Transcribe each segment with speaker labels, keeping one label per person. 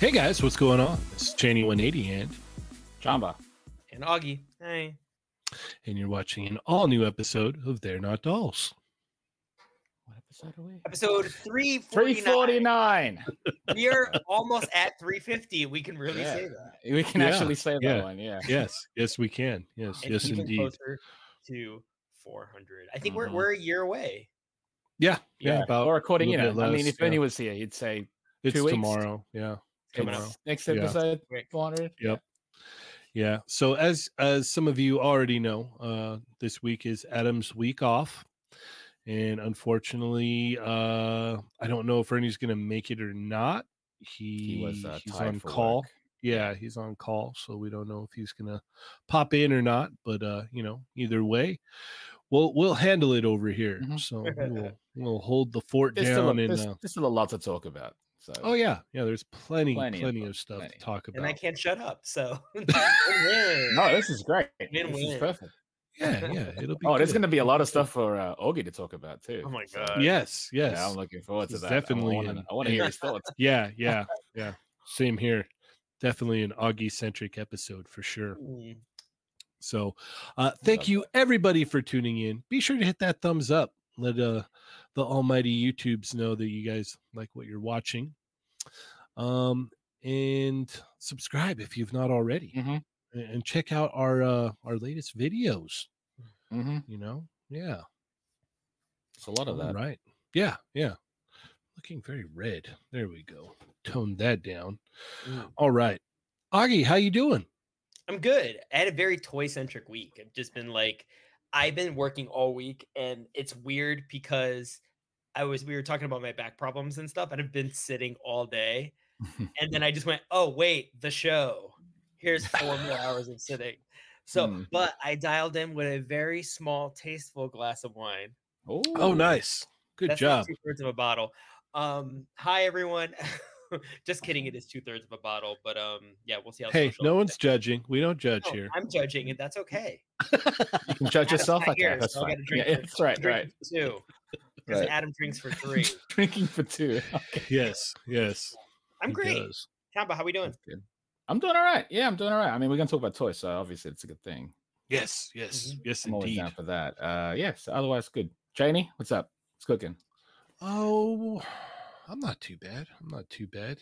Speaker 1: Hey guys, what's going on? It's Cheney 180 and
Speaker 2: Jamba.
Speaker 3: and Augie. Hey.
Speaker 1: and you're watching an all new episode of They're Not Dolls.
Speaker 2: What episode are we?
Speaker 3: Episode 349.
Speaker 2: 349.
Speaker 3: We are almost at 350. We can really
Speaker 2: Yeah.
Speaker 3: say that.
Speaker 2: We can
Speaker 1: Yeah,
Speaker 2: actually say that
Speaker 1: yeah.
Speaker 2: one. Yeah.
Speaker 1: Yes, yes we can. Yes,
Speaker 3: And
Speaker 1: yes
Speaker 3: even
Speaker 1: indeed. Mm-hmm.
Speaker 3: closer to 400. I think we're,
Speaker 2: Mhm.
Speaker 3: we're a year away.
Speaker 1: Yeah, yeah,
Speaker 2: Yeah.
Speaker 1: about
Speaker 2: or according,
Speaker 1: a
Speaker 2: you know,
Speaker 1: little bit
Speaker 2: I mean,
Speaker 1: Uh, less,
Speaker 2: if
Speaker 1: yeah.
Speaker 2: Benny was here, he'd say
Speaker 1: it's
Speaker 2: two weeks.
Speaker 1: tomorrow. Yeah.
Speaker 3: Coming
Speaker 2: it's
Speaker 3: up.
Speaker 2: next
Speaker 1: Yeah.
Speaker 2: episode
Speaker 3: Quick.
Speaker 2: 400.
Speaker 1: Yeah. So as as some of you already know, uh this week is Adam's week off. And unfortunately, uh I don't know if Ernie's gonna make it or not. He,
Speaker 2: He was uh,
Speaker 1: he's
Speaker 2: tied
Speaker 1: on
Speaker 2: for
Speaker 1: call.
Speaker 2: work.
Speaker 1: yeah, he's on call, so we don't know if he's gonna pop in or not. But uh, you know, either way, we'll we'll handle it over here.
Speaker 2: Mhm.
Speaker 1: So we'll we'll hold the fort
Speaker 2: There's still, a,
Speaker 1: down. And
Speaker 2: there's,
Speaker 1: uh,
Speaker 2: there's still a lot to talk about. So,
Speaker 1: oh yeah, yeah, there's plenty
Speaker 2: Plenty
Speaker 1: plenty, of,
Speaker 2: of fun,
Speaker 1: stuff
Speaker 2: plenty.
Speaker 1: to talk about.
Speaker 3: And I can't shut up. So Win-win.
Speaker 2: no, this is great.
Speaker 3: Win-win.
Speaker 2: This is perfect.
Speaker 1: Yeah, yeah, it'll be.
Speaker 2: Oh, there's
Speaker 1: good.
Speaker 2: going to be a lot of stuff for uh, Augie to talk about, too.
Speaker 3: Oh my
Speaker 2: So,
Speaker 3: God.
Speaker 1: Yes,
Speaker 2: yeah,
Speaker 1: yes,
Speaker 2: I'm looking forward
Speaker 1: This
Speaker 2: to
Speaker 1: is
Speaker 2: that.
Speaker 1: definitely an-
Speaker 2: I want to hear his thoughts.
Speaker 1: yeah, yeah, yeah. Same here. Definitely an Augie centric episode for sure.
Speaker 3: Mm.
Speaker 1: So, uh, thank
Speaker 2: Love
Speaker 1: you everybody for tuning in. Be sure to hit that thumbs up. Let uh, the almighty YouTubes know that you guys like what you're watching. Um, and subscribe if you've not already,
Speaker 2: Mhm,
Speaker 3: Mm-hmm.
Speaker 1: A- and check out our uh, our latest videos.
Speaker 2: mhm.
Speaker 1: You know, yeah,
Speaker 2: It's a lot of
Speaker 1: all
Speaker 2: that.
Speaker 1: right, yeah, yeah. Looking very red. There we go. Tone that down.
Speaker 3: Mm.
Speaker 1: All right, Augie, how you doing?
Speaker 3: I'm good. I had a very toy centric week. I've just been like, I've been working all week, and it's weird because I was we were talking about my back problems and stuff, and I've been sitting all day, and then I just went, oh wait, the show. Here's four more hours of sitting. So,
Speaker 1: Hmm.
Speaker 2: Mm.
Speaker 3: but I dialed in with a very small, tasteful glass of wine.
Speaker 1: Oh,
Speaker 2: Ooh.
Speaker 1: nice. Good
Speaker 3: That's
Speaker 1: job.
Speaker 3: Two thirds of a bottle. Um, hi everyone. just kidding. It is two thirds of a bottle, but um, yeah, we'll see how.
Speaker 1: Hey,
Speaker 3: social
Speaker 1: no
Speaker 3: it
Speaker 1: one's
Speaker 3: is.
Speaker 1: judging. We don't judge
Speaker 3: No,
Speaker 1: here.
Speaker 3: I'm judging, and that's okay.
Speaker 2: You can judge
Speaker 3: Adam's
Speaker 2: yourself
Speaker 3: not
Speaker 2: like
Speaker 3: here,
Speaker 2: that. That's
Speaker 3: so I
Speaker 2: fine.
Speaker 3: gotta drink
Speaker 2: Yeah, yeah,
Speaker 3: for-
Speaker 2: that's right, right.
Speaker 3: Drink for two. Because
Speaker 2: Right.
Speaker 3: Adam drinks for three.
Speaker 2: Drinking for two.
Speaker 1: Yes, yes.
Speaker 3: I'm
Speaker 1: he
Speaker 3: great.
Speaker 1: does.
Speaker 3: Tamba, how we doing?
Speaker 2: That's good. I'm doing all right. Yeah, I'm doing all right. I mean, we're gonna talk about toys, so obviously it's a good thing.
Speaker 1: Yes, yes, yes,
Speaker 2: Mm-hmm. I'm always
Speaker 1: indeed.
Speaker 2: down for that. Uh yeah, so otherwise good. Janie, what's up? It's cooking.
Speaker 1: Oh, I'm not too bad. I'm not too bad.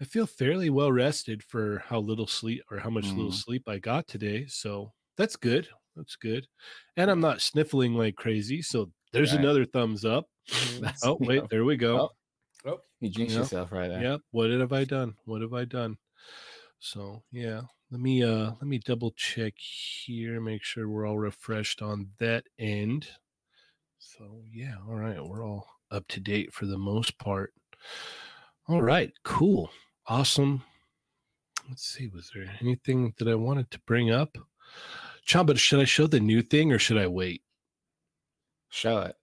Speaker 1: I feel fairly well rested for how little sleep or how much little
Speaker 2: Mm.
Speaker 1: sleep I got today. So that's good. That's good. And I'm not sniffling like crazy. So there's
Speaker 2: Right.
Speaker 1: another thumbs up.
Speaker 2: That's-
Speaker 1: Oh, wait, there we go.
Speaker 2: Oh, You jinxed
Speaker 1: Yeah.
Speaker 2: yourself right there.
Speaker 1: Yep. What have I done? What have I done? So yeah, let me uh let me double check here, make sure we're all refreshed on that end. So yeah, all right, we're all up to date for the most part. All right, cool, awesome. Let's see, was there anything that I wanted to bring up? Chamba, should I show the new thing or should I wait?
Speaker 2: Show it.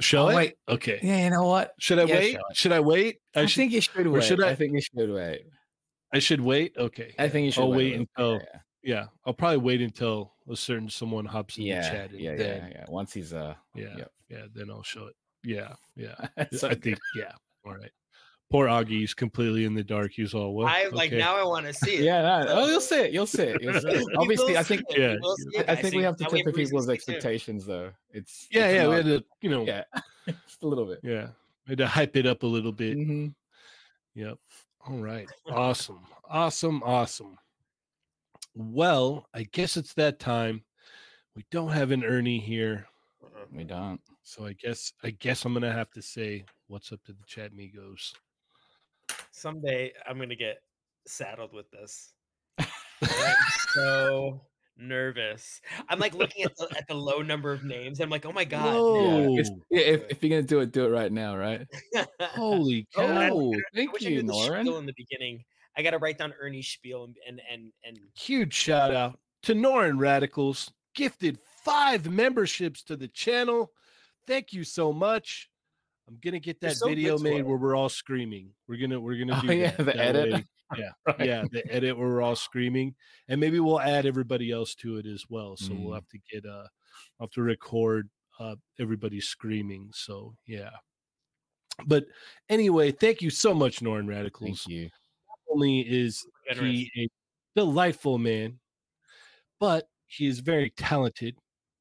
Speaker 1: Shall
Speaker 2: I'll
Speaker 1: I?
Speaker 2: wait.
Speaker 1: Okay.
Speaker 2: Yeah, you know what?
Speaker 1: Should I
Speaker 2: Yeah,
Speaker 1: wait?
Speaker 2: show it.
Speaker 1: Should I wait? I,
Speaker 2: I,
Speaker 1: Oh, should.
Speaker 2: think you should
Speaker 1: or
Speaker 2: wait.
Speaker 1: should
Speaker 2: I?
Speaker 1: I-
Speaker 2: think you should wait.
Speaker 1: I should wait. Okay.
Speaker 2: I think you should
Speaker 1: I'll
Speaker 2: wait.
Speaker 1: wait
Speaker 2: a little
Speaker 1: until-
Speaker 2: bit,
Speaker 1: Yeah, I'll probably wait until a certain someone hops in the
Speaker 2: Yeah,
Speaker 1: chat. and
Speaker 2: yeah, yeah, yeah,
Speaker 1: then,
Speaker 2: yeah. Once he's uh
Speaker 1: yeah, yeah,
Speaker 2: yep.
Speaker 1: Then I'll show it. Yeah, yeah.
Speaker 2: it's
Speaker 1: I
Speaker 2: okay.
Speaker 1: think yeah. All right. Poor Augie, he's completely in the dark. He's all what?
Speaker 3: I like now I want to see it.
Speaker 2: Yeah, no, oh, you'll
Speaker 3: So-
Speaker 2: see it. You'll see it. You'll see
Speaker 3: You
Speaker 2: it.
Speaker 3: will
Speaker 2: Obviously, I
Speaker 3: see
Speaker 2: think
Speaker 3: it, you
Speaker 1: yeah,
Speaker 3: will
Speaker 1: you-
Speaker 3: see it,
Speaker 2: I
Speaker 3: guys,
Speaker 2: think
Speaker 3: so
Speaker 2: we
Speaker 3: you-
Speaker 2: have to
Speaker 3: now we
Speaker 2: temper people's
Speaker 3: 362.
Speaker 2: expectations, though. It's
Speaker 1: Yeah,
Speaker 2: it's
Speaker 1: yeah. We
Speaker 2: not-
Speaker 1: had to, you know, yeah.
Speaker 2: yeah, just a little bit.
Speaker 1: we had to hype it up a little bit.
Speaker 2: Mhm.
Speaker 1: Yep. All right. Awesome. Awesome. Awesome. Well, I guess it's that time. We don't have an Ernie here.
Speaker 3: Uh-uh.
Speaker 2: We don't.
Speaker 1: So I guess I guess I'm gonna have to say what's up to the chat Migos.
Speaker 3: Someday I'm gonna get saddled with this. I'm so nervous. I'm like looking at the, at the low number of names. I'm like, oh my god. no.
Speaker 1: Whoa.
Speaker 2: It's- yeah, if, if you're gonna do it, do it right now, right?
Speaker 1: Holy cow.
Speaker 2: Oh,
Speaker 3: I
Speaker 2: thank
Speaker 3: wish I
Speaker 2: you,
Speaker 3: did the spiel
Speaker 2: Lauren.
Speaker 3: in the beginning. I gotta write down Ernie's spiel and and and, and
Speaker 1: huge shout out to Norin Radicals, gifted five memberships to the channel. Thank you so much. I'm gonna get
Speaker 3: You're
Speaker 1: that
Speaker 3: so good
Speaker 1: video
Speaker 3: to
Speaker 1: made
Speaker 3: us.
Speaker 1: where we're all screaming. We're gonna we're gonna
Speaker 2: Oh,
Speaker 1: do
Speaker 2: yeah,
Speaker 1: that.
Speaker 2: the
Speaker 1: That
Speaker 2: edit.
Speaker 1: way-
Speaker 2: Right.
Speaker 1: yeah, the edit where we're all screaming, and maybe we'll add everybody else to it as well. So we'll
Speaker 2: Mm.
Speaker 1: have to get uh, we'll have to record uh everybody screaming. So yeah. But anyway, thank you so much, Norin Radicals.
Speaker 2: Thank you.
Speaker 1: only is
Speaker 3: generous.
Speaker 1: he a delightful man, but he is very talented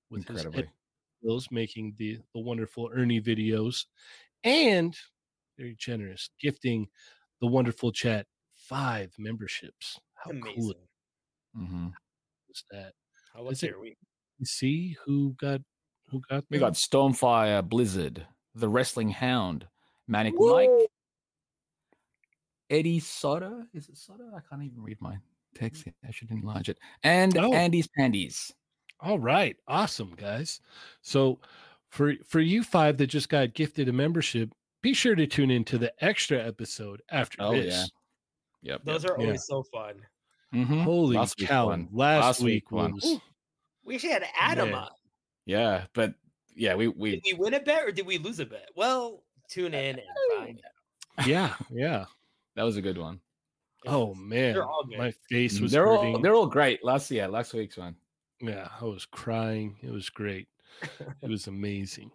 Speaker 1: with his
Speaker 2: Incredibly.
Speaker 1: ed- skills, making the, the wonderful Ernie videos, and very generous, gifting the wonderful chat five memberships. How cool
Speaker 3: Amazing.
Speaker 2: hmm
Speaker 1: is that?
Speaker 3: How lucky
Speaker 1: Is it-
Speaker 3: are we?
Speaker 1: You see who got who got
Speaker 2: We
Speaker 1: them?
Speaker 2: got Stormfire, Blizzard, The Wrestling Hound, Manic
Speaker 3: Woo!
Speaker 2: Mike, Eddie Soda. Is it Soda? I can't even read my text. here. I should enlarge it. And
Speaker 1: Oh.
Speaker 2: Andy's Pandies.
Speaker 1: All right, awesome guys. So for for you five that just got gifted a membership, be sure to tune in to the extra episode after
Speaker 2: Oh, yeah.
Speaker 1: this.
Speaker 2: Yep.
Speaker 3: Those
Speaker 2: yep.
Speaker 3: are
Speaker 1: Yeah.
Speaker 3: always so fun.
Speaker 2: Mhm.
Speaker 1: Holy
Speaker 2: Last week's
Speaker 1: cow!
Speaker 2: one.
Speaker 1: Last,
Speaker 2: Last
Speaker 1: week
Speaker 2: week one.
Speaker 1: was
Speaker 3: Ooh. We actually had Adam
Speaker 1: Man.
Speaker 3: on.
Speaker 2: Yeah, but yeah, we
Speaker 3: Did
Speaker 2: we
Speaker 3: we win a bet or did we lose a bet? Well, tune in and find out.
Speaker 1: yeah, yeah.
Speaker 2: that was a good one. Mm-hmm.
Speaker 3: It
Speaker 1: Oh
Speaker 3: was-
Speaker 1: man,
Speaker 3: all good.
Speaker 1: my face was
Speaker 2: Mm, they're
Speaker 1: hurting.
Speaker 2: all they're all great. Last yeah, last week's one.
Speaker 1: Yeah, I was crying. It was great. It was amazing.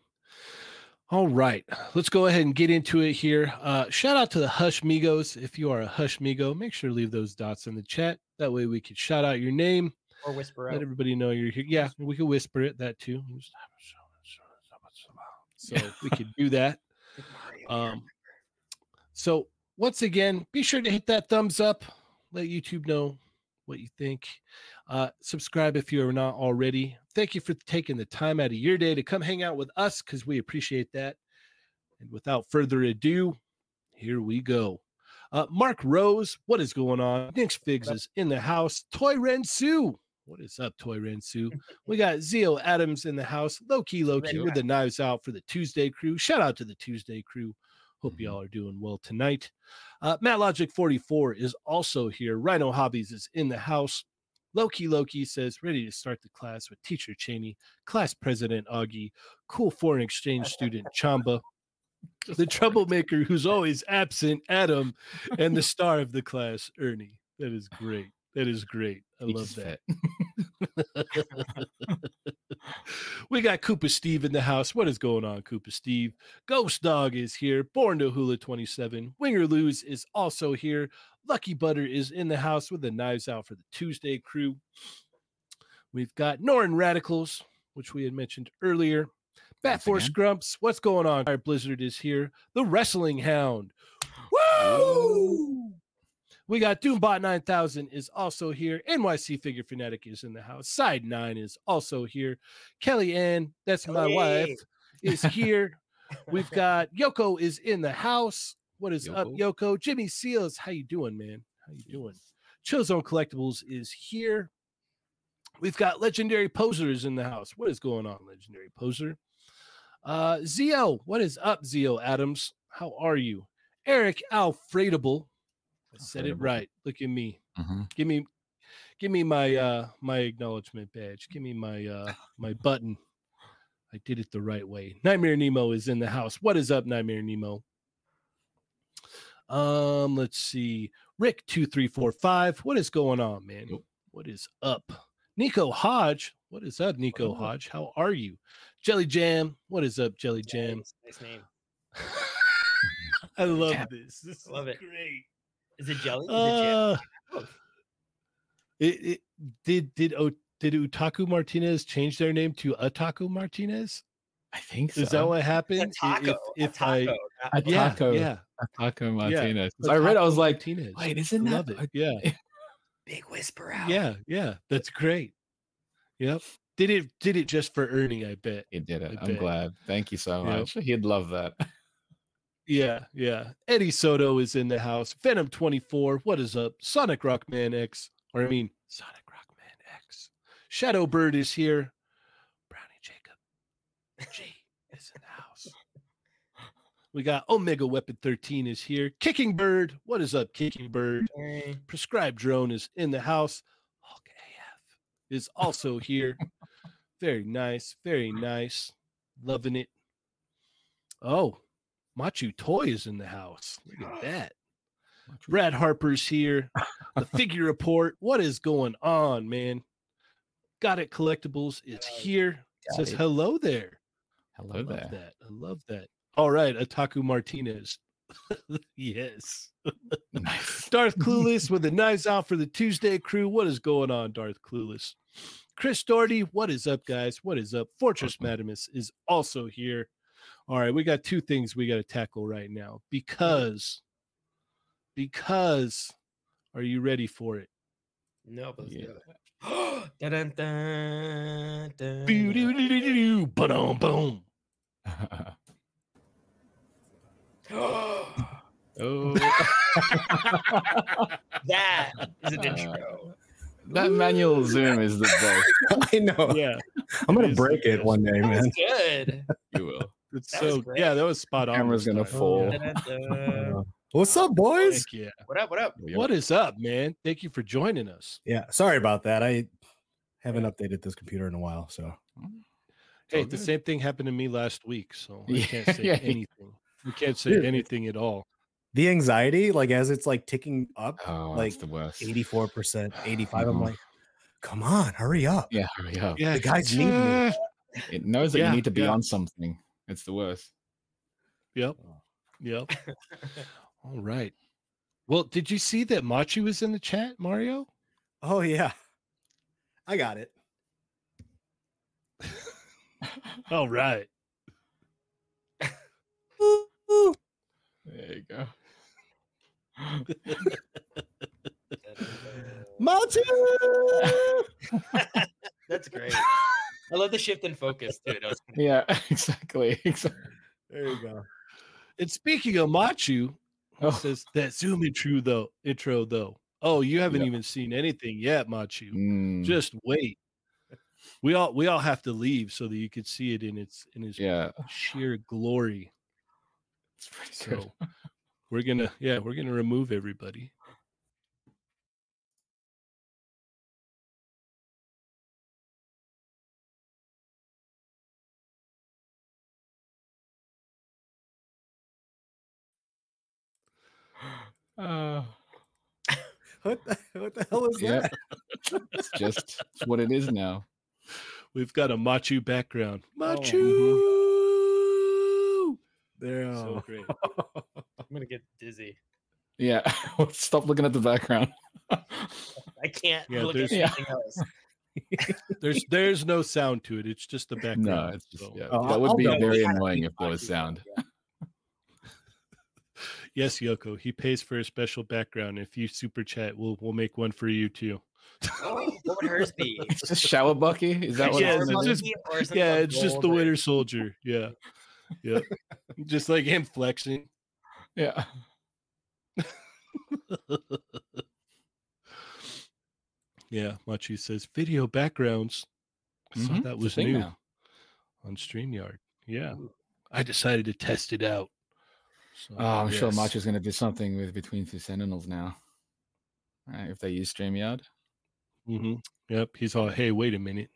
Speaker 1: All right, let's go ahead and get into it here. Uh, shout out to the Hush Migos. If you are a Hush Migo, make sure to leave those dots in the chat. That way we can shout out your name.
Speaker 3: Or whisper
Speaker 1: Let
Speaker 3: out.
Speaker 1: everybody know you're here. Yeah, we could whisper it that too. So we could do that.
Speaker 3: Like Mario here.
Speaker 1: Um, so once again, be sure to hit that thumbs up. Let YouTube know what you think. Uh, subscribe if you are not already. Thank you for taking the time out of your day to come hang out with us because we appreciate that. And without further ado, here we go. Uh, Mark Rose, what is going on? Nick's Figs
Speaker 3: up?
Speaker 1: is in the house. Toy Rensu, what is up, Toy Rensu? We got Zio Adams in the house. Low key, low key
Speaker 3: Ready,
Speaker 1: with the knives out for the Tuesday crew. Shout out to the Tuesday crew. Hope
Speaker 2: Mhm.
Speaker 1: y'all are doing well tonight. Uh, Matt Logic 44 is also here. Rhino Hobbies is in the house. Loki Loki says, ready to start the class with teacher Cheney, class president Augie, cool foreign exchange student Chamba, the troublemaker who's always absent Adam, and the star of the class Ernie. That is great. That is great. I
Speaker 2: He
Speaker 1: love
Speaker 2: just
Speaker 1: that.
Speaker 2: fit.
Speaker 1: we got Koopa Steve in the house. What is going on, Koopa Steve? Ghost Dog is here. Born to Hula 27. Winger Lose is also here. Lucky Butter is in the house with the knives out for the Tuesday crew. We've got Norrin Radicals, which we had mentioned earlier. Bat
Speaker 2: Once
Speaker 1: Force
Speaker 2: again.
Speaker 1: Grumps, what's going on? Fire Blizzard is here. The Wrestling Hound. Woo!
Speaker 2: Woo!
Speaker 1: We got Doombot 9000 is also here. NYC Figure Fanatic is in the house. Side 9 is also here. Kelly Ann, that's my wife, is here. We've got Yoko is in the house. What is up,
Speaker 2: Yoko.
Speaker 1: Yoko? Jimmy Seals, how you doing, man? How you doing? Chillzone Collectibles is here. We've got Legendary Posers in the house. What is going on, Legendary Poser? Uh, Zio, what is up, Zio Adams? How are you? Eric Alfredable. I said it
Speaker 2: Alfredable.
Speaker 1: right. Look at me.
Speaker 2: Mhm.
Speaker 1: Give me give me my uh my acknowledgement badge. Give me my uh my button. I did it the right way. Nightmare Nemo is in the house. What is up, Nightmare Nemo? Um, let's see. Rick two three four five. What is going on, man?
Speaker 2: Yep.
Speaker 1: What is up? Nico Hodge. What is up, Nico
Speaker 2: up?
Speaker 1: Hodge? How are you? Jelly Jam. What is up, Jelly
Speaker 3: Yeah,
Speaker 1: Jam?
Speaker 3: nice- Nice name.
Speaker 1: I love
Speaker 2: Jam.
Speaker 1: this. This
Speaker 3: Love
Speaker 1: is
Speaker 3: it.
Speaker 1: great.
Speaker 3: Is it jelly? Is it jam?
Speaker 1: Uh,
Speaker 3: Oh.
Speaker 1: it, it did did o, did Utaku Martinez change their name to Otaku Martinez?
Speaker 2: I think so.
Speaker 1: Is that what
Speaker 3: It's a
Speaker 1: happened? I-
Speaker 3: taco.
Speaker 1: If, if
Speaker 3: a taco.
Speaker 1: I
Speaker 3: not
Speaker 2: I-
Speaker 3: a-
Speaker 1: yeah
Speaker 2: Taco.
Speaker 1: yeah
Speaker 2: Taco
Speaker 1: Martinez.
Speaker 2: Martinez? I read, I
Speaker 1: Otaku
Speaker 2: was like,
Speaker 1: Martinez.
Speaker 2: wait,
Speaker 1: I
Speaker 2: isn't that?
Speaker 1: love it. Yeah
Speaker 3: big whisper out.
Speaker 1: yeah yeah. That's great. Yep. Did it did it just for Ernie? I bet.
Speaker 2: He did it.
Speaker 1: I
Speaker 2: I'm
Speaker 1: bet.
Speaker 2: glad. Thank you so
Speaker 1: Yep.
Speaker 2: much. He'd love that.
Speaker 1: Yeah, yeah. Eddie Soto is in the house. Venom 24. What is up? Sonic Rockman X. Or I mean Sonic Rockman X. Shadow Bird is here. Brownie Jacob. G is in the house. We got Omega Weapon 13 is here. Kicking Bird. What is up, Kicking Bird?
Speaker 3: Eh,
Speaker 1: Prescribed Drone is in the house. Hulk AF is also here. very nice. Very nice. Loving it. Oh, Machu Toy is in the house. Look at that. Brad Harper's here. The figure report. What is going on, man? Got it. Collectibles is
Speaker 3: Got it.
Speaker 1: here.
Speaker 2: Got
Speaker 1: Says
Speaker 2: it.
Speaker 1: hello there.
Speaker 2: Hello
Speaker 1: I love
Speaker 2: there.
Speaker 1: that. I love that. All right, Ataku Martinez. yes.
Speaker 2: Nice.
Speaker 1: Darth Clueless with the knives out for the Tuesday crew. What is going on, Darth Clueless? Chris Doherty, what is up, guys? What is up? Fortress Madamus is also here. All right, we got two things we got to tackle right now because, because, are you ready for it?
Speaker 3: No, but let's
Speaker 2: Yeah.
Speaker 3: do it. Dun, dun, dun, dun.
Speaker 1: Boo-doo-doo-doo-doo, ba-dum, boom.
Speaker 2: oh,
Speaker 3: that is an intro.
Speaker 2: that manual zoom is the best.
Speaker 4: I know.
Speaker 1: Yeah,
Speaker 4: I'm
Speaker 1: it
Speaker 4: gonna
Speaker 1: is
Speaker 4: break
Speaker 1: the
Speaker 4: it one day,
Speaker 3: That was
Speaker 4: man.
Speaker 3: good.
Speaker 2: You will.
Speaker 1: it's
Speaker 3: That was
Speaker 1: so
Speaker 3: great.
Speaker 1: yeah, that was spot on.
Speaker 2: Camera's
Speaker 1: this
Speaker 2: gonna
Speaker 1: time.
Speaker 2: fall.
Speaker 1: Yeah.
Speaker 3: Dun, dun, dun.
Speaker 4: Uh, What's up, boys?
Speaker 1: Heck yeah.
Speaker 3: What up? What up?
Speaker 2: Yo, yo.
Speaker 1: What is up, man? Thank you for joining us.
Speaker 4: Yeah, sorry about that. I haven't updated this computer in a while, so
Speaker 1: Hey,
Speaker 2: all
Speaker 1: the
Speaker 2: good.
Speaker 1: same thing happened to me last week, so I
Speaker 2: Yeah,
Speaker 1: can't say
Speaker 2: yeah.
Speaker 1: anything. We can't say
Speaker 4: Dude,
Speaker 1: anything at all.
Speaker 4: the anxiety, like as it's like ticking up,
Speaker 2: Oh,
Speaker 4: Like,
Speaker 2: that's the worst.
Speaker 4: 84 percent, 85. I'm
Speaker 2: Mhm.
Speaker 4: like, come on, hurry up.
Speaker 2: Yeah, uh, hurry up.
Speaker 1: Yeah,
Speaker 4: The guys need me.
Speaker 2: It knows that
Speaker 1: Yeah,
Speaker 2: you need to be
Speaker 1: yeah.
Speaker 2: on something. It's the worst.
Speaker 1: Yep.
Speaker 2: oh.
Speaker 1: Yep. all right. Well, did you see that Machi was in the chat, Mario?
Speaker 4: Oh yeah, I got it.
Speaker 1: All right.
Speaker 2: There you go.
Speaker 3: Dun, dun, dun.
Speaker 4: Monty.
Speaker 3: That's great. I love the shift in focus too. That was
Speaker 2: yeah, exactly. Exactly.
Speaker 4: There you go.
Speaker 1: And speaking of Machu, it
Speaker 2: Oh.
Speaker 1: says that Zoom intro though. Intro though. Oh, you haven't
Speaker 2: Yeah.
Speaker 1: even seen anything yet, Machu.
Speaker 2: Mm,
Speaker 1: Just wait. We all we all have to leave so that you could see it in its in its
Speaker 2: yeah,
Speaker 1: sheer glory.
Speaker 2: it's pretty good.
Speaker 1: So we're gonna yeah, we're gonna remove everybody.
Speaker 2: Uh,
Speaker 4: What the, what the hell is
Speaker 2: yep.
Speaker 4: that?
Speaker 2: it's just it's what it is now.
Speaker 1: We've got a Machu background.
Speaker 2: Oh,
Speaker 1: Machu
Speaker 2: mm-hmm.
Speaker 4: There.
Speaker 2: Oh.
Speaker 4: oh.
Speaker 1: so great.
Speaker 3: I'm gonna get dizzy.
Speaker 2: Yeah, stop looking at the background.
Speaker 3: I can't
Speaker 1: Yeah,
Speaker 3: look
Speaker 1: there's-
Speaker 3: at
Speaker 2: Yeah.
Speaker 3: anything else.
Speaker 1: There's there's no sound to it. It's just the background.
Speaker 2: no, it's just
Speaker 1: so- uh,
Speaker 2: yeah.
Speaker 4: Oh,
Speaker 2: that
Speaker 4: I'll-
Speaker 2: would
Speaker 4: I'll
Speaker 2: be
Speaker 4: go.
Speaker 2: very
Speaker 3: Yeah,
Speaker 2: annoying if there
Speaker 3: Machu
Speaker 2: was sound.
Speaker 3: background.
Speaker 1: Yes, Yoko. He pays for a special background. If you super chat, we'll we'll make one for you too.
Speaker 3: Oh, what would hers be?
Speaker 2: It's just shower bucky. Is that what?
Speaker 1: Yeah,
Speaker 2: it's
Speaker 1: it's
Speaker 2: called?
Speaker 1: just- Yeah, it's just the winter soldier. Yeah. Yeah. just like him flexing.
Speaker 2: yeah.
Speaker 1: Yeah, Machu says video backgrounds. I thought
Speaker 2: Mhm,
Speaker 1: that
Speaker 2: it's a
Speaker 1: was
Speaker 2: thing
Speaker 1: new
Speaker 2: now.
Speaker 1: on StreamYard. Yeah. I decided to test it out. So,
Speaker 2: Oh, I'm sure
Speaker 1: yes.
Speaker 2: March is going to do something with Between Two Sentinels now. Right, if they use StreamYard.
Speaker 1: Mhm. Yep. He's all, hey, wait a minute.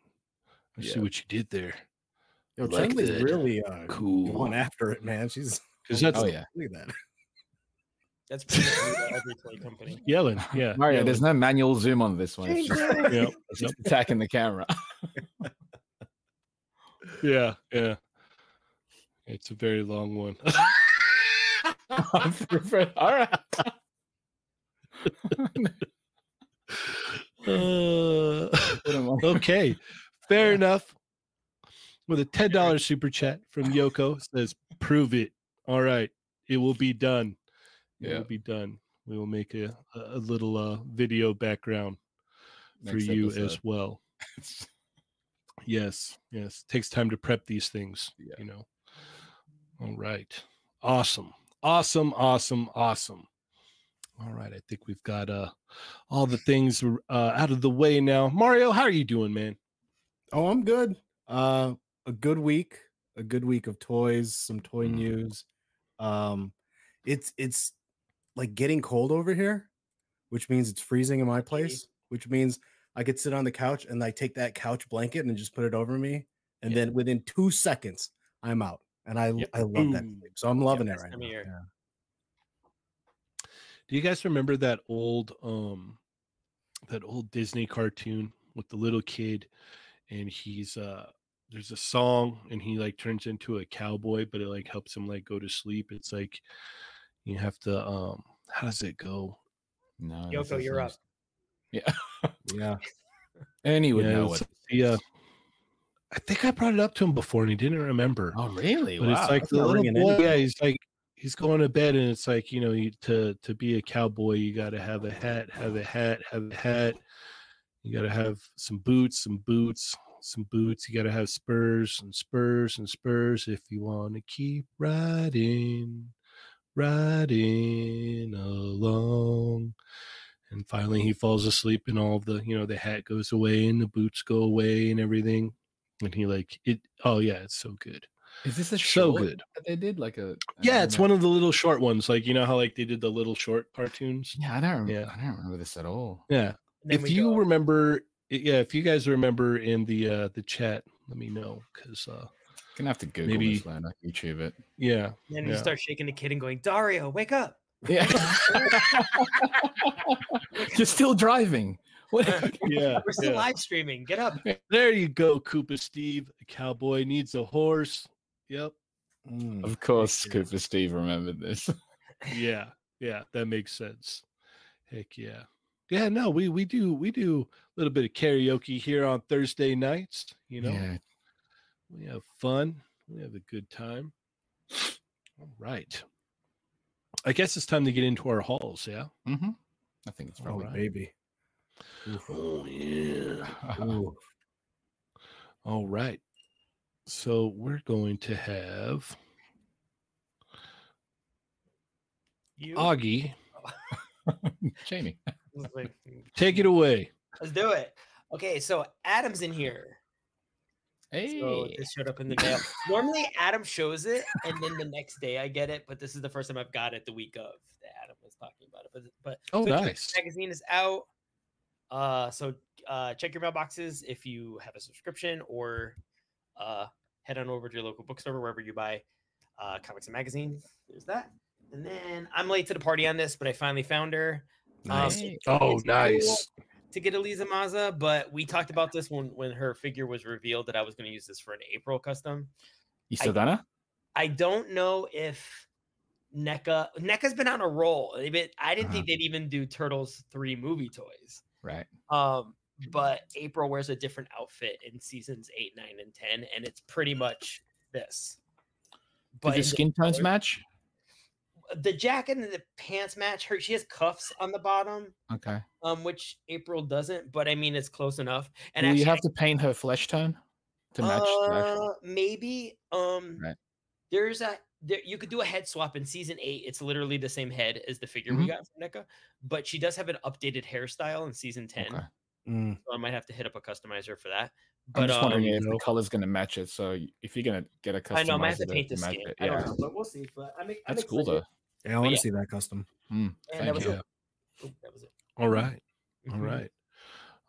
Speaker 1: I see
Speaker 2: Yeah.
Speaker 1: what you did there.
Speaker 4: Yo,
Speaker 1: Like
Speaker 4: Chun-Li's
Speaker 1: that.
Speaker 4: really uh,
Speaker 1: Cool.
Speaker 4: going after it, man. She's
Speaker 1: Because that's
Speaker 2: Oh yeah,
Speaker 4: look at that.
Speaker 3: That's pretty much what every toy company.
Speaker 1: yelling. Yeah.
Speaker 2: Mario.
Speaker 1: yelling.
Speaker 2: There's no manual zoom on this one. It's just,
Speaker 1: Yep,
Speaker 2: it's
Speaker 1: yep.
Speaker 2: just attacking the camera.
Speaker 1: Yeah. Yeah. It's a very long one.
Speaker 2: All right.
Speaker 1: Uh, okay. Fair enough. With a ten dollar super chat from Yoko says, "Prove it." All right, it will be done. It
Speaker 2: Yeah.
Speaker 1: will be done. We will make a a a little uh, video background for
Speaker 2: Next
Speaker 1: you as
Speaker 2: episode.
Speaker 1: well. Yes, yes. Takes time to prep these things.
Speaker 2: Yeah.
Speaker 1: You know. All right. Awesome. Awesome. Awesome. Awesome. All right. I think we've got uh all the things uh, out of the way now. Mario, how are you doing, man?
Speaker 4: Oh, I'm good. Uh, a good week, a good week of toys, some toy
Speaker 2: Mm.
Speaker 4: news. Um, it's it's like getting cold over here, which means it's freezing in my place, which means I could sit on the couch and I take that couch blanket and just put it over me, and
Speaker 2: Yeah.
Speaker 4: then within two seconds I'm out, and I
Speaker 2: Yeah.
Speaker 4: I love that.
Speaker 1: Boom.
Speaker 4: sleep, So I'm loving it
Speaker 3: best
Speaker 4: right
Speaker 3: time
Speaker 4: now.
Speaker 3: of year.
Speaker 4: yeah.
Speaker 1: Do you guys remember that old um that old Disney cartoon with the little kid and he's uh there's a song and he like turns into a cowboy but it like helps him like go to sleep. It's like You have to um how does it go?
Speaker 2: No. this
Speaker 3: Yoko,
Speaker 2: is
Speaker 3: you're up.
Speaker 2: nice. Yeah.
Speaker 4: Yeah.
Speaker 2: and he would
Speaker 1: Yeah,
Speaker 2: know
Speaker 1: it's
Speaker 2: it.
Speaker 1: the, uh, I think I brought it up to him before and he didn't remember.
Speaker 2: Oh, really?
Speaker 1: but
Speaker 2: wow.
Speaker 1: it's like
Speaker 4: that's
Speaker 1: the
Speaker 4: not
Speaker 1: little
Speaker 4: ringing
Speaker 1: boy.
Speaker 4: any-
Speaker 1: Yeah, he's like he's going to bed, and it's like you know, you, to to be a cowboy, you got to have a hat, have a hat, have a hat. You got to have some boots, some boots, some boots. You got to have spurs and spurs and spurs if you want to keep riding, riding along. And finally, he falls asleep, and all the you know the hat goes away, and the boots go away, and everything. And he like it. Oh yeah, it's so good
Speaker 2: is this a
Speaker 1: so
Speaker 2: short
Speaker 1: good.
Speaker 2: That they did like a. I
Speaker 1: Yeah,
Speaker 2: don't
Speaker 1: it's
Speaker 2: know.
Speaker 1: one of the little short ones. Like you know how like they did the little short cartoons.
Speaker 2: Yeah, I don't.
Speaker 1: Yeah.
Speaker 2: Yeah. I don't remember this at all.
Speaker 1: Yeah.
Speaker 3: And then
Speaker 1: if
Speaker 3: we
Speaker 1: you
Speaker 3: go-
Speaker 1: remember, yeah, if you guys remember in the uh the chat, let me know because uh
Speaker 2: Gonna have to Google
Speaker 1: Maybe-
Speaker 2: this one. YouTube it.
Speaker 1: yeah,
Speaker 3: then you
Speaker 1: yeah.
Speaker 3: start shaking the kid and going, Dario, wake up.
Speaker 2: Yeah. You're still driving. What?
Speaker 1: yeah,
Speaker 3: We're still live streaming. Get up.
Speaker 1: There you go, Koopa Steve. A cowboy needs a horse. Yep.
Speaker 4: Mm.
Speaker 2: Of course,
Speaker 1: Yeah.
Speaker 2: Cooper Steve remembered this.
Speaker 1: Yeah. Yeah, that makes sense. Heck yeah. Yeah, no, we we do we do a little bit of karaoke here on Thursday nights, you know.
Speaker 2: Yeah.
Speaker 1: We have fun. We have a good time. All right. I guess it's time to get into our halls, yeah?
Speaker 2: hmm I think it's
Speaker 1: All
Speaker 4: Oh,
Speaker 2: probably.
Speaker 1: right.
Speaker 4: baby.
Speaker 1: Oh, yeah.
Speaker 4: Ooh.
Speaker 1: All right. So we're going to have
Speaker 3: You
Speaker 1: Augie
Speaker 2: Jamie.
Speaker 3: was like,
Speaker 1: take it away.
Speaker 3: let's do it. Okay, so Adam's in here.
Speaker 2: Hey.
Speaker 3: So this showed up in the mail. Normally Adam shows it and then the next day I get it, but this is the first time I've got it the week of that Adam was talking about it. But but
Speaker 1: Oh,
Speaker 3: Twitch
Speaker 1: nice.
Speaker 3: magazine is out. Uh so uh check your mailboxes if you have a subscription or uh head on over to your local bookstore wherever you buy uh comics and magazines. There's that. And then I'm late to the party on this, but I finally found her. Um,
Speaker 2: Nice.
Speaker 1: Oh,
Speaker 3: It's cool.
Speaker 1: nice.
Speaker 3: to get Eliza Maza, but we talked about this when when her figure was revealed that I was going to use this for an April custom.
Speaker 2: You still done it?
Speaker 3: I don't know if NECA NECA's been on a roll. They've been- I didn't
Speaker 2: Uh-huh.
Speaker 3: think they'd even do Turtles three movie toys.
Speaker 2: Right.
Speaker 3: Um, but April wears a different outfit in seasons eight, nine, and ten, and it's pretty much this.
Speaker 2: Did
Speaker 3: in
Speaker 2: your skin tones
Speaker 3: color-
Speaker 2: match?
Speaker 3: the jacket and the pants match. Her she has cuffs on the bottom,
Speaker 2: Okay.
Speaker 3: um, which April doesn't, but I mean it's close enough. And
Speaker 2: Will
Speaker 3: actually,
Speaker 2: you
Speaker 3: I
Speaker 2: have to paint her flesh tone to match? the actual-
Speaker 3: Uh, maybe. Um,
Speaker 2: Right.
Speaker 3: there's a there, you could do a head swap in season eight. It's literally the same head as the figure we
Speaker 2: Mhm.
Speaker 3: got from NECA, but she does have an updated hairstyle in season ten.
Speaker 2: Okay.
Speaker 4: Mm.
Speaker 3: So I might have to hit up a customizer for that.
Speaker 2: I'm
Speaker 3: But
Speaker 2: just
Speaker 3: um,
Speaker 2: wondering if
Speaker 1: no.
Speaker 2: the color's going to match it. So y- if you're going to get a custom,
Speaker 3: I know I might have to paint the
Speaker 2: match
Speaker 3: skin.
Speaker 2: It,
Speaker 3: I
Speaker 2: yeah.
Speaker 3: don't know, but we'll see. But I mean,
Speaker 2: That's cool though.
Speaker 4: Yeah, I want to
Speaker 3: yeah.
Speaker 4: see that custom.
Speaker 3: And that was
Speaker 2: Thank you.
Speaker 3: it. Oop, that was it.
Speaker 1: All right. All
Speaker 3: Mhm.
Speaker 1: right.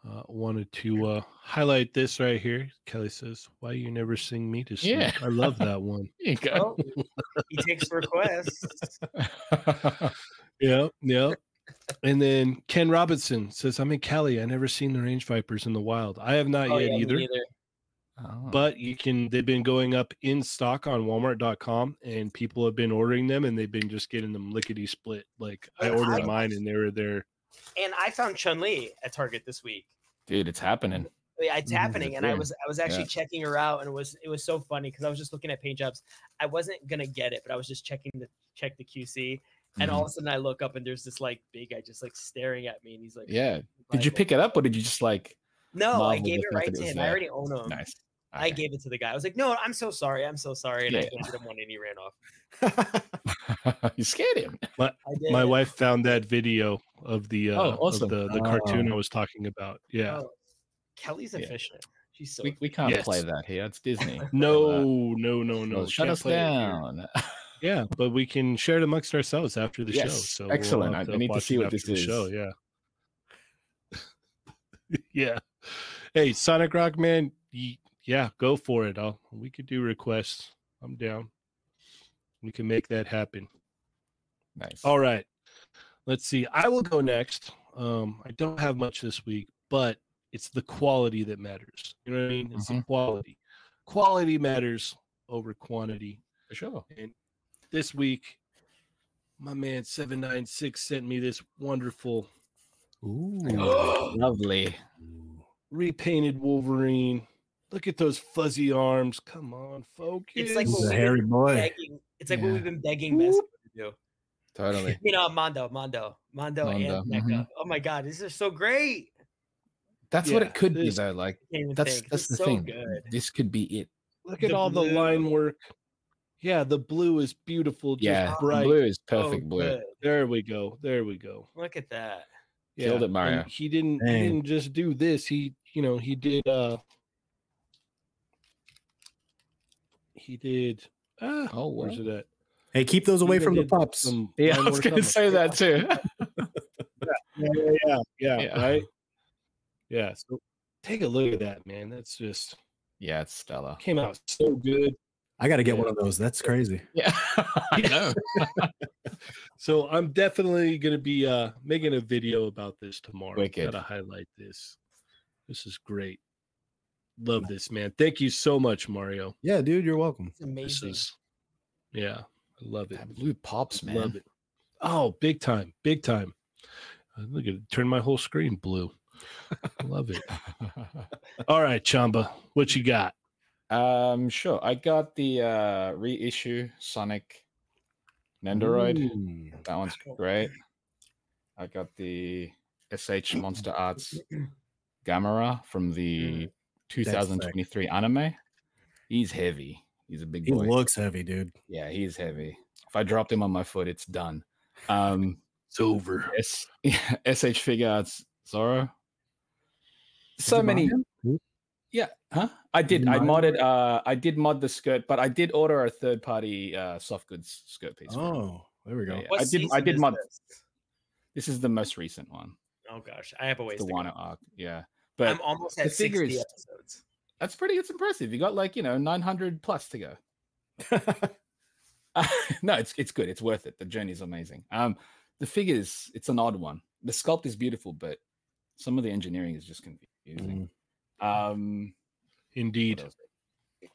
Speaker 1: Uh, wanted to uh, highlight this right here. Kelly says, "Why you never sing me to sleep?"
Speaker 2: Yeah.
Speaker 1: I love that one.
Speaker 2: There you go.
Speaker 3: Oh, he takes requests.
Speaker 1: Yeah, yeah. And then Ken Robinson says, "I'm in Cali. I never seen the range vipers in the wild. I have not
Speaker 3: Oh,
Speaker 1: yet
Speaker 3: yeah, me
Speaker 1: either,
Speaker 3: neither.
Speaker 2: Oh,
Speaker 1: but you can. They've been going up in stock on Walmart.com, and people have been ordering them, and they've been just getting them lickety split. Like I
Speaker 3: And
Speaker 1: ordered
Speaker 3: I-
Speaker 1: mine, and they were there.
Speaker 3: And I found Chun Li at Target this week.
Speaker 2: dude, it's happening.
Speaker 3: yeah, it's
Speaker 4: Mhm.
Speaker 3: happening. And I
Speaker 2: Yeah.
Speaker 3: was I was actually checking her out, and it was it was so funny because I was just looking at paint jobs. I wasn't gonna get it, but I was just checking the check the QC, and
Speaker 2: Mm-hmm.
Speaker 3: all of a sudden I look up and there's this like big guy just like staring at me, and he's like,
Speaker 2: Mhm. yeah.
Speaker 3: like,
Speaker 2: Did you pick it up or did you just like
Speaker 3: No, I
Speaker 2: Marvel
Speaker 3: gave
Speaker 2: the
Speaker 3: it
Speaker 2: fact
Speaker 3: right
Speaker 2: that it
Speaker 3: to
Speaker 2: was
Speaker 3: him. I
Speaker 2: there?
Speaker 3: already own him.
Speaker 2: nice?
Speaker 3: Um, I gave it to the guy. I was like, "No, I'm so sorry. I'm so sorry," and I
Speaker 2: Yeah.
Speaker 3: handed him one, and he ran off.
Speaker 2: gave you scared him.
Speaker 3: I did.
Speaker 1: My wife found that video of the uh,
Speaker 2: Oh,
Speaker 1: of
Speaker 2: awesome.
Speaker 1: the the cartoon
Speaker 4: Oh.
Speaker 1: I was talking about. Yeah."
Speaker 3: Oh, Kelly's
Speaker 2: Yeah.
Speaker 3: efficient. She's so.
Speaker 2: We, we can't play
Speaker 1: Yes.
Speaker 2: that here. It's Disney.
Speaker 1: No, no, no,
Speaker 2: So
Speaker 1: no.
Speaker 2: shut
Speaker 1: can't
Speaker 2: us
Speaker 1: play it here.
Speaker 2: down.
Speaker 1: Yeah, but we can share it amongst ourselves after the show.
Speaker 2: Yes,
Speaker 1: So
Speaker 2: excellent.
Speaker 1: have
Speaker 2: I- I need to
Speaker 1: watch
Speaker 2: see
Speaker 1: it
Speaker 2: what this
Speaker 1: after the Show,
Speaker 2: is.
Speaker 1: yeah. yeah. Hey, Sonic Rock man, ye- yeah, go for it. I'll, we could do requests. I'm down. We can make that happen.
Speaker 2: nice.
Speaker 1: All right. Let's see. I will go next. Um, I don't have much this week, but it's the quality that matters. You know what I mean? It's
Speaker 2: Mm-hmm.
Speaker 1: the quality. Quality matters over quantity
Speaker 2: for sure.
Speaker 1: this week My man seven nine six sent me this wonderful
Speaker 4: Ooh.
Speaker 2: Oh, Lovely.
Speaker 1: repainted Wolverine. Look at those fuzzy arms. Come on, focus.
Speaker 3: It's like
Speaker 4: He's
Speaker 3: what
Speaker 4: a
Speaker 3: we-
Speaker 4: hairy boy.
Speaker 3: Begging, it's like
Speaker 2: Yeah.
Speaker 3: what we've been begging Master
Speaker 1: Whoop.
Speaker 3: to do.
Speaker 2: Totally.
Speaker 3: You know, Mondo, Mondo, Mondo,
Speaker 2: Mondo,
Speaker 3: and NECA.
Speaker 2: mhm.
Speaker 3: Oh my God, these are so great.
Speaker 2: That's what
Speaker 1: Yeah,
Speaker 2: it could be
Speaker 1: this-
Speaker 2: though. Like
Speaker 3: I can't even
Speaker 2: that's
Speaker 3: think.
Speaker 2: that's
Speaker 3: It's
Speaker 2: the
Speaker 3: so
Speaker 2: thing.
Speaker 3: Good.
Speaker 2: This could be it.
Speaker 1: Look at
Speaker 3: the
Speaker 1: all the
Speaker 3: blue.
Speaker 1: line work. Yeah, the blue is beautiful. Just Oh,
Speaker 2: Yeah, the
Speaker 1: bright.
Speaker 2: blue is
Speaker 3: So
Speaker 2: perfect blue.
Speaker 3: good.
Speaker 1: There we go. There we go.
Speaker 3: Look at that.
Speaker 1: Yeah.
Speaker 2: Killed it,
Speaker 1: and
Speaker 2: Mario.
Speaker 1: He didn't. He
Speaker 4: Dang.
Speaker 1: didn't just do this. He, you know, he did. uh He did. Ah,
Speaker 2: Oh,
Speaker 1: where's
Speaker 2: wow.
Speaker 1: it at?
Speaker 4: Hey, keep those away
Speaker 1: Even
Speaker 4: from the
Speaker 1: did
Speaker 4: pups.
Speaker 1: some
Speaker 2: Yeah, I
Speaker 1: line
Speaker 2: was
Speaker 1: work
Speaker 2: gonna
Speaker 1: on the
Speaker 2: say that too.
Speaker 1: Yeah, yeah, yeah, yeah,
Speaker 2: Yeah.
Speaker 1: right. Yeah. So take a look at that, man. That's just
Speaker 2: yeah, it's Stella.
Speaker 1: came out so good.
Speaker 4: I got to get
Speaker 1: Yeah.
Speaker 4: one of those. That's crazy.
Speaker 2: Yeah, I know.
Speaker 1: So I'm definitely gonna be uh making a video about this tomorrow.
Speaker 2: Wicked.
Speaker 1: Gotta highlight this. This is great. Love this, man. Thank you so much, Mario.
Speaker 4: Yeah, dude, you're welcome.
Speaker 3: It's amazing.
Speaker 1: This is yeah, I love it.
Speaker 2: That blue pops, man.
Speaker 1: Love it. Oh, big time, big time. Uh, Look at it, turn my whole screen blue. love it. All right, Chamba, what you got?
Speaker 2: um, sure. I got the uh reissue Sonic Nendoroid.
Speaker 4: Ooh.
Speaker 2: That one's
Speaker 4: Oh.
Speaker 3: Wow.
Speaker 2: great. I got the SH Monster Arts Gamera from
Speaker 4: Mm.
Speaker 2: the 2023 anime. He's heavy. He's a big
Speaker 4: He
Speaker 2: boy.
Speaker 4: looks heavy, dude.
Speaker 2: yeah, he's heavy. If I dropped him on my foot, it's done. Um,
Speaker 1: It's over.
Speaker 2: S- SH Figure Arts Zoro. So
Speaker 4: it
Speaker 2: many.
Speaker 4: Mario?
Speaker 2: Yeah, huh? I did.
Speaker 4: it
Speaker 2: I
Speaker 4: Mario?
Speaker 2: modded. Uh, I did mod the skirt, but I did order a third-party uh, soft goods skirt piece. for it.
Speaker 4: Oh, there we go.
Speaker 2: Yeah, yeah.
Speaker 3: What
Speaker 2: I did. I
Speaker 3: season
Speaker 2: did
Speaker 3: is
Speaker 2: mod.
Speaker 3: this?
Speaker 2: This is the most recent one.
Speaker 3: Oh gosh, I have a ways
Speaker 2: It's the
Speaker 3: to go.
Speaker 2: Wano arc. Yeah, but
Speaker 3: I'm almost
Speaker 2: the
Speaker 3: at
Speaker 2: figure
Speaker 3: 60
Speaker 2: is-
Speaker 3: episodes.
Speaker 2: that's pretty. It's impressive. You got like you know 900 plus to go. no, it's it's good. It's worth it. The journey is amazing. Um, the figures. It's an odd one. The sculpt is beautiful, but some of the engineering is just
Speaker 4: Mm,
Speaker 2: confusing. Um, what
Speaker 1: Indeed.
Speaker 2: else?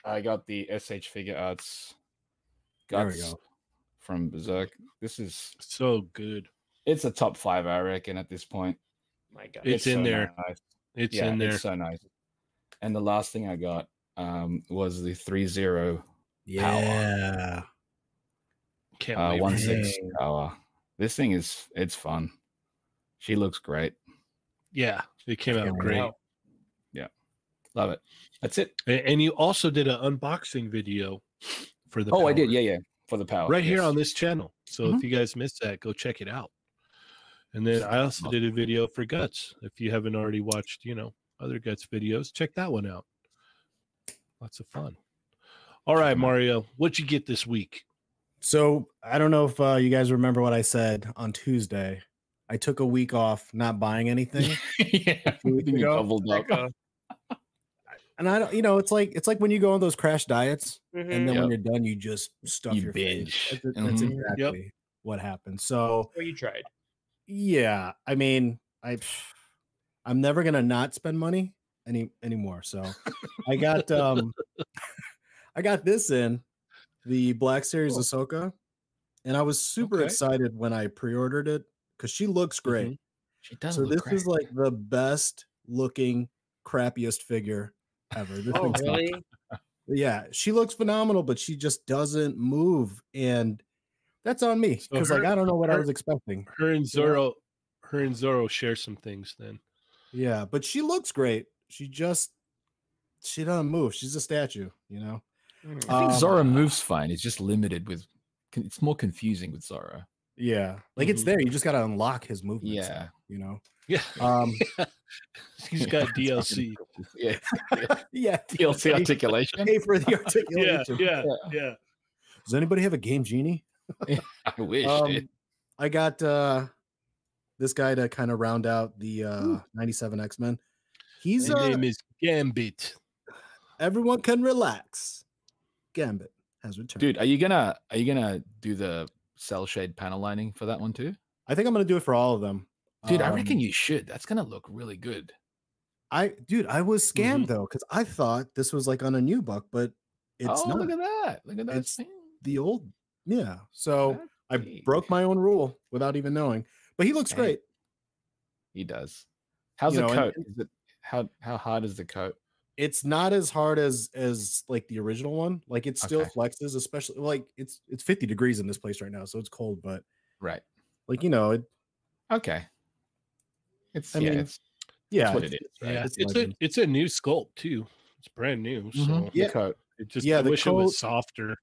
Speaker 2: I got the SH Figure Arts
Speaker 4: There we
Speaker 2: guts
Speaker 4: go.
Speaker 2: from Berserk. This is
Speaker 1: So good.
Speaker 2: it's a top five, I reckon, at this point.
Speaker 3: My God,
Speaker 1: It's in
Speaker 2: so
Speaker 1: there.
Speaker 2: nice.
Speaker 1: It's
Speaker 2: yeah,
Speaker 1: in there.
Speaker 2: It's so nice. And the last thing I got um, was the three zero
Speaker 4: Yeah.
Speaker 1: Can't
Speaker 2: uh,
Speaker 1: wait for
Speaker 2: one
Speaker 1: this.
Speaker 2: six
Speaker 4: Dang.
Speaker 2: hour. This thing is it's fun. She looks great.
Speaker 1: Yeah, it came out
Speaker 4: Can't wait.
Speaker 1: great.
Speaker 3: Wow.
Speaker 2: Love it. That's it.
Speaker 1: A- And, you also did an unboxing video for the.
Speaker 2: oh, I did.
Speaker 1: power.
Speaker 2: Yeah, yeah. For the power.
Speaker 1: Right here
Speaker 2: yes. Mm-hmm.
Speaker 1: on this channel. So if you guys missed that, go check it out. And then I also did a video for Guts. If you haven't already watched, you know, other Guts videos, check that one out. Lots of fun. All right,
Speaker 2: them out.
Speaker 1: Mario, what you get this week?
Speaker 4: So I don't know if uh, you guys remember what I said on Tuesday. I took a week off not buying anything,
Speaker 2: yeah.
Speaker 4: Two weeks
Speaker 2: You
Speaker 4: ago.
Speaker 2: doubled up.
Speaker 3: Echo.
Speaker 4: and I don't. You know, it's like it's like when you go on those crash diets,
Speaker 3: Mhm.
Speaker 4: and then
Speaker 2: Yep.
Speaker 4: when you're done, you just stuff
Speaker 2: You
Speaker 4: your face.
Speaker 2: binge.
Speaker 4: That's, it- that's
Speaker 2: Mhm.
Speaker 1: Yep.
Speaker 4: exactly what happened. So
Speaker 3: Well, Oh, you tried.
Speaker 4: yeah, I mean, I I'm never gonna not spend money any anymore. So I got um I got this in the Black Series
Speaker 1: Cool.
Speaker 4: Ahsoka, and I was super
Speaker 2: Okay.
Speaker 4: excited when I pre-ordered it because she looks great.
Speaker 2: She does.
Speaker 4: So
Speaker 2: look
Speaker 4: this is
Speaker 2: great.
Speaker 4: like the best looking crappiest figure ever. This
Speaker 3: Oh,
Speaker 4: thing's-
Speaker 3: really?
Speaker 4: Yeah, she looks phenomenal, but she just doesn't move, and that's on me
Speaker 1: So
Speaker 4: because like
Speaker 1: her-
Speaker 4: I don't know what I
Speaker 1: her-
Speaker 4: was expecting.
Speaker 1: Her and Zoro, her and Zoro share some things then.
Speaker 4: Yeah, but she looks great. She just she doesn't move. She's a statue, you know.
Speaker 3: Mm.
Speaker 2: I think
Speaker 4: um,
Speaker 2: Zora moves fine. It's just limited with con- it's more confusing with Zora.
Speaker 4: Yeah, like it's
Speaker 1: Mhm.
Speaker 4: there. You just got to unlock his
Speaker 2: Mm-hmm.
Speaker 4: movement.
Speaker 2: Yeah.
Speaker 4: you know.
Speaker 1: Yeah.
Speaker 4: Um,
Speaker 1: Uh, He's got DLC.
Speaker 2: Yeah.
Speaker 4: yeah.
Speaker 2: DLC articulation.
Speaker 4: Pay for the
Speaker 1: Yeah,
Speaker 4: articulation.
Speaker 1: yeah,
Speaker 2: Yeah.
Speaker 1: yeah.
Speaker 4: Does anybody have a game genie?
Speaker 2: I wish. dude.
Speaker 4: Um, I got uh this guy to kind of round out the uh 97 X-Men. His
Speaker 1: His name is Gambit.
Speaker 4: everyone can relax. Gambit has returned.
Speaker 2: Dude, are you gonna are you gonna do the cell shade panel lining for that one too?
Speaker 4: I think I'm going to do it for all of them.
Speaker 2: Dude, I
Speaker 4: Um,
Speaker 2: reckon you should. That's gonna look really good.
Speaker 4: I dude, I was
Speaker 2: Mm-hmm.
Speaker 4: scammed though because I thought this was like on a new book, but it's
Speaker 2: oh,
Speaker 4: not
Speaker 2: look at that! Look at that!
Speaker 4: It's-
Speaker 2: thing.
Speaker 4: the old. Yeah, so
Speaker 2: That-
Speaker 4: I
Speaker 2: Dang.
Speaker 4: broke my own rule without even knowing. But he looks
Speaker 2: Dang.
Speaker 4: great.
Speaker 2: He does. How's
Speaker 4: You
Speaker 2: the
Speaker 4: know, and-
Speaker 2: coat? Is it how how hard is the coat?
Speaker 4: It's not as hard as as like the original one. Like it still
Speaker 2: Okay.
Speaker 4: flexes, especially like it's it's 50 degrees in this place right now, so it's cold. But
Speaker 2: Right.
Speaker 4: like you know, it,
Speaker 2: Okay. It's
Speaker 4: I
Speaker 2: yeah.
Speaker 4: mean,
Speaker 2: it's,
Speaker 4: yeah,
Speaker 2: what
Speaker 4: it's-
Speaker 2: it is, right?
Speaker 1: Yeah,
Speaker 4: It's
Speaker 1: it's, a
Speaker 4: legend.
Speaker 1: it's a new sculpt too. It's brand new. So
Speaker 2: Mhm.
Speaker 4: Mm-hmm. Yeah.
Speaker 2: the coat.
Speaker 1: it just
Speaker 4: Yeah,
Speaker 1: I
Speaker 4: the
Speaker 1: wish it
Speaker 4: coat-
Speaker 1: was softer.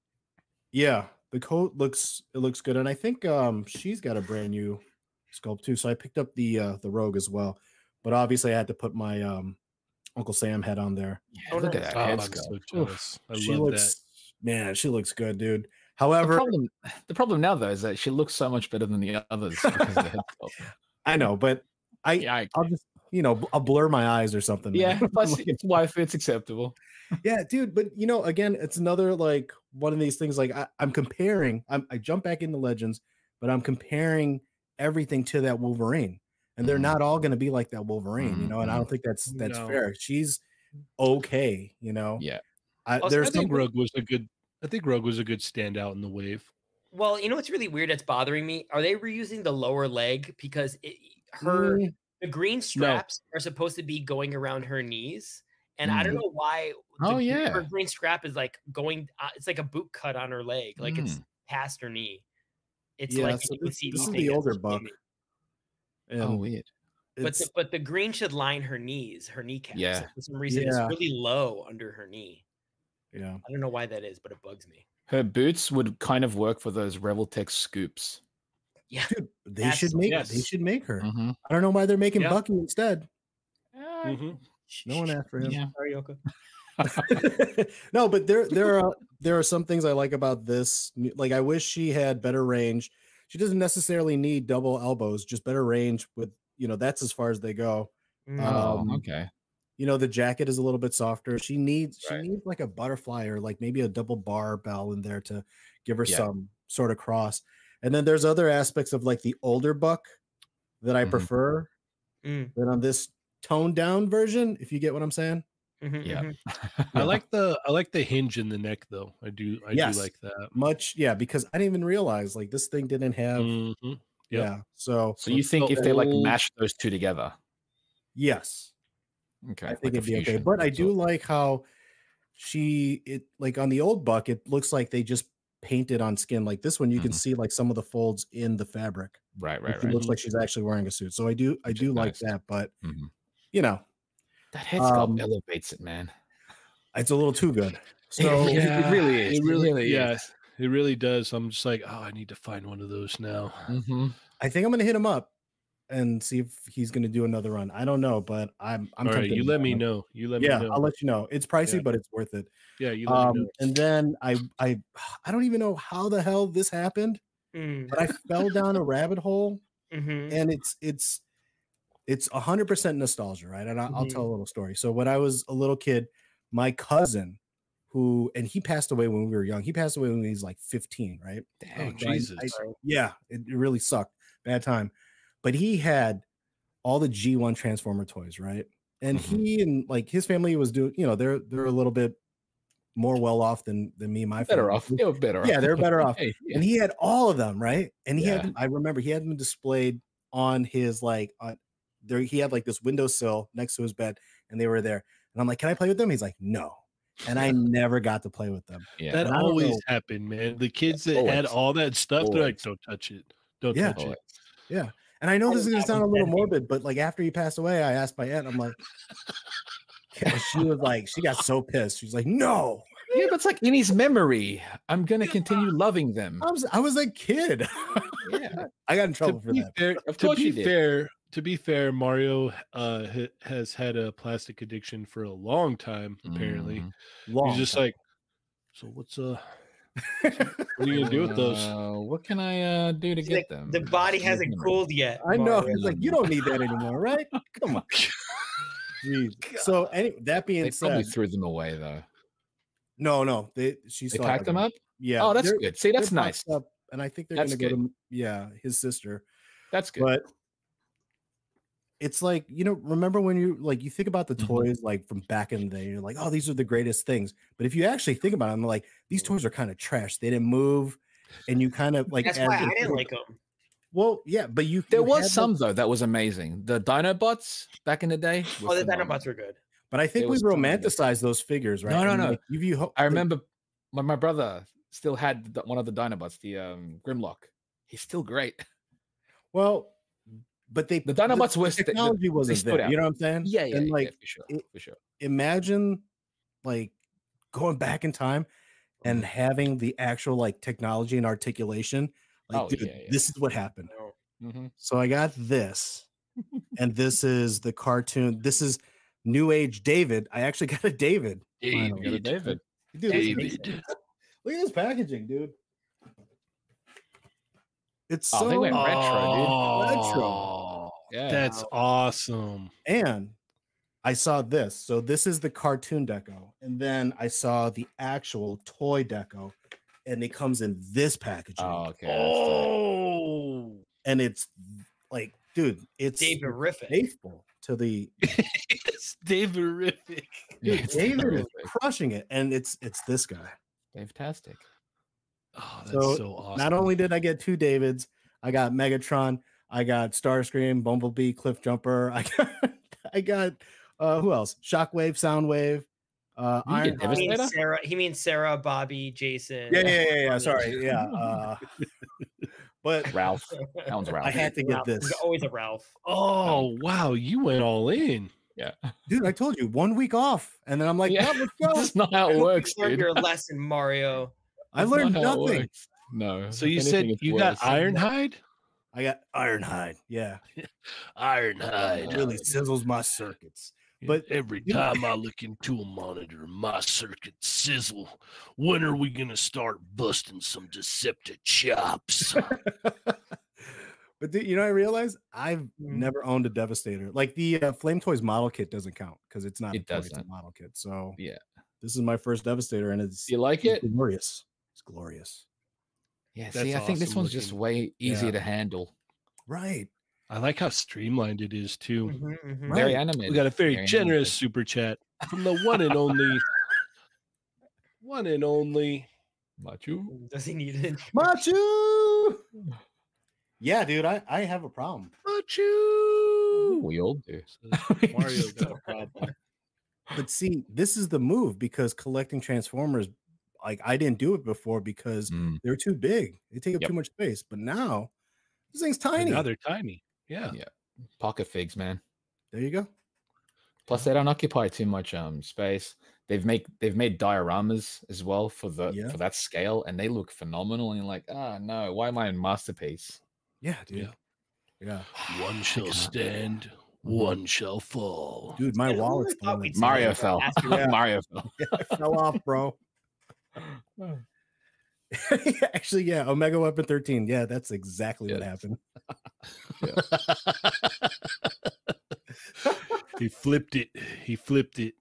Speaker 4: yeah. The coat looks it looks good, and I think um she's got a brand new sculpt too. So I picked up the uh the rogue as well, but obviously I had to put my um Uncle Sam head on there.
Speaker 2: Yeah, look at that
Speaker 1: Oh, I'm
Speaker 2: head
Speaker 1: so
Speaker 2: sculpt. Oof.
Speaker 1: jealous. I
Speaker 4: she
Speaker 1: love
Speaker 4: looks man, she looks good, dude. However,
Speaker 2: The problem, the problem now though is that she looks so much better than the others because of the head sculpt.
Speaker 4: I know, but I
Speaker 2: Yeah, I-
Speaker 4: I'll just you know bl- I'll blur my eyes or something. man.
Speaker 2: yeah. Plus, it's wife. It's acceptable.
Speaker 4: yeah, dude. But you know, again, it's another like one of these things. Like I, I'm comparing. I'm, I jump back into Legends, but I'm comparing everything to that Wolverine, and they're
Speaker 2: Mhm.
Speaker 4: not all going to be like that Wolverine, you know. And I
Speaker 2: Mhm.
Speaker 4: don't think that's that's
Speaker 1: No.
Speaker 4: fair. She's okay, you know.
Speaker 2: Yeah.
Speaker 4: I,
Speaker 1: that.
Speaker 3: Also, I
Speaker 1: I
Speaker 4: there's
Speaker 1: think
Speaker 4: some
Speaker 1: Rogue was a good. I think Rogue was a good standout in the wave.
Speaker 3: Well, you know what's really weird that's bothering me? Are they reusing the lower leg because it, her
Speaker 4: Mm,
Speaker 3: the green straps are supposed to be going around her knees, and I don't
Speaker 4: Mm.
Speaker 3: know why. the
Speaker 2: Oh,
Speaker 3: gr-
Speaker 2: yeah.
Speaker 3: her green strap is like going. Uh, it's like a boot cut on her leg, like it's past her knee. It's
Speaker 4: Mm. Yeah,
Speaker 3: like
Speaker 4: so
Speaker 3: you can
Speaker 4: this-
Speaker 3: see
Speaker 4: this
Speaker 3: these
Speaker 4: is the
Speaker 3: things,
Speaker 4: older
Speaker 3: it's
Speaker 4: buck,
Speaker 3: gimmick.
Speaker 4: and
Speaker 2: oh, weird.
Speaker 3: But
Speaker 4: it's-
Speaker 3: the, but the green should line her knees, her kneecaps.
Speaker 2: Yeah.
Speaker 3: and For some reason, it's
Speaker 4: Yeah.
Speaker 3: really low under her knee.
Speaker 4: yeah.
Speaker 3: I don't know why that is, but it bugs me.
Speaker 2: Her boots would kind of work for those Reveltech scoops.
Speaker 3: Yeah.
Speaker 4: Dude, they
Speaker 3: That's-
Speaker 4: should make they
Speaker 1: yes.
Speaker 4: should make her.
Speaker 2: Mm-hmm.
Speaker 4: I don't know why they're making
Speaker 1: Yeah.
Speaker 4: Bucky instead. Uh,
Speaker 1: Mhm.
Speaker 4: No one after him.
Speaker 2: Yeah.
Speaker 3: Sorry, Yoko.
Speaker 4: no, but there there are there are some things I like about this. new- Like I wish she had better range. She doesn't necessarily need double elbows, just better range with you know that's as far as they go.
Speaker 3: Mm.
Speaker 2: Oh,
Speaker 4: Um,
Speaker 2: okay.
Speaker 4: You know the jacket is a little bit softer. She needs she
Speaker 2: Right.
Speaker 4: needs like a butterfly or like maybe a double barbell in there to give her
Speaker 2: Yeah.
Speaker 4: some sort of cross. And then there's other aspects of like the older buck that I
Speaker 2: Mhm.
Speaker 4: prefer
Speaker 3: Mm,
Speaker 4: than on this toned down version. If you get what I'm saying.
Speaker 3: mhm,
Speaker 2: Yeah.
Speaker 3: mhm.
Speaker 1: I like the I like the hinge in the neck though. I do I
Speaker 4: Yes.
Speaker 1: do like that.
Speaker 4: Much, yeah, because I didn't even realize like this thing didn't have
Speaker 1: Mhm. Yep.
Speaker 4: Yeah. So
Speaker 2: So you think
Speaker 1: So
Speaker 2: if they like
Speaker 1: old-
Speaker 2: mash those two together?
Speaker 4: yes,
Speaker 2: Okay.
Speaker 4: I
Speaker 2: like
Speaker 4: think
Speaker 2: a
Speaker 4: it'd be okay.
Speaker 2: fusion,
Speaker 4: But I
Speaker 2: that's all.
Speaker 4: do like how she it like on the old buck, it looks like they just painted on skin. Like this one, you
Speaker 1: Mm-hmm.
Speaker 4: can
Speaker 2: Mhm.
Speaker 4: see like some of the folds in the fabric.
Speaker 2: Right,
Speaker 4: Right,
Speaker 2: right, right.
Speaker 4: looks like she's actually wearing a suit. So I do, I
Speaker 2: Which is
Speaker 4: do like
Speaker 2: nice.
Speaker 4: that. But
Speaker 1: Mm-hmm.
Speaker 2: Mhm.
Speaker 4: you know,
Speaker 2: That head sculpt
Speaker 4: Um,
Speaker 2: elevates it, man.
Speaker 4: it's a little too good. So
Speaker 1: Yeah.
Speaker 2: it really is.
Speaker 1: it really- yeah.
Speaker 2: is.
Speaker 1: It really does. I'm just like, oh, I need to find one of those now.
Speaker 2: Mhm.
Speaker 4: I think I'm gonna hit him up and see if he's gonna do another run. I don't know, but I'm, I'm.
Speaker 1: All right,
Speaker 4: tempted
Speaker 1: you
Speaker 4: to
Speaker 1: let
Speaker 4: buy
Speaker 1: me
Speaker 4: one.
Speaker 1: know. You let
Speaker 4: Yeah,
Speaker 1: me know.
Speaker 4: I'll let you know. It's pricey,
Speaker 1: Yeah.
Speaker 4: but it's worth it.
Speaker 1: yeah, you let me
Speaker 4: Um,
Speaker 1: know.
Speaker 4: and then I, I, I don't even know how the hell this happened.
Speaker 3: Mm,
Speaker 4: but I fell down a rabbit hole,
Speaker 3: mhm.
Speaker 4: and it's it's it's a hundred percent nostalgia, right? And I, I'll
Speaker 3: Mhm.
Speaker 4: tell a little story. So when I was a little kid, my cousin, who and he passed away when we were young. He passed away when he was like fifteen, right? Um,
Speaker 1: Oh
Speaker 2: Dang.
Speaker 4: So I-
Speaker 1: Jesus.
Speaker 4: I- yeah, it, it really sucked, bad time. But he had all the G one Transformer toys, right? And
Speaker 2: Mhm.
Speaker 4: he and like his family was doing, you know, they're they're a little bit more well off than than me and my
Speaker 2: better
Speaker 4: family.
Speaker 2: off. They were better
Speaker 4: Yeah,
Speaker 2: off.
Speaker 4: they're better off
Speaker 2: Hey, yeah.
Speaker 4: and he had all of them right and he
Speaker 2: Yeah.
Speaker 4: had them, i remember he had them displayed on his like on there he had like this windowsill next to his bed and they were there and i'm like can i play with them he's like no and i never got to play with them
Speaker 2: Yeah.
Speaker 1: that
Speaker 4: and I don't
Speaker 1: always
Speaker 4: know-
Speaker 1: happened, man. The kids that had
Speaker 2: always.
Speaker 1: all that stuff, they're like,
Speaker 2: Always.
Speaker 1: don't touch it. Don't
Speaker 4: Yeah.
Speaker 1: touch it.
Speaker 4: and i know
Speaker 3: I
Speaker 4: this is going to
Speaker 3: was that
Speaker 4: sound a little
Speaker 3: one.
Speaker 4: morbid but like after he passed away i asked my aunt i'm like Yeah, she was like she got so pissed she's like no
Speaker 2: yeah, but it's like in his memory, I'm gonna continue loving them.
Speaker 4: i was, I was a kid
Speaker 2: Oh, Yeah.
Speaker 4: i got in
Speaker 1: To
Speaker 4: trouble for
Speaker 1: be
Speaker 4: that
Speaker 1: fair,
Speaker 2: Of
Speaker 1: to
Speaker 2: course
Speaker 1: be
Speaker 2: you did.
Speaker 1: fair, to be fair, Mario uh, ha- has had a plastic addiction for a long time. Apparently,
Speaker 2: Mhm.
Speaker 4: Mm-hmm. long
Speaker 1: he's just
Speaker 4: time.
Speaker 1: like, so what's uh, what are you gonna do with those?
Speaker 2: Uh, what can I uh, do to
Speaker 3: It's
Speaker 2: get
Speaker 3: like,
Speaker 2: them?
Speaker 3: The body hasn't
Speaker 2: cooled.
Speaker 3: cooled yet.
Speaker 4: I know.
Speaker 3: Mario.
Speaker 4: He's like, you don't need that anymore, right? Come on. Jeez. So, any, that being
Speaker 2: They probably
Speaker 4: said,
Speaker 2: threw them away though.
Speaker 4: no, no, they she
Speaker 2: They
Speaker 4: still
Speaker 2: packed them up.
Speaker 4: Yeah.
Speaker 2: oh, that's
Speaker 4: they're-
Speaker 2: good. See,
Speaker 4: they're
Speaker 2: that's nice.
Speaker 4: boxed Up, and I think they're
Speaker 2: That's
Speaker 4: gonna go
Speaker 2: good.
Speaker 4: to yeah his sister,
Speaker 2: That's good.
Speaker 4: but. It's like you know. Remember when you like you think about the
Speaker 2: Mhm.
Speaker 4: toys like from back in the day. You're like, oh, these are the greatest things. But if you actually think about them, like these toys are kind of trash. They didn't move. and you kind of like.
Speaker 3: That's
Speaker 4: add
Speaker 3: why
Speaker 4: the
Speaker 3: I didn't
Speaker 4: food.
Speaker 3: like them.
Speaker 4: Well, yeah, but you
Speaker 2: There
Speaker 4: you
Speaker 2: was
Speaker 4: had
Speaker 2: some
Speaker 4: the-
Speaker 2: though that was amazing. The Dinobots back in the day. were
Speaker 3: Oh, the
Speaker 4: um,
Speaker 2: phenomenal.
Speaker 3: Dinobots were good.
Speaker 4: but I think
Speaker 2: there
Speaker 4: we
Speaker 2: was some that-
Speaker 4: romanticize those figures, right?
Speaker 2: No, no,
Speaker 4: And,
Speaker 2: no.
Speaker 4: like, you view ho-
Speaker 2: I
Speaker 4: like,
Speaker 2: remember my, my brother still had the, one of the Dinobots, the um, Grimlock. He's still great.
Speaker 4: Well, but they
Speaker 2: The Dinobots was
Speaker 4: the
Speaker 2: the- the-
Speaker 4: technology wasn't
Speaker 2: stood
Speaker 4: there.
Speaker 2: out.
Speaker 4: You know what I'm saying?
Speaker 2: Yeah, yeah,
Speaker 4: And
Speaker 2: yeah,
Speaker 4: like
Speaker 2: for sure,
Speaker 4: it-
Speaker 2: for sure.
Speaker 4: imagine like going back in time
Speaker 2: Mm-hmm.
Speaker 4: and having the actual like technology and articulation. Like,
Speaker 2: Oh,
Speaker 4: dude,
Speaker 2: yeah, yeah.
Speaker 4: this is what happened.
Speaker 3: No.
Speaker 2: hmm
Speaker 4: So I got this, and this is the cartoon. This is New Age David. I actually got a David. Finally.
Speaker 2: David. David.
Speaker 4: Dude, this is amazing. look at this packaging, dude. It's
Speaker 2: Oh,
Speaker 4: so
Speaker 2: they went retro, dude.
Speaker 1: Oh,
Speaker 2: Yeah.
Speaker 1: That's awesome.
Speaker 4: and I saw this. So this is the cartoon deco, and then I saw the actual toy deco, and it comes in this packaging,
Speaker 2: oh, okay. that's
Speaker 1: Oh,
Speaker 4: and it's like, dude, it's
Speaker 3: David Riffin.
Speaker 4: faithful to the
Speaker 1: it's David Riffick.
Speaker 2: the- yeah, it's
Speaker 4: David is
Speaker 2: terrific.
Speaker 4: crushing it, and it's it's this guy.
Speaker 2: Fantastic.
Speaker 1: Oh, that's
Speaker 4: So,
Speaker 1: so, awesome.
Speaker 4: Not only did I get two Davids, I got Megatron, I got Starscream, Bumblebee, Cliff Jumper, I got I got uh who else? Shockwave, Soundwave, uh
Speaker 2: You
Speaker 4: Iron
Speaker 2: get
Speaker 3: He
Speaker 2: Devastator?
Speaker 3: means Sarah. He means Sarah, Bobby, Jason.
Speaker 4: yeah, yeah, yeah, yeah. Sorry, yeah. Uh, but
Speaker 2: Ralph. That one's Ralph.
Speaker 4: I had to get
Speaker 3: Ralph. There's
Speaker 4: this,
Speaker 3: always a Ralph.
Speaker 1: oh, wow, you went all in.
Speaker 4: dude. I told you one week off, and then I'm like,
Speaker 2: Yeah.
Speaker 4: "No, let's go."
Speaker 2: That's not how it
Speaker 3: You
Speaker 2: works,
Speaker 3: learned
Speaker 2: Oh, dude.
Speaker 3: Your lesson, Mario.
Speaker 4: I
Speaker 2: That's not
Speaker 4: learned
Speaker 2: how it
Speaker 4: nothing.
Speaker 2: works. No.
Speaker 1: So
Speaker 2: if
Speaker 1: you said
Speaker 2: anything, it's
Speaker 1: you got
Speaker 2: worse.
Speaker 1: Ironhide?
Speaker 4: I got Ironhide. Yeah, it
Speaker 1: Ironhide.
Speaker 4: really sizzles my circuits. But-
Speaker 1: every
Speaker 4: you know-
Speaker 1: time I look into a monitor, my circuit sizzle. When are we gonna start busting some deceptive chops?
Speaker 4: But dude, you know, I realized I've
Speaker 2: Mm.
Speaker 4: never owned a Devastator. Like the uh, Flame Toys model kit doesn't count because it's not
Speaker 2: It
Speaker 4: a toy, it's a
Speaker 2: doesn't.
Speaker 4: model kit. So
Speaker 2: Yeah.
Speaker 4: this is my first Devastator, and it's,
Speaker 2: Do you like
Speaker 4: it's
Speaker 2: it?
Speaker 4: glorious. It's glorious,
Speaker 2: Yeah.
Speaker 1: That's
Speaker 2: See, I think this
Speaker 1: awesome
Speaker 2: one's just
Speaker 1: looking.
Speaker 2: way easier
Speaker 4: Yeah.
Speaker 2: to handle.
Speaker 4: right?
Speaker 1: I like how streamlined it is too.
Speaker 3: Mhm, mhm.
Speaker 2: Very
Speaker 4: Right.
Speaker 2: animated.
Speaker 1: We got a very
Speaker 2: Very
Speaker 1: generous
Speaker 2: nice.
Speaker 1: super chat from the one and only, one and only.
Speaker 2: Machu.
Speaker 3: Does he need it?
Speaker 4: Machu. Yeah, dude, I I have a problem.
Speaker 1: Achoo!
Speaker 2: We all do.
Speaker 1: Mario got a problem.
Speaker 4: But see, this is the move because collecting Transformers, like I didn't do it before because
Speaker 2: Mm,
Speaker 4: they were too big. They take up
Speaker 2: Yep.
Speaker 4: too much space. But now this thing's
Speaker 1: And
Speaker 4: tiny.
Speaker 1: Now they're tiny. Yeah.
Speaker 2: pocket figs, man.
Speaker 4: There you go.
Speaker 2: Plus, they don't occupy too much um space. They've make they've made dioramas as well for the
Speaker 4: Yeah.
Speaker 2: for that scale, and they look phenomenal. And you're like, ah, no, why am I in masterpiece?
Speaker 4: Yeah, dude. Yeah.
Speaker 1: One shall stand, one shall fall.
Speaker 4: Dude, my
Speaker 3: And who
Speaker 4: wallet's
Speaker 3: would've thought
Speaker 4: falling.
Speaker 3: we'd see
Speaker 2: Mario
Speaker 3: that?
Speaker 2: fell.
Speaker 3: Ask your-
Speaker 4: Yeah.
Speaker 2: Mario fell.
Speaker 4: I fell off, bro. Actually, yeah, Omega Weapon 13. Yeah, that's exactly what
Speaker 2: Yes.
Speaker 4: happened.
Speaker 1: he flipped it. He flipped it.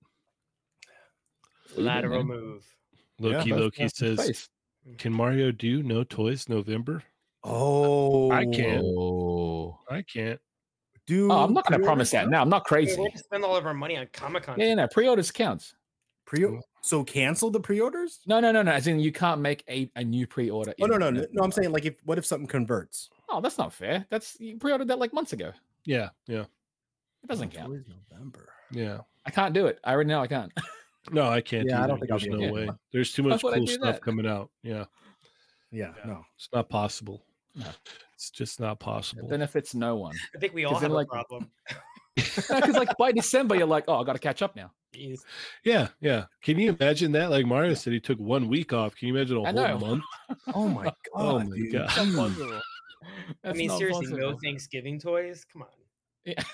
Speaker 2: Well, you did,
Speaker 3: Lateral
Speaker 2: man.
Speaker 3: move.
Speaker 1: Loki
Speaker 4: Yeah.
Speaker 1: Loki
Speaker 2: That's
Speaker 1: says,
Speaker 2: space.
Speaker 1: "Can Mario do no toys November?"
Speaker 4: Oh,
Speaker 1: can't.
Speaker 2: Oh.
Speaker 1: I can't.
Speaker 4: dude.
Speaker 2: Oh, I'm not going to
Speaker 4: pre-order
Speaker 2: promise that
Speaker 4: stuff-
Speaker 2: now. I'm not
Speaker 3: Hey,
Speaker 2: crazy.
Speaker 3: we'll spend all of our money on Comic Con.
Speaker 2: Yeah, yeah, no, pre-orders counts.
Speaker 4: Pre- so cancel the pre-orders?
Speaker 2: No, no, no, no. As in, you can't make a, a new pre-order.
Speaker 4: Oh no,
Speaker 2: in-
Speaker 4: no,
Speaker 2: in
Speaker 4: no,
Speaker 2: it.
Speaker 4: no. I'm saying like if what if something converts?
Speaker 2: Oh, that's not fair. That's you pre-ordered that like months ago.
Speaker 1: Yeah, yeah,
Speaker 2: It doesn't
Speaker 4: Oh,
Speaker 2: count.
Speaker 4: toys November.
Speaker 1: yeah.
Speaker 2: I can't do it. I already know I can't.
Speaker 1: No, I can't.
Speaker 4: Yeah, I don't
Speaker 1: either.
Speaker 4: think I'll
Speaker 1: There's
Speaker 4: be
Speaker 1: no
Speaker 4: able to.
Speaker 1: way. There's too
Speaker 2: Why
Speaker 1: much
Speaker 2: would I
Speaker 1: cool
Speaker 2: do
Speaker 1: stuff
Speaker 2: that?
Speaker 1: coming out. Yeah,
Speaker 4: Yeah,
Speaker 1: Yeah.
Speaker 4: no.
Speaker 1: it's not possible.
Speaker 2: No.
Speaker 1: It's just not
Speaker 2: It
Speaker 1: possible.
Speaker 2: benefits no one.
Speaker 3: I think we all
Speaker 2: Is it
Speaker 3: have
Speaker 2: like-
Speaker 3: a problem.
Speaker 2: Because like by December, you're like, oh, I got to catch up now.
Speaker 3: Jeez.
Speaker 1: Yeah, yeah. Can you imagine that? Like Mario said, he took one week off. Can you imagine a
Speaker 2: I know.
Speaker 1: whole month?
Speaker 4: Oh my god.
Speaker 1: Oh my
Speaker 4: dude.
Speaker 1: God.
Speaker 2: That's impossible.
Speaker 3: I
Speaker 2: That's
Speaker 3: mean,
Speaker 2: not
Speaker 3: seriously, no
Speaker 2: possible.
Speaker 3: Thanksgiving toys. Come on.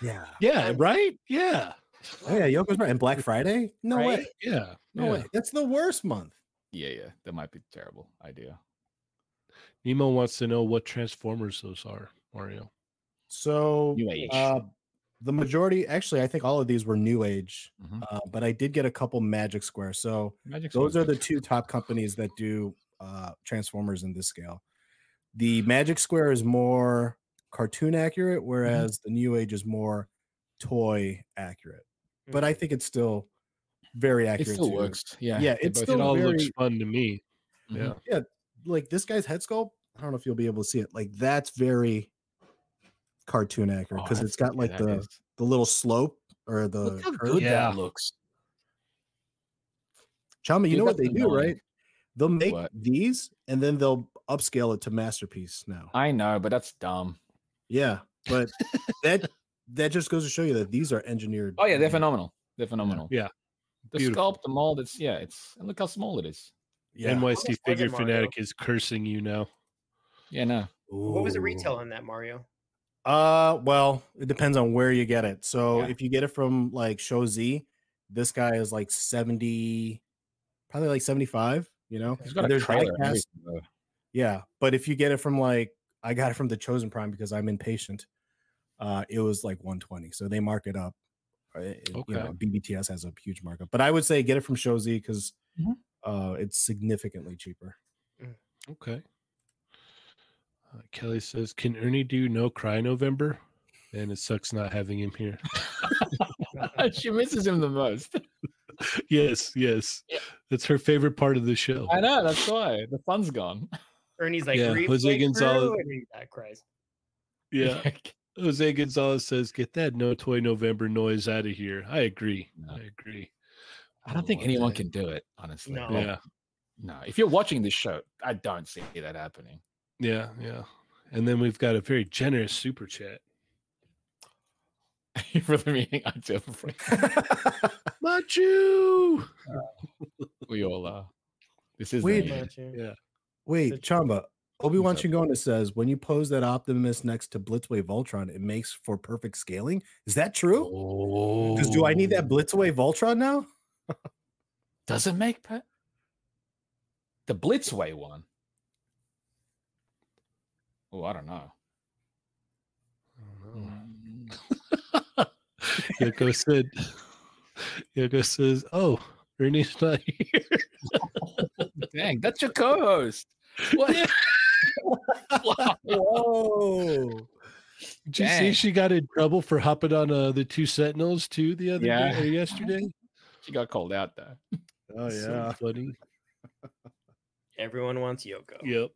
Speaker 4: Yeah.
Speaker 1: Yeah, right. Yeah,
Speaker 4: Oh yeah, Yoko's right. And Black Friday? No way.
Speaker 3: Right?
Speaker 1: yeah.
Speaker 4: No
Speaker 1: yeah.
Speaker 4: way. That's the worst month.
Speaker 2: Yeah, yeah, that might be a terrible idea.
Speaker 1: Nemo wants to know what Transformers those are, Mario.
Speaker 4: So
Speaker 2: New age.
Speaker 4: uh the majority actually I think all of these were new age.
Speaker 2: Mhm.
Speaker 4: Uh, but I did get a couple Magic Square. So
Speaker 2: Magic
Speaker 4: those
Speaker 2: Swords.
Speaker 4: are the two top companies that do uh transformers in this scale the magic square is more cartoon accurate
Speaker 2: Mm-hmm.
Speaker 4: whereas the new age is more toy accurate but
Speaker 3: Mm.
Speaker 4: i think it's still very
Speaker 2: Mm-hmm. It
Speaker 4: accurate
Speaker 2: still
Speaker 4: to-
Speaker 2: works. Yeah,
Speaker 4: yeah,
Speaker 2: they
Speaker 4: it's
Speaker 2: both
Speaker 4: still
Speaker 1: It all looks
Speaker 4: very-
Speaker 1: fun to me.
Speaker 2: Mhm.
Speaker 1: Yeah.
Speaker 4: like this guy's head sculpt. I don't know if you'll be able to see it. Like that's very cartoon accurate
Speaker 2: Oh,
Speaker 4: because it's got like the the little slope or the
Speaker 2: Look how
Speaker 4: curve.
Speaker 2: good
Speaker 1: Yeah.
Speaker 2: that looks.
Speaker 4: Chama, you
Speaker 2: Dude,
Speaker 4: know what they
Speaker 2: that's
Speaker 4: do,
Speaker 2: annoying.
Speaker 4: right? They'll make
Speaker 2: What?
Speaker 4: these and then they'll upscale it to masterpiece now.
Speaker 2: I know, but that's dumb.
Speaker 4: Yeah, but that that just goes to show you that these are engineered.
Speaker 2: Oh yeah, they're phenomenal. They're phenomenal.
Speaker 1: Yeah.
Speaker 2: The
Speaker 1: Beautiful.
Speaker 2: sculpt, the mold, it's yeah, it's and look how small it is.
Speaker 4: Yeah.
Speaker 3: How
Speaker 1: NYC
Speaker 3: much was
Speaker 1: Figure
Speaker 3: it, Mario?
Speaker 1: Fanatic is cursing you now.
Speaker 2: Yeah, no.
Speaker 3: What was the
Speaker 4: Ooh.
Speaker 3: retail on that, Mario?
Speaker 4: Uh, well, it depends on where you get it. So
Speaker 2: Yeah.
Speaker 4: if you get it from like Show Z, this guy is like seventy, probably like seventy-five. You know,
Speaker 2: He's got
Speaker 4: And
Speaker 2: a
Speaker 4: there's
Speaker 2: trailer. and
Speaker 4: diecast-
Speaker 2: everything, though.
Speaker 4: Yeah, but if you get it from like I got it from the Chosen Prime because I'm impatient. Uh, it was like 120, so they mark it up. Uh, it- you
Speaker 1: Okay.
Speaker 4: know, BBTS has a huge markup, but I would say get it from Show Z because
Speaker 2: Mhm.
Speaker 4: uh, it's significantly cheaper.
Speaker 1: Okay. Uh, Kelly says, "Can Ernie do no cry November?" And it sucks not having him here.
Speaker 3: Uh-huh.
Speaker 2: she misses him the most.
Speaker 1: yes, yes,
Speaker 2: Yeah.
Speaker 1: that's her favorite part of the show.
Speaker 2: I know. That's why the fun's gone.
Speaker 3: Ernie's like
Speaker 1: Yeah,
Speaker 3: "Replay
Speaker 1: Jose Gonzalez-
Speaker 3: crew," and he, uh, cries.
Speaker 1: Yeah, Jose Gonzalez says, "Get that no toy November noise out of here." I agree.
Speaker 2: No.
Speaker 1: I agree.
Speaker 2: I don't think
Speaker 1: want
Speaker 2: anyone
Speaker 1: that.
Speaker 2: can do it. Honestly.
Speaker 4: Oh.
Speaker 3: No.
Speaker 2: Like,
Speaker 1: Yeah,
Speaker 2: No. If you're watching this show, I don't see that happening.
Speaker 1: yeah, yeah. And then we've got a very generous super chat.
Speaker 2: For the meeting, I do for free.
Speaker 1: Machu.
Speaker 2: We all are. This is
Speaker 4: Wait,
Speaker 2: the end.
Speaker 3: Don't you?
Speaker 1: Yeah.
Speaker 4: Wait, Chamba, Obi Wan
Speaker 2: What's up?
Speaker 4: Chingona says when you pose that Optimus next to Blitzway Voltron, it makes for perfect scaling. Is that true? Because do I need
Speaker 1: Oh.
Speaker 4: that Blitzway Voltron now?
Speaker 2: Does it make per- the Blitzway one? Oh, I don't know.
Speaker 1: I don't know.
Speaker 2: Uh-huh.
Speaker 1: Yoko said, Yoko says, oh, Ernie's not here.
Speaker 2: Dang, that's your co-host. What? Wow.
Speaker 4: Whoa.
Speaker 1: Did you see
Speaker 2: Dang.
Speaker 1: she got in trouble for hopping on uh, the two Sentinels too the other
Speaker 2: Yeah.
Speaker 1: day or yesterday?
Speaker 2: She got called out though.
Speaker 4: oh,
Speaker 1: So
Speaker 4: yeah.
Speaker 1: funny.
Speaker 3: Everyone wants Yoko.
Speaker 1: Yep.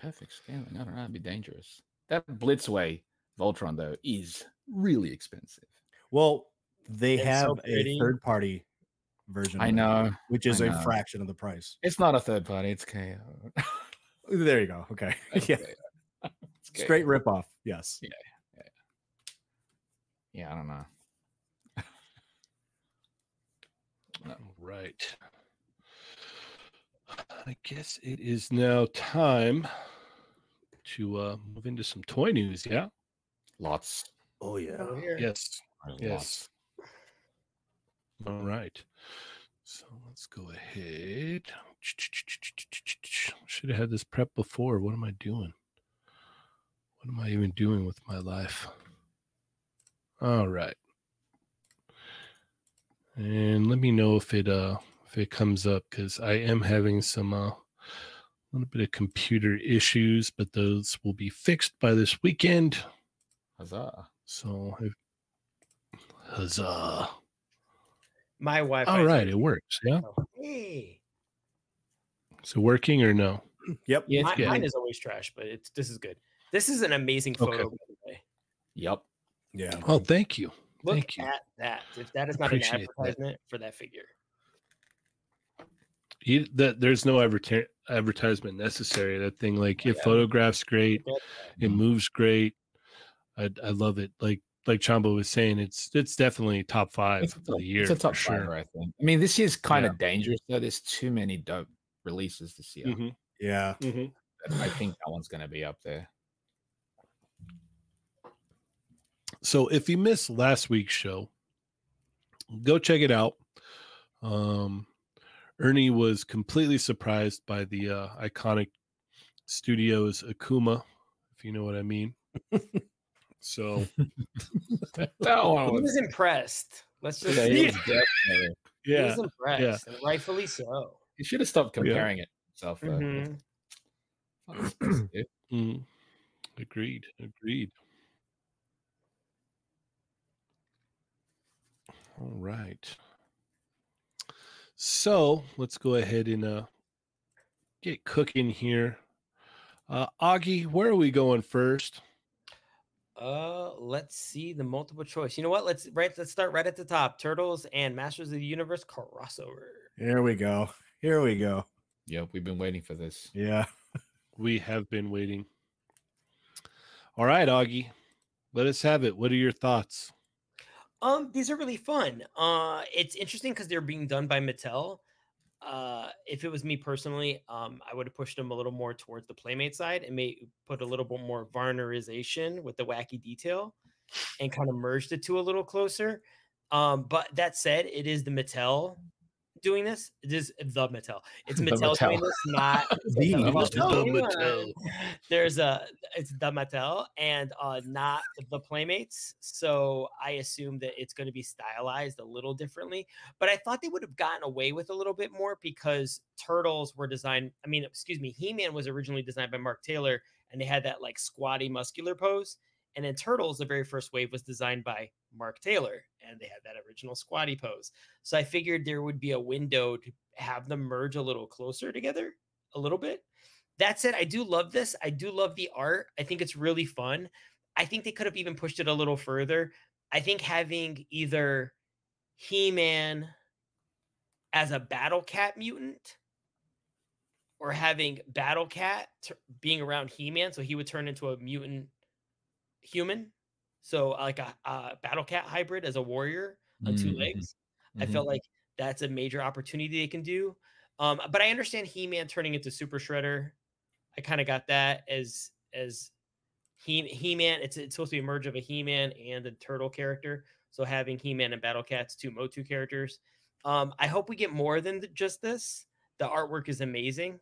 Speaker 2: Perfect scaling. I don't know. That'd be dangerous. That Blitzway Voltron though is really expensive.
Speaker 4: Well, they
Speaker 3: It's
Speaker 4: have
Speaker 3: so
Speaker 4: a
Speaker 3: pretty.
Speaker 4: third party version.
Speaker 2: I
Speaker 4: of it,
Speaker 2: know.
Speaker 4: which
Speaker 2: I
Speaker 4: is a
Speaker 2: know.
Speaker 4: fraction of the price.
Speaker 2: It's not a third party. It's KO.
Speaker 4: There you go. Okay. yeah.
Speaker 2: It's KO.
Speaker 4: Straight ripoff. Yes.
Speaker 2: Yeah, I don't know.
Speaker 1: Right. I guess it is now time to uh, move into some toy news. Yeah.
Speaker 2: Lots.
Speaker 4: Oh yeah.
Speaker 3: Over here.
Speaker 1: Yes.
Speaker 2: There's
Speaker 1: Yes. All right. So let's go ahead. Should have had this prep before. What am I doing? What am I even doing with my life? All right. And let me know if it uh if it comes up because I am having some uh little bit of computer issues, but those will be fixed by this weekend.
Speaker 2: Lots. Huzzah.
Speaker 1: So, I- huzzah!
Speaker 3: My Wi-Fi.
Speaker 1: All right, it works. Yeah,
Speaker 3: Hey.
Speaker 1: is it working or no?
Speaker 4: Yep.
Speaker 2: Yeah, it's
Speaker 3: Mine,
Speaker 2: good.
Speaker 3: mine is always trash, but it's this is good. This is an amazing
Speaker 1: Okay.
Speaker 3: photo. By the way.
Speaker 2: Yep.
Speaker 4: Yeah.
Speaker 1: Oh, thank you.
Speaker 3: Look
Speaker 1: Thank you.
Speaker 3: at that. If that is not
Speaker 1: Appreciate
Speaker 3: an
Speaker 1: that.
Speaker 3: advertisement for that figure,
Speaker 1: You, that there's no adverti- advertisement necessary. That thing,
Speaker 2: Oh,
Speaker 1: like, it
Speaker 3: Yeah.
Speaker 1: photographs great.
Speaker 3: Look
Speaker 1: It moves great. I I love it. Like like Chombo was saying, it's it's definitely top five
Speaker 2: It's a
Speaker 1: of
Speaker 2: top-
Speaker 1: the year
Speaker 2: It's a
Speaker 1: for
Speaker 2: top
Speaker 1: sure.
Speaker 2: five, I think. I mean, this year's kind of dangerous though. There's too many dope releases this year.
Speaker 1: Mhm,
Speaker 4: Yeah.
Speaker 1: mhm.
Speaker 2: that I think that one's going to be up there.
Speaker 1: So if you missed last week's show, go check it out. Um, Ernie was completely surprised by the uh, iconic studios Akuma, if you know what I mean. so
Speaker 2: That
Speaker 3: at that.
Speaker 1: Oh,
Speaker 2: one
Speaker 3: He
Speaker 2: was,
Speaker 3: was impressed. Let's just
Speaker 2: yeah,
Speaker 3: say
Speaker 2: he
Speaker 3: he
Speaker 2: was definitely-
Speaker 1: yeah,
Speaker 3: was impressed, and rightfully so.
Speaker 2: he should have stopped comparing it to himself. Though.
Speaker 3: Mhm.
Speaker 2: That's not supposed to do.
Speaker 1: mm, agreed, agreed. All right. So let's go ahead and uh, get cooking here. Uh, Augie, where are we going first?
Speaker 3: Uh, let's see the multiple choice. You know what? Let's right. Let's start right at the top. Turtles and Masters of the Universe crossover.
Speaker 4: Here we go. Here we go.
Speaker 2: Yep, we've been waiting for this.
Speaker 4: Yeah.
Speaker 1: We have been waiting. All right, Augie, let us have it. What are your thoughts?
Speaker 3: Um, these are really fun. Uh, it's interesting because they're being done by Mattel. Uh, if it was me personally, um, I would have pushed them a little more towards the playmate side and may put a little bit more varnerization with the wacky detail and kind of merged the two a little closer. Um, but that said, it is the Mattel doing this. It is the Mattel. It's
Speaker 2: The
Speaker 3: Mattel, doing
Speaker 2: Mattel.
Speaker 3: this, not
Speaker 4: The
Speaker 3: the Mattel.
Speaker 4: Mattel.
Speaker 1: The
Speaker 3: Hang on. There's a it's the Mattel and uh not the Playmates. So I assume that it's going to be stylized a little differently. But I thought they would have gotten away with a little bit more because Turtles were designed. I mean, excuse me, He Man was originally designed by Mark Taylor, and they had that like squatty, muscular pose. And then Turtles, the very first wave, was designed by Mark Taylor, and they had that original squatty pose. So I figured there would be a window to have them merge a little closer together, a little bit. That said, I do love this. I do love the art. I think it's really fun. I think they could have even pushed it a little further. I think having either He Man as a Battle Cat mutant or having Battle Cat tur- being around He Man, so he would turn into a mutant human. So, like a, a Battle Cat hybrid as a warrior on two
Speaker 2: Mhm,
Speaker 3: legs. I
Speaker 2: mhm.
Speaker 3: felt like that's a major opportunity they can do. Um, but I understand He Man turning into Super Shredder. I kind of got that as as He He Man. It's it's supposed to be a merge of a He Man and a Turtle character. So having He Man and Battle Cats, two Motu characters. Um, I hope we get more than th- just this. The artwork is amazing.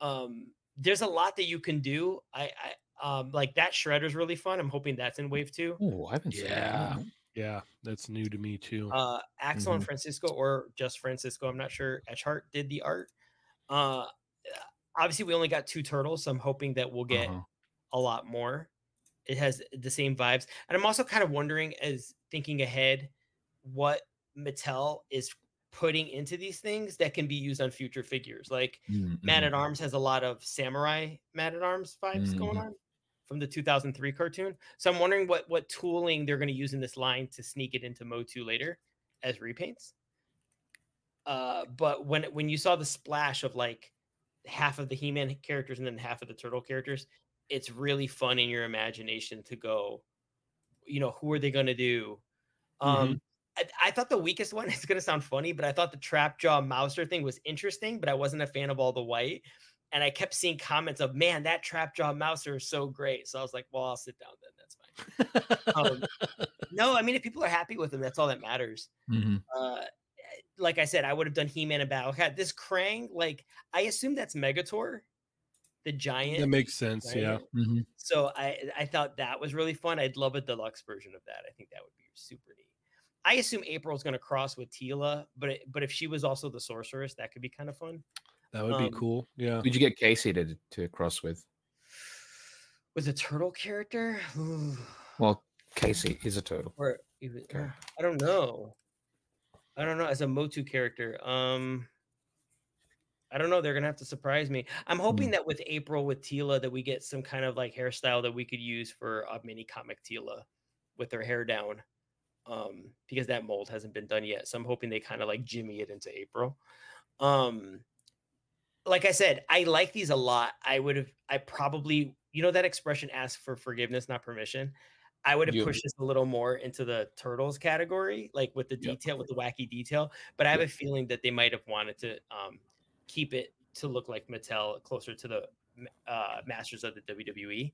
Speaker 3: Um, there's a lot that you can do. I, I um, like that Shredder's really fun. I'm hoping that's in Wave Two.
Speaker 2: Oh, I haven't seen
Speaker 1: Yeah.
Speaker 2: that.
Speaker 1: Yeah, that's new to me too.
Speaker 3: uh Axel and Francisco or just Francisco, I'm not sure. Etchart did the art. Uh obviously we only got two turtles, so I'm hoping that we'll get
Speaker 2: Uh-huh.
Speaker 3: a lot more. It has the same vibes. And I'm also kind of wondering as thinking ahead what Mattel is putting into these things that can be used on future figures. Like
Speaker 2: Mm,
Speaker 3: Man
Speaker 2: mhm.
Speaker 3: at Arms has a lot of samurai Man at Arms vibes going
Speaker 2: Mhm.
Speaker 3: on from the 2003 cartoon. So I'm wondering what what tooling they're going to use in this line to sneak it into Motu later as repaints. Uh, but when when you saw the splash of like half of the He-Man characters and then half of the Turtle characters, it's really fun in your imagination to go, you know, who are they going to do? Um, I, I thought the weakest one is going to sound funny, but I thought the trap jaw mouser thing was interesting, but I wasn't a fan of all the white. And I kept seeing comments of, man, that trap jaw mouser is so great. So I was like, well, I'll sit down then. That's fine. Um, no, I mean, if people are happy with them, that's all that matters.
Speaker 2: Mhm.
Speaker 3: Uh, like I said, I would have done He Man and Battle Cat. This Krang, like, I assume that's Megator, the giant.
Speaker 1: that makes sense. Yeah.
Speaker 3: giant.
Speaker 2: Mhm.
Speaker 3: So I I thought that was really fun. I'd love a deluxe version of that. I think that would be super neat. I assume April's going to cross with Tila, but it, but if she was also the sorceress, that could be kind of fun.
Speaker 1: That would
Speaker 3: Um,
Speaker 1: be cool. Yeah.
Speaker 2: Who'd you get Casey to, to cross with?
Speaker 3: With a turtle character, Ooh,
Speaker 2: Well, Casey is a turtle.
Speaker 3: or even,
Speaker 2: Okay.
Speaker 3: I don't know. I don't know as a Motu character. Um, I don't know. They're gonna have to surprise me. I'm hoping that with April with Tila that we get some kind of like hairstyle that we could use for a mini comic Tila with her hair down. Um, because that mold hasn't been done yet. So I'm hoping they kind of like jimmy it into April. Um like I said, I like these a lot. I would have I probably you know that expression ask for forgiveness, not permission. I would have
Speaker 2: Yeah.
Speaker 3: pushed this a little more into the turtles category, like with the
Speaker 2: Yeah.
Speaker 3: detail, with the wacky detail. But I have a feeling that they might have wanted to um keep it to look like Mattel closer to the uh, Masters of the WWE.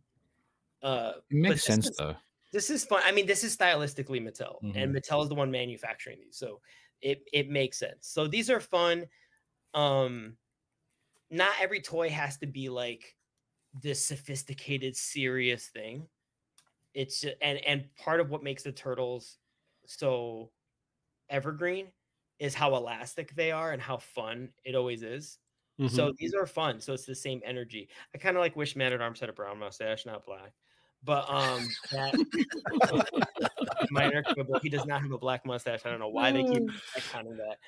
Speaker 3: Uh,
Speaker 2: It makes
Speaker 3: this
Speaker 2: sense
Speaker 3: is-
Speaker 2: though.
Speaker 3: this is fun. I mean, this is stylistically Mattel, and
Speaker 2: Mhm.
Speaker 3: Mattel is the one manufacturing these, so it it makes sense. So these are fun. Um, not every toy has to be like this sophisticated, serious thing. It's ju- and and part of what makes the turtles so evergreen is how elastic they are and how fun it always is.
Speaker 1: Mhm.
Speaker 3: So these are fun. So it's the same energy. I kind of like wish Man at Arms had a brown mustache, not black. But um, that minor quibble. He does not have a black mustache. I don't know
Speaker 1: Mm-hmm.
Speaker 3: why they keep retconning that.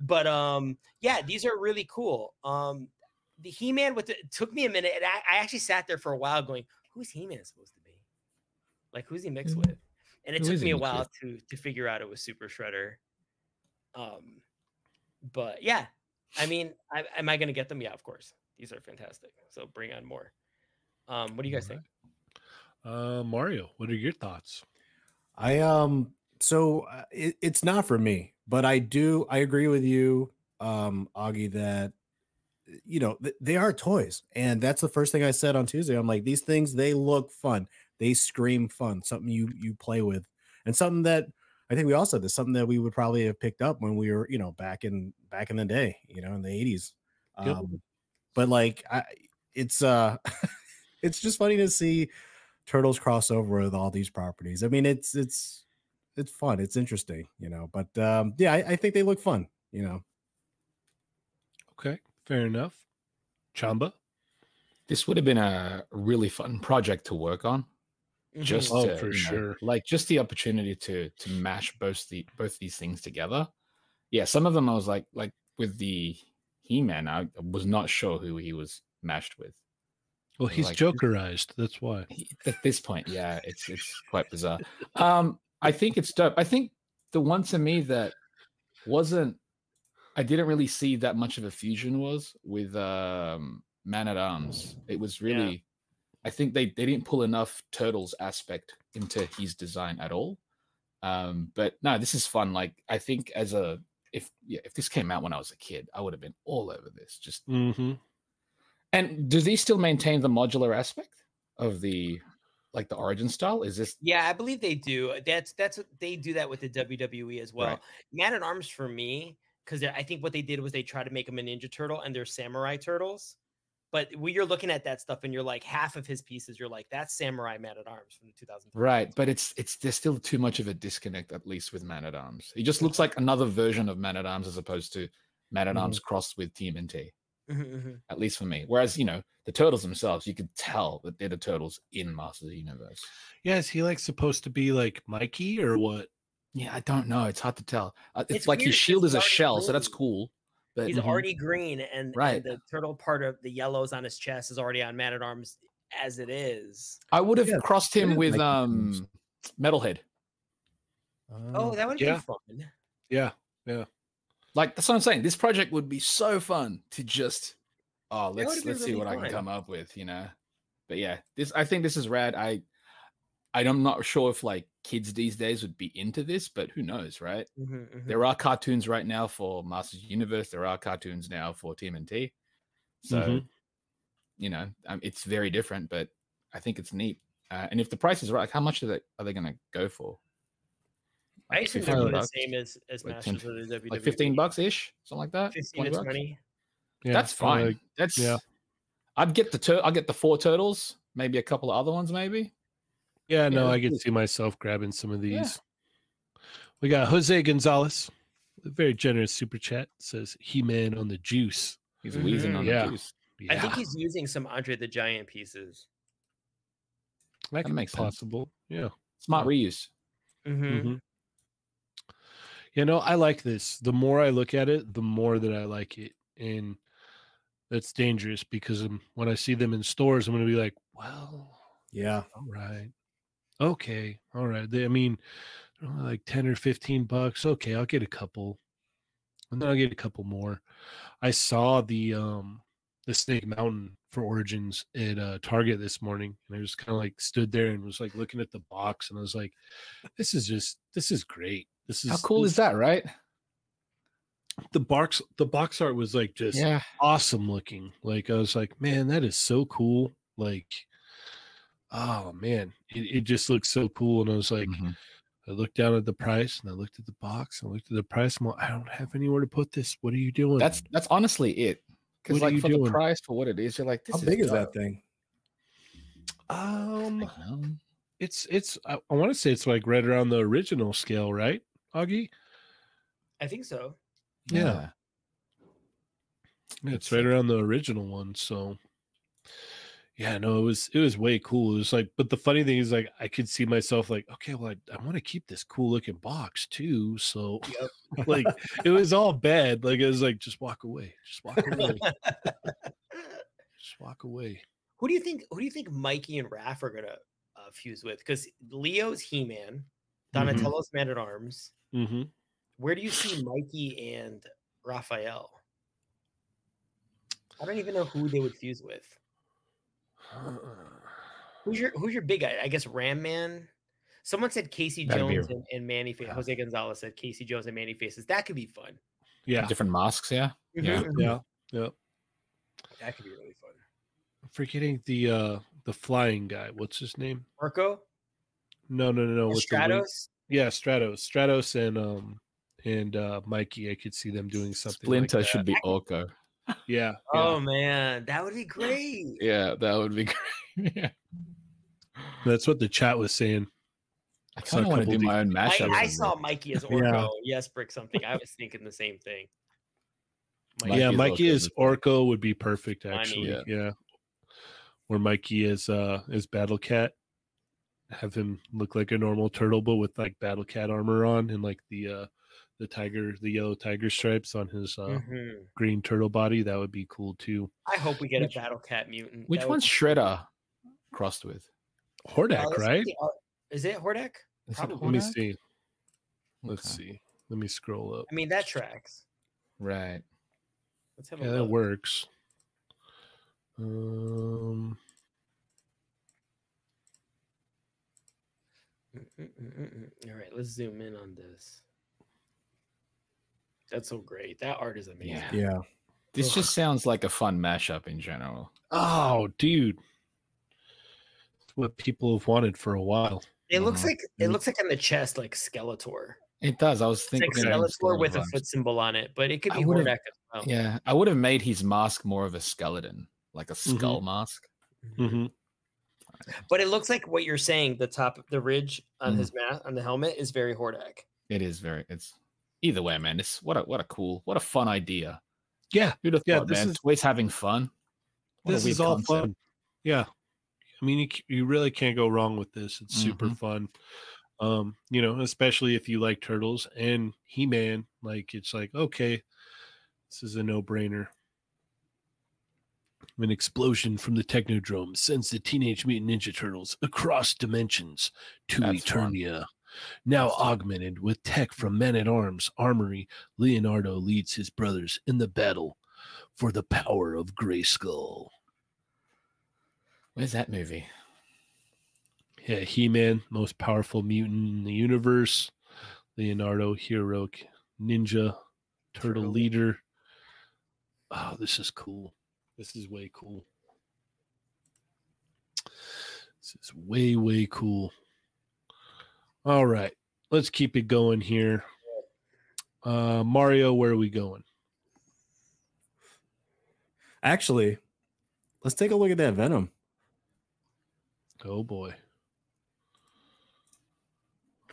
Speaker 3: But um, yeah, these are really cool. Um, the He Man with the, it took me a minute, and I, I actually sat there for a while going, "Who's He Man supposed to be? Like, who's he mixed with?" And it
Speaker 2: Mm-hmm. Who
Speaker 3: took
Speaker 2: is he
Speaker 3: me a
Speaker 2: mixed
Speaker 3: while to to figure out it was Super Shredder. Um, but yeah, I mean, I, am I going to get them? Yeah, of course. These are fantastic. So bring on more. Um, what do you guys think?
Speaker 1: Uh, Mario, what are your thoughts?
Speaker 4: I um so uh, it, it's not for me, but I do I agree with you, um, Augie, that you know th- they are toys, and that's the first thing I said on Tuesday. I'm like, these things they look fun, they scream fun, something you you play with, and something that I think we all said this, something that we would probably have picked up when we were you know back in back in the day, you know, in the 80s. Um,
Speaker 1: Yep.
Speaker 4: But like, I it's uh, it's just funny to see turtles cross over with all these properties. I mean, it's it's it's fun, it's interesting, you know. But um, yeah, I, I think they look fun, you know.
Speaker 1: Okay, fair enough. Chamba,
Speaker 2: This would have been a really fun project to work on. Just
Speaker 1: Oh,
Speaker 2: to,
Speaker 1: for
Speaker 2: you know,
Speaker 1: sure.
Speaker 2: like just the opportunity to to mash both the both these things together. Yeah, some of them I was like like with the He Man, I was not sure who he was mashed with.
Speaker 1: well, he's
Speaker 2: like-
Speaker 1: jokerized. That's why.
Speaker 2: at this point yeah it's it's quite bizarre um i think it's dope i think the one to me that wasn't i didn't really see that much of a fusion was with um man at arms it was
Speaker 3: Yeah.
Speaker 2: really i think they they didn't pull enough turtles aspect into his design at all um but no this is fun like i think as a if yeah, if this came out when i was a kid i would have been all over this just
Speaker 1: Mm-hmm.
Speaker 2: and do they still maintain the modular aspect of the like the origin style? Is this
Speaker 3: Yeah, I believe they do. uh, That's that's what they do that with the WWE as well.
Speaker 2: Right.
Speaker 3: Man at Arms for me, because I think what they did was they tried to make him a Ninja Turtle and they're Samurai Turtles. But when you're looking at that stuff and you're like half of his pieces, you're like that's Samurai Man at Arms from the 2000.
Speaker 2: right? But it's it's there's still too much of a disconnect, at least with Man at Arms. He just looks like another version of Man at Arms as opposed to Man at
Speaker 4: Mhm.
Speaker 2: Arms crossed with Team TMNT,
Speaker 3: Mm-hmm,
Speaker 2: at least for me. Whereas you know the turtles themselves, you could tell that they're the turtles in Masters of the Universe.
Speaker 1: Yeah, is he like supposed to be like Mikey or what?
Speaker 2: Yeah, I don't know. It's hard to tell. Uh, It's,
Speaker 3: It's
Speaker 2: like
Speaker 3: weird,
Speaker 2: his
Speaker 3: 'cause
Speaker 2: shield
Speaker 3: he's
Speaker 2: is a
Speaker 3: already
Speaker 2: shell, so that's
Speaker 3: green.
Speaker 2: cool. But
Speaker 3: He's
Speaker 2: Mhm.
Speaker 3: already green, and, and
Speaker 2: Right.
Speaker 3: the turtle part of the yellows on his chest is already on Man at Arms as it is.
Speaker 2: I would have
Speaker 4: Yeah,
Speaker 2: crossed
Speaker 4: it
Speaker 2: him
Speaker 4: is
Speaker 2: with
Speaker 4: like the turtles.
Speaker 2: um Metalhead.
Speaker 3: Oh, that would
Speaker 1: yeah.
Speaker 3: be fun.
Speaker 1: Yeah,
Speaker 2: Like that's what I'm saying. This project would be so fun to just oh
Speaker 3: That
Speaker 2: let's
Speaker 3: would've been
Speaker 2: let's see
Speaker 3: really
Speaker 2: what I
Speaker 3: fun.
Speaker 2: can come up with, you know. But yeah, this I think this is rad. I I'm not sure if like kids these days would be into this, but who knows, right?
Speaker 3: Mhm, mhm.
Speaker 2: There are cartoons right now for Masters of the Universe. There are cartoons now for TMNT. So
Speaker 3: Mm-hmm.
Speaker 1: Mhm.
Speaker 2: you know, um, it's very different, but I think it's neat. Uh, and if the price is right, like how much are they are they going to go for?
Speaker 3: I assume
Speaker 2: 15
Speaker 3: they're the
Speaker 2: bucks?
Speaker 3: same as as
Speaker 2: like 10
Speaker 3: Masters of the WWE.
Speaker 2: like 15 bucks ish, something like that.
Speaker 3: 15
Speaker 2: 20
Speaker 3: to
Speaker 2: bucks?
Speaker 3: 20.
Speaker 1: yeah.
Speaker 2: That's
Speaker 1: kinda
Speaker 2: fine.
Speaker 1: like-
Speaker 2: That's
Speaker 1: yeah.
Speaker 2: I'd get the tur- I'll get the four turtles, maybe a couple of other ones, maybe.
Speaker 1: yeah, no,
Speaker 2: that's
Speaker 1: I could
Speaker 2: cool.
Speaker 1: see myself grabbing some of these. We got Jose Gonzalez, a very generous super chat says He Man on the juice.
Speaker 2: He's
Speaker 3: Mhm.
Speaker 2: wheezing on
Speaker 1: Mm-hmm. Yeah.
Speaker 2: the juice.
Speaker 1: Yeah,
Speaker 3: I think he's using some Andre the Giant pieces.
Speaker 1: that could be
Speaker 2: makes sense.
Speaker 1: possible. Yeah.
Speaker 2: Smart reuse.
Speaker 3: Mm-hmm.
Speaker 1: Mhm. You know, I like this. The more I look at it, the more that I like it. And that's dangerous because i when I see them in stores, I'm going to be like, well,
Speaker 4: Yeah,
Speaker 1: all right. Okay. All right. They, I mean, they're only like 10 or 15 bucks. Okay. I'll get a couple. And then I'll get a couple more. I saw the, um, the Snake Mountain for Origins at uh, Target this morning, and I just kind of like stood there and was like looking at the box, and I was like, "This is just this is great. This is
Speaker 2: How cool is that, right?
Speaker 1: the box? The box art was like just
Speaker 2: Yeah.
Speaker 1: awesome looking. Like I was like, man, that is so cool. Like, oh man, it, it just looks so cool. And I was like,
Speaker 2: Mhm.
Speaker 1: I looked down at the price and I looked at the box and I looked at the price. I'm like, I don't have anywhere to put this. What are you doing?
Speaker 2: That's that's honestly it. Because
Speaker 1: What are
Speaker 2: like
Speaker 1: you
Speaker 2: for the
Speaker 1: doing?
Speaker 2: price for what it is, you're like, this
Speaker 4: how big is that
Speaker 2: dope.
Speaker 4: thing?
Speaker 1: um,
Speaker 2: Like, um,
Speaker 1: it's it's I, I want to say it's like right around the original scale, right, Augie?
Speaker 3: I think so.
Speaker 1: Yeah. Yeah, It's
Speaker 2: It's
Speaker 1: right
Speaker 2: like-
Speaker 1: around the original one. So, yeah, no, it was it was way cool. It was like, but the funny thing is, like, I could see myself like, okay, well, I, I want to keep this cool looking box too. So, like, it was all bad. Like, it was like, just walk away, just walk away, just walk away.
Speaker 3: Who do you think? Who do you think Mikey and Raph are gonna uh, fuse with? Because Leo's He Man, Donatello's Man at Arms.
Speaker 1: Mm-hmm.
Speaker 3: Where do you see Mikey and Raphael? I don't even know who they would fuse with. Who's your Who's your big guy? I guess Ram Man. Someone said Casey
Speaker 2: That'd be
Speaker 3: Jones
Speaker 2: a-
Speaker 3: and, and Manny Faces.
Speaker 2: yeah.
Speaker 3: Jose Gonzalez said Casey Jones and Manny Faces. That could be fun.
Speaker 1: Yeah,
Speaker 2: Different mosques, yeah. Yeah.
Speaker 3: Mhm, mhm.
Speaker 1: yeah, yeah.
Speaker 3: That could be really fun.
Speaker 1: I'm forgetting the uh the flying guy. What's his name?
Speaker 3: Marco,
Speaker 1: No, no, no, no.
Speaker 3: and
Speaker 1: with the wing-
Speaker 3: Stratos.
Speaker 1: Yeah, Stratos, Stratos, and um and uh Mikey. I could see them doing something. like
Speaker 2: Splinter
Speaker 1: that.
Speaker 2: should be Orko.
Speaker 1: Yeah.
Speaker 3: Oh man, that would be great.
Speaker 2: Yeah, that would be great. yeah.
Speaker 1: yeah. That's what the chat was saying.
Speaker 2: I
Speaker 1: Saw a
Speaker 2: kind of want to
Speaker 1: couple
Speaker 2: do my own
Speaker 3: I,
Speaker 2: mashup.
Speaker 3: I saw Mikey as
Speaker 1: Yeah.
Speaker 3: Orko. Yes, brick something. I was thinking the same thing.
Speaker 2: Mikey
Speaker 1: yeah,
Speaker 2: is
Speaker 1: Mikey
Speaker 2: Orko,
Speaker 1: is
Speaker 2: but-
Speaker 1: Orko would be perfect
Speaker 3: Funny.
Speaker 1: actually.
Speaker 2: Yeah.
Speaker 1: Yeah. Where Mikey is uh is Battle Cat. Have him look like a normal turtle, but with like Battle Cat armor on and like the uh the tiger the yellow tiger stripes on his uh
Speaker 3: Mhm.
Speaker 1: green turtle body. That would be cool too.
Speaker 3: I hope we get
Speaker 2: Which-
Speaker 3: a Battle Cat mutant.
Speaker 2: Which
Speaker 3: That would
Speaker 2: one's
Speaker 3: be-
Speaker 2: Shredder crossed with?
Speaker 1: Hordak,
Speaker 3: Oh, that's
Speaker 1: right?
Speaker 3: the ar- Is it Hordak?
Speaker 2: Is it
Speaker 3: Probably.
Speaker 1: Let me
Speaker 2: Hordak?
Speaker 1: see. Let's
Speaker 2: Okay.
Speaker 1: see. Let me scroll up.
Speaker 3: I mean, that tracks.
Speaker 2: Right.
Speaker 3: Let's have a
Speaker 1: Yeah, that
Speaker 3: look.
Speaker 1: works. Um,
Speaker 3: Mm, mm, mm, mm, mm. All right, let's zoom in on this. That's so great. That art is amazing.
Speaker 2: Yeah.
Speaker 4: Yeah.
Speaker 2: This
Speaker 3: Ugh.
Speaker 2: just sounds like a fun mashup in general.
Speaker 1: oh, dude, It's what people have wanted for a while.
Speaker 3: It looks
Speaker 2: Mhm.
Speaker 3: like it
Speaker 1: Mm.
Speaker 3: looks like on the chest, like Skeletor.
Speaker 2: It does. I was
Speaker 3: It's
Speaker 2: thinking
Speaker 3: like
Speaker 2: along
Speaker 3: Skeletor
Speaker 2: similar
Speaker 3: with a
Speaker 2: lines.
Speaker 3: foot symbol on it, but it could
Speaker 2: I
Speaker 3: be
Speaker 2: would've-
Speaker 3: Hordak as well.
Speaker 2: Yeah, I would have made his mask more of a skeleton, like a skull mask.
Speaker 3: Mm-hmm.
Speaker 1: Mhm.
Speaker 3: But it looks like what you're saying, the top the ridge on
Speaker 1: Mm-hmm.
Speaker 2: Mhm.
Speaker 3: his mask on the helmet is very Hordak.
Speaker 2: It is very. It's either way, man. It's what a what a cool, what a fun idea.
Speaker 1: Yeah,
Speaker 2: Who'd have
Speaker 1: Yeah,
Speaker 2: thought,
Speaker 1: this
Speaker 2: man?
Speaker 1: is-
Speaker 2: Toys having fun. What a
Speaker 1: this is
Speaker 2: weird
Speaker 1: all
Speaker 2: concept.
Speaker 1: fun. Yeah, I mean, you, c- you really can't go wrong with this. It's super
Speaker 2: Mhm.
Speaker 1: fun. Um, you know, especially if you like turtles and He Man. Like, it's like okay, this is a no brainer. An explosion from the Technodrome sends the Teenage Mutant Ninja Turtles across dimensions to
Speaker 2: That's fun.
Speaker 1: Eternia. Now augmented with tech from Men at Arms Armory, Leonardo leads his brothers in the battle for the power of Grayskull.
Speaker 2: Where's that movie?
Speaker 1: Yeah, He Man, most powerful mutant in the universe. Leonardo, heroic ninja, turtle
Speaker 3: Turtle.
Speaker 1: leader. Oh, this is cool. This is way cool. This is way, way cool. All right, let's keep it going here. Uh, Mario, where are we going?
Speaker 4: Actually, let's take a look at that Venom.
Speaker 1: Oh boy.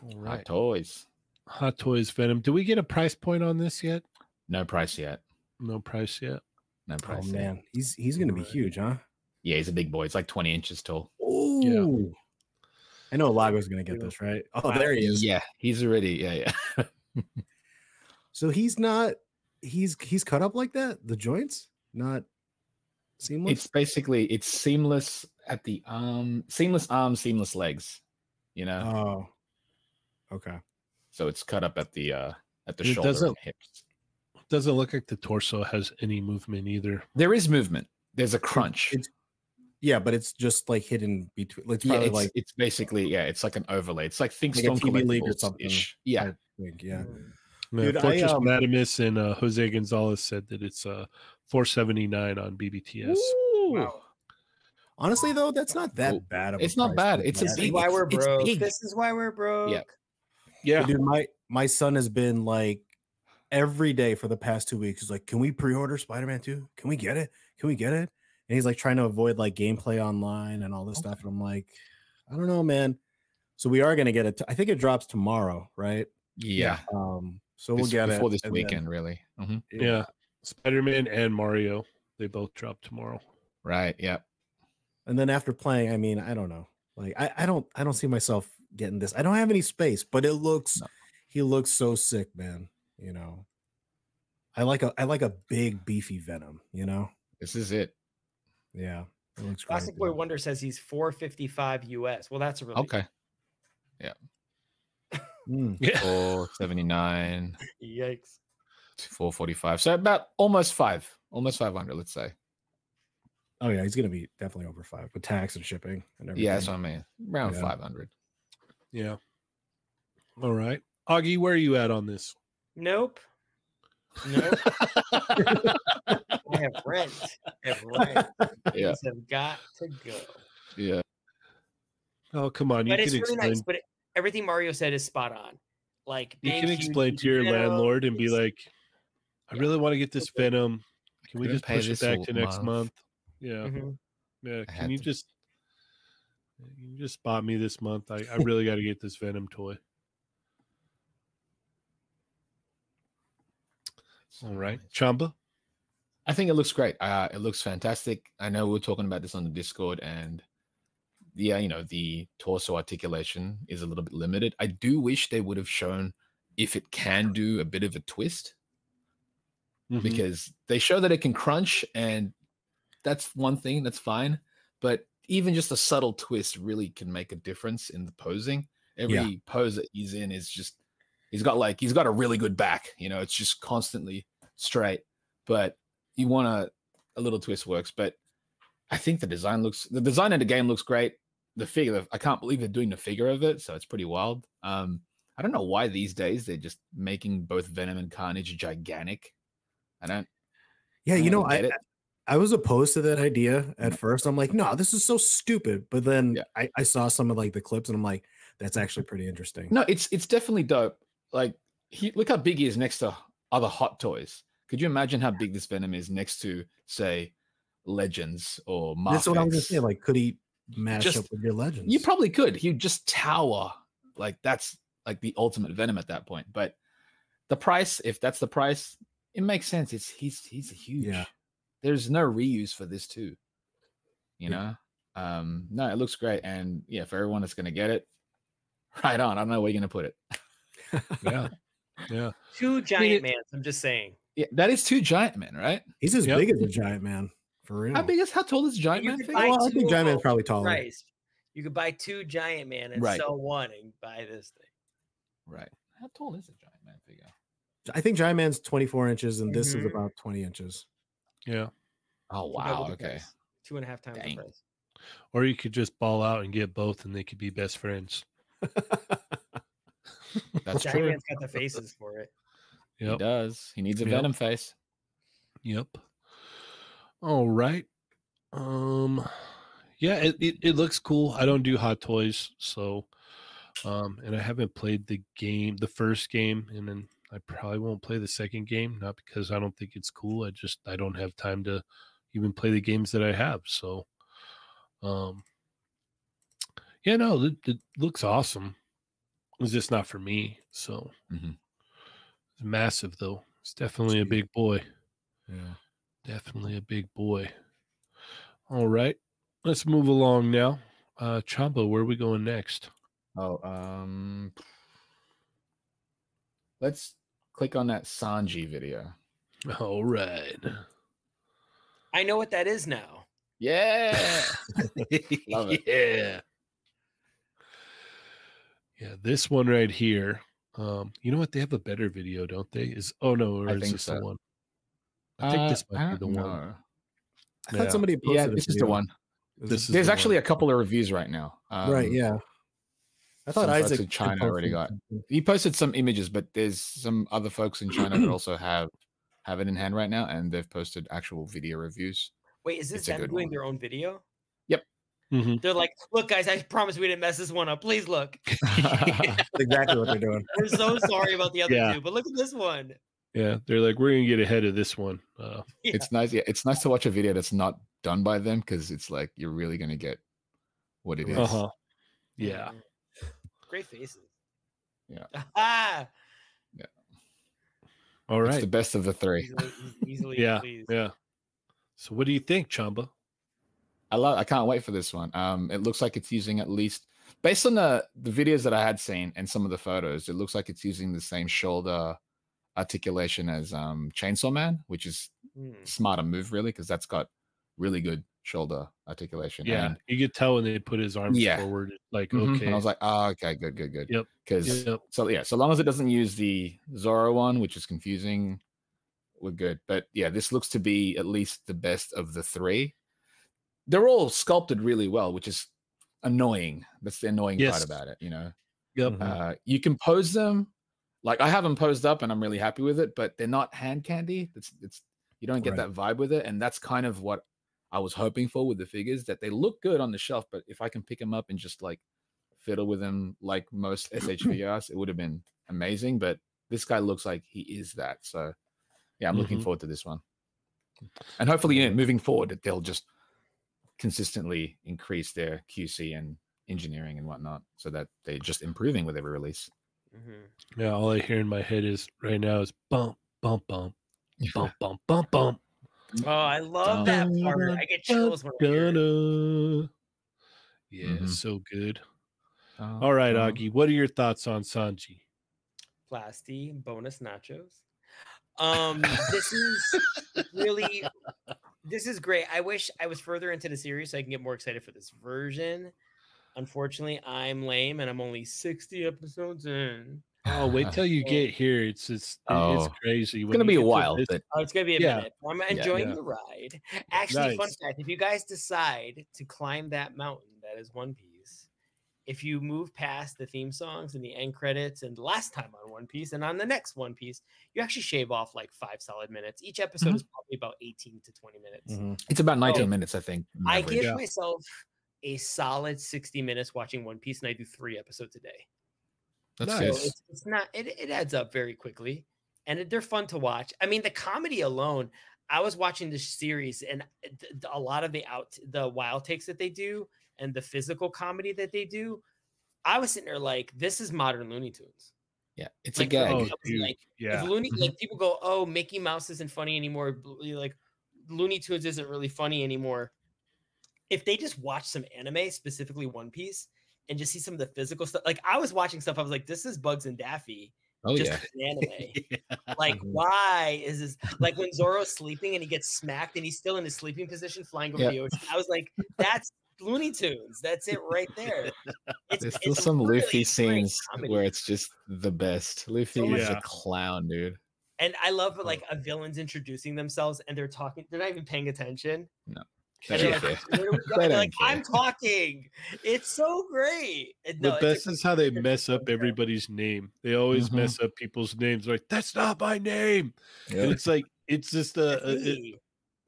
Speaker 1: All
Speaker 2: Hot
Speaker 1: right.
Speaker 2: toys.
Speaker 1: Hot Toys Venom. Do we get a price point on this yet?
Speaker 2: No price yet.
Speaker 1: No price yet.
Speaker 2: No
Speaker 4: Oh
Speaker 2: price. yet.
Speaker 4: man, he's he's gonna be
Speaker 1: Right.
Speaker 4: huge, huh?
Speaker 2: Yeah, he's a big boy. It's like twenty inches tall.
Speaker 4: Oh I know Lago's gonna get
Speaker 1: Yeah.
Speaker 4: this, right? Oh, there he is.
Speaker 2: Yeah, he's already. Yeah, yeah.
Speaker 4: So he's not he's he's cut up like that? The joints? Not seamless?
Speaker 2: it's basically it's seamless at the arm, seamless arms, seamless legs. You know,
Speaker 4: oh. Okay.
Speaker 2: so it's cut up at the uh at the
Speaker 1: It
Speaker 2: shoulder
Speaker 1: doesn't-
Speaker 2: and hips.
Speaker 1: Doesn't look like the torso has any movement either.
Speaker 2: There is movement. There's a crunch.
Speaker 4: it's Yeah, but it's just like hidden between it's
Speaker 2: yeah,
Speaker 4: probably
Speaker 2: it's,
Speaker 4: like
Speaker 2: it's basically yeah, it's like an overlay. It's like think
Speaker 4: Like a
Speaker 2: Stone
Speaker 4: TV league
Speaker 2: Collectibles
Speaker 4: or
Speaker 2: ish.
Speaker 4: something.
Speaker 2: Yeah,
Speaker 4: Right. like, yeah.
Speaker 3: Mm.
Speaker 1: Uh,
Speaker 4: Dude, I,
Speaker 1: Fortress
Speaker 4: um,
Speaker 1: Madamus and uh, Jose Gonzalez said that it's uh, 479 on BBTS.
Speaker 3: Wow.
Speaker 4: Honestly though, that's not that
Speaker 2: Cool.
Speaker 4: bad of
Speaker 2: It's not
Speaker 4: price
Speaker 2: bad.
Speaker 4: point,
Speaker 2: It's a
Speaker 4: man.
Speaker 3: This is
Speaker 2: big-
Speaker 3: why
Speaker 2: it's-
Speaker 3: we're
Speaker 2: it's
Speaker 3: broke.
Speaker 2: big.
Speaker 3: This is why we're broke.
Speaker 1: Yeah.
Speaker 4: Dude, my my son has been like every day for the past two weeks. He's like, "Can we pre-order Spider-Man 2? Can we get it? Can we get it?" And he's like trying to avoid like gameplay online and all this stuff. And I'm like, I don't know, man. So we are gonna get it. t- I think it drops tomorrow, right?
Speaker 2: yeah.
Speaker 4: Um, so
Speaker 2: This-
Speaker 4: we'll get
Speaker 2: before
Speaker 4: it
Speaker 2: this
Speaker 4: and then-
Speaker 2: weekend, really. Mhm.
Speaker 1: Yeah. Spider Man and Mario, they both drop tomorrow.
Speaker 2: Right. Yeah.
Speaker 4: And then after playing, I mean, I don't know. Like I, I don't I don't see myself getting this. I don't have any space, but it looks
Speaker 2: No.
Speaker 4: he looks so sick, man. You know. I like a I like a big beefy venom, you know?
Speaker 2: This is it.
Speaker 4: Yeah. It looks great,
Speaker 3: Classic Boy
Speaker 4: dude.
Speaker 3: Wonder says he's 455 US. Well, that's a really
Speaker 2: Okay.
Speaker 4: Mm,
Speaker 1: Yeah.
Speaker 2: 479,
Speaker 3: Yikes.
Speaker 2: 445. So about almost five, almost 500, let's say.
Speaker 4: Oh yeah, he's gonna be definitely over five with tax and shipping and everything.
Speaker 2: Yeah, that's what I mean. Around
Speaker 4: Yeah.
Speaker 2: 500.
Speaker 1: Yeah. All right. Augie, where are you at on this?
Speaker 3: Nope. Nope. I have rent. I have rent.
Speaker 2: Yeah.
Speaker 3: These have got to go.
Speaker 2: Yeah.
Speaker 1: Oh, come on. You
Speaker 3: But
Speaker 1: can
Speaker 3: it's really
Speaker 1: explain.
Speaker 3: nice. But everything Mario said is spot on. Like
Speaker 1: you
Speaker 3: big,
Speaker 1: can
Speaker 3: huge
Speaker 1: explain to your
Speaker 3: venom,
Speaker 1: landlord and be
Speaker 3: it's-
Speaker 1: like, I
Speaker 3: Yeah.
Speaker 1: really want to get this
Speaker 3: Okay.
Speaker 1: Venom. Can we
Speaker 2: couldn't
Speaker 1: just
Speaker 2: pay
Speaker 1: push it
Speaker 2: this
Speaker 1: back
Speaker 2: whole
Speaker 1: to next
Speaker 2: month.
Speaker 1: month? Yeah.
Speaker 3: Mhm.
Speaker 1: Yeah.
Speaker 2: I
Speaker 1: Can
Speaker 2: had
Speaker 1: you
Speaker 2: to-
Speaker 1: just you can just bought me this month? I, I really gotta get this Venom toy.
Speaker 2: Oh,
Speaker 1: All right. Chamba.
Speaker 2: I think it looks great. Uh, it looks fantastic. I know we are talking about this on the Discord, and yeah, you know the torso articulation is a little bit limited. I do wish they would have shown if it can do a bit of a twist
Speaker 1: Mhm.
Speaker 2: because they show that it can crunch, and that's one thing that's fine. But even just a subtle twist really can make a difference in the posing. Every pose that he's in is just he's got like he's got a really good back. You know, it's just constantly straight, but you want to a little twist works. But I think the design looks the design of the game looks great. The figure, I can't believe they're doing the figure of it, so it's pretty wild. Um, I don't know why these days they're just making both Venom and Carnage gigantic. I don't.
Speaker 4: Yeah,
Speaker 2: I
Speaker 4: you
Speaker 2: don't
Speaker 4: know,
Speaker 2: really
Speaker 4: I,
Speaker 2: get it. Mm-hmm.
Speaker 4: I was opposed to that idea at first. I'm like, no, this is so stupid. But then
Speaker 2: Yeah.
Speaker 4: I, I saw some of like the clips and I'm like, that's actually pretty interesting.
Speaker 2: No, it's it's definitely dope. Like, he, look how big he is next to other hot toys. Could you imagine how big this Venom is next to, say, Legends or Marvel?
Speaker 4: that's what I was gonna say. Like, could he mash
Speaker 2: Just-
Speaker 4: up with your legends?
Speaker 2: You probably could. He'd just tower. Like that's like the ultimate venom at that point. But the price, if that's the price, it makes sense. It's he's he's huge. There's no reuse for this too. You know? Um, no, it looks great. And yeah, for everyone that's gonna get it, right on. I don't know where you're gonna put it.
Speaker 1: Yeah. Yeah.
Speaker 3: two giant
Speaker 2: it-
Speaker 3: mans. I'm just saying.
Speaker 2: Yeah, that is two giant men, right?
Speaker 4: he's as
Speaker 1: Yep.
Speaker 4: big as a giant man for real.
Speaker 2: How big is how tall is giant
Speaker 3: You
Speaker 2: man?
Speaker 3: could
Speaker 2: figure?
Speaker 3: buy
Speaker 4: well, I
Speaker 3: two
Speaker 4: think
Speaker 3: of
Speaker 4: giant man's
Speaker 3: both.
Speaker 4: probably taller.
Speaker 3: Christ. You could buy two giant man and
Speaker 2: Oh. Right.
Speaker 3: sell one and buy this thing.
Speaker 2: Right. How tall is a giant man figure?
Speaker 4: I think giant man's 24 inches and this is
Speaker 3: Mhm.
Speaker 4: about 20 inches.
Speaker 1: Yeah.
Speaker 2: Oh
Speaker 3: Double
Speaker 2: wow,
Speaker 3: the
Speaker 2: okay.
Speaker 3: price. Two and a half times
Speaker 2: Dang.
Speaker 3: the price.
Speaker 1: Or you could just ball out and get both and they could be best friends.
Speaker 2: That's
Speaker 3: Giant
Speaker 2: true.
Speaker 3: man's got the faces for it.
Speaker 2: He
Speaker 1: Yep.
Speaker 2: does. He needs a
Speaker 1: Yep.
Speaker 2: venom face.
Speaker 1: Yep. All right. Um yeah, it, it, it looks cool. I don't do hot toys, so um and I haven't played the game, the first game, and then I probably won't play the second game, not because I don't think it's cool. I just I don't have time to even play the games that I have. So um yeah, no, it, it looks awesome. It's just not for me. So
Speaker 2: Mhm.
Speaker 1: it's massive though. It's definitely a
Speaker 4: huge.
Speaker 1: big boy.
Speaker 4: Yeah.
Speaker 1: Definitely a big boy. All right. Let's move along now. Uh Chamba, where are we going next?
Speaker 2: Oh, um, let's click on that Sanji video.
Speaker 1: All right.
Speaker 3: I know what that is now.
Speaker 2: Yeah, Love it.
Speaker 1: Yeah. Yeah, this one right here. Um, you know what? They have a better video, don't they? Is oh no, or
Speaker 2: I
Speaker 1: is
Speaker 2: think
Speaker 1: this
Speaker 2: so.
Speaker 1: the one? I
Speaker 2: Uh,
Speaker 1: think this might be the one.
Speaker 4: I thought
Speaker 1: Yeah.
Speaker 4: somebody posted
Speaker 2: Yeah,
Speaker 4: a
Speaker 2: this is the
Speaker 4: video.
Speaker 2: one.
Speaker 4: Is
Speaker 1: This
Speaker 4: it-
Speaker 1: is
Speaker 2: There's
Speaker 1: the
Speaker 2: actually
Speaker 1: one.
Speaker 2: a couple of reviews right now. Um,
Speaker 4: right, yeah. I thought
Speaker 2: some folks
Speaker 4: Isaac
Speaker 2: in
Speaker 4: had
Speaker 2: China already
Speaker 4: posted
Speaker 2: got-
Speaker 4: something.
Speaker 2: he posted some images, but there's some other folks in China that also have have it in hand right now, and they've posted actual video reviews.
Speaker 3: Wait, is this
Speaker 2: It's a
Speaker 3: them
Speaker 2: good
Speaker 3: doing
Speaker 2: one.
Speaker 3: their own video?
Speaker 1: Mhm.
Speaker 3: They're like, look, guys, I promise we didn't mess this one up. Please look.
Speaker 4: That's exactly what they're doing.
Speaker 3: We're so sorry about the other
Speaker 1: Yeah.
Speaker 3: two, but look at this one.
Speaker 1: Yeah, they're like, we're gonna get ahead of this one. Uh
Speaker 3: Yeah.
Speaker 2: It's nice. Yeah, it's nice to watch a video that's not done by them because it's like you're really gonna get what it is.
Speaker 1: uh-huh. Yeah.
Speaker 3: Mm. Great faces.
Speaker 2: Yeah.
Speaker 3: Ah,
Speaker 1: All
Speaker 2: It's the
Speaker 1: right.
Speaker 2: best of the three.
Speaker 3: easily, eas- easily
Speaker 1: Yeah.
Speaker 3: pleased.
Speaker 1: Yeah. So what do you think, Chamba?
Speaker 2: I love. I can't wait for this one. Um, it looks like it's using at least based on the the videos that I had seen and some of the photos. It looks like it's using the same shoulder articulation as um Chainsaw Man, which is
Speaker 3: Hmm.
Speaker 2: smarter move really because that's got really good shoulder articulation.
Speaker 1: Yeah,
Speaker 2: and,
Speaker 1: you could tell when they put his arms
Speaker 2: Yeah.
Speaker 1: forward. Like
Speaker 2: Mhm,
Speaker 1: okay,
Speaker 2: and I was like, oh, okay, good, good, good.
Speaker 1: Yep.
Speaker 2: Because
Speaker 1: Yep.
Speaker 2: so yeah, so long as it doesn't use the Zoro one, which is confusing, we're good. But yeah, this looks to be at least the best of the three. They're all sculpted really well, which is annoying. That's the annoying
Speaker 1: Yes. Mm-hmm.
Speaker 2: part about it, you know.
Speaker 1: yep.
Speaker 4: Mhm.
Speaker 2: Uh, you can pose them. Like I have them posed up, and I'm really happy with it. But they're not hand candy. It's it's you don't get
Speaker 4: Right.
Speaker 2: that vibe with it, and that's kind of what I was hoping for with the figures. That they look good on the shelf, but if I can pick them up and just like fiddle with them like most SH figures, it would have been amazing. But this guy looks like he is that. So yeah, I'm looking
Speaker 1: Mhm.
Speaker 2: forward to this one, and hopefully, yeah, moving forward, that they'll just consistently increase their QC and engineering and whatnot so that they're just improving with every release.
Speaker 3: Mhm.
Speaker 1: Yeah, all I hear in my head is right now is bump, bump, bump, bump, bump, bump, bump.
Speaker 3: Oh, I love that part. I get chills when I hear it.
Speaker 1: Dun-dun. Yeah,
Speaker 2: Mhm.
Speaker 1: so good.
Speaker 2: Uh,
Speaker 1: All right,
Speaker 2: uh,
Speaker 1: Augie, what are your thoughts on Sanji?
Speaker 3: Plasti bonus nachos. Um, this is really this is great. I wish I was further into the series so I can get more excited for this version. Unfortunately, I'm lame and I'm only 60 episodes in.
Speaker 1: Oh, wait till you get here. It's it's
Speaker 2: Oh.
Speaker 1: it's crazy.
Speaker 2: It's gonna be a while,
Speaker 1: This,
Speaker 2: but
Speaker 3: Oh, it's gonna be a
Speaker 1: Yeah.
Speaker 3: minute. but I'm enjoying
Speaker 1: yeah.
Speaker 3: the ride. Actually, fun
Speaker 1: Nice.
Speaker 3: fact: if you guys decide to climb that mountain, that is One Piece. If you move past the theme songs and the end credits, and last time on One Piece, and on the next One Piece, you actually shave off like five solid minutes. Each episode
Speaker 1: Mm-hmm.
Speaker 2: Mhm.
Speaker 3: is probably about eighteen to twenty minutes.
Speaker 4: Mm-hmm.
Speaker 2: it's about 19
Speaker 3: Oh.
Speaker 2: minutes, I think. on
Speaker 3: I
Speaker 2: average.
Speaker 3: give
Speaker 1: Yeah.
Speaker 3: myself a solid sixty minutes watching One Piece, and I do three episodes a day.
Speaker 2: That's
Speaker 1: Nice.
Speaker 3: So
Speaker 2: good.
Speaker 1: Yes.
Speaker 3: Oh, it's, it's not it, it adds up very quickly and it- they're fun to watch i mean the comedy alone i was watching this series and uh, th- th- a lot of the out the wild takes that they do and the physical comedy that they do i was sitting there like this is modern looney tunes
Speaker 2: Yeah, it's a
Speaker 3: like,
Speaker 2: gag.
Speaker 1: oh,
Speaker 3: Like,
Speaker 1: dude,
Speaker 3: if
Speaker 1: yeah.
Speaker 3: looney
Speaker 2: Mm-hmm.
Speaker 3: like people go oh mickey mouse isn't funny anymore bl- like looney tunes isn't really funny anymore if they just watch some anime specifically one piece and just see some of the physical stuff like i was watching stuff i was like this is bugs and daffy
Speaker 2: oh,
Speaker 3: just
Speaker 2: yeah. Mm-hmm.
Speaker 3: an anime. Like, why is this? Like when Zoro's sleeping and he gets smacked and he's still in his sleeping position, flying over
Speaker 2: Yeah.
Speaker 3: the ocean. I was like, that's Looney Tunes. That's it right there. It's,
Speaker 2: There's
Speaker 3: it's
Speaker 2: still
Speaker 3: a
Speaker 2: some
Speaker 3: really
Speaker 2: Luffy
Speaker 3: great
Speaker 2: scenes
Speaker 3: comedy.
Speaker 2: where it's just the best. Luffy is
Speaker 1: Yeah.
Speaker 2: a clown, dude.
Speaker 3: and I love
Speaker 1: Hmm.
Speaker 3: like a villain's introducing themselves and they're talking. They're not even paying attention.
Speaker 2: They
Speaker 3: And
Speaker 2: don't
Speaker 3: they're like,
Speaker 2: care.
Speaker 3: "Where do we go?"
Speaker 2: They
Speaker 3: They're
Speaker 2: don't
Speaker 3: like, I'm
Speaker 2: care.
Speaker 3: talking. It's so great. And
Speaker 1: The
Speaker 3: no, it's a
Speaker 1: best is how they
Speaker 3: great
Speaker 1: mess up
Speaker 3: show.
Speaker 1: everybody's name. They always
Speaker 2: Mhm.
Speaker 1: mess up people's names. Like that's not my name,
Speaker 2: Yeah.
Speaker 1: and it's like it's just a, a- it-
Speaker 3: Hey,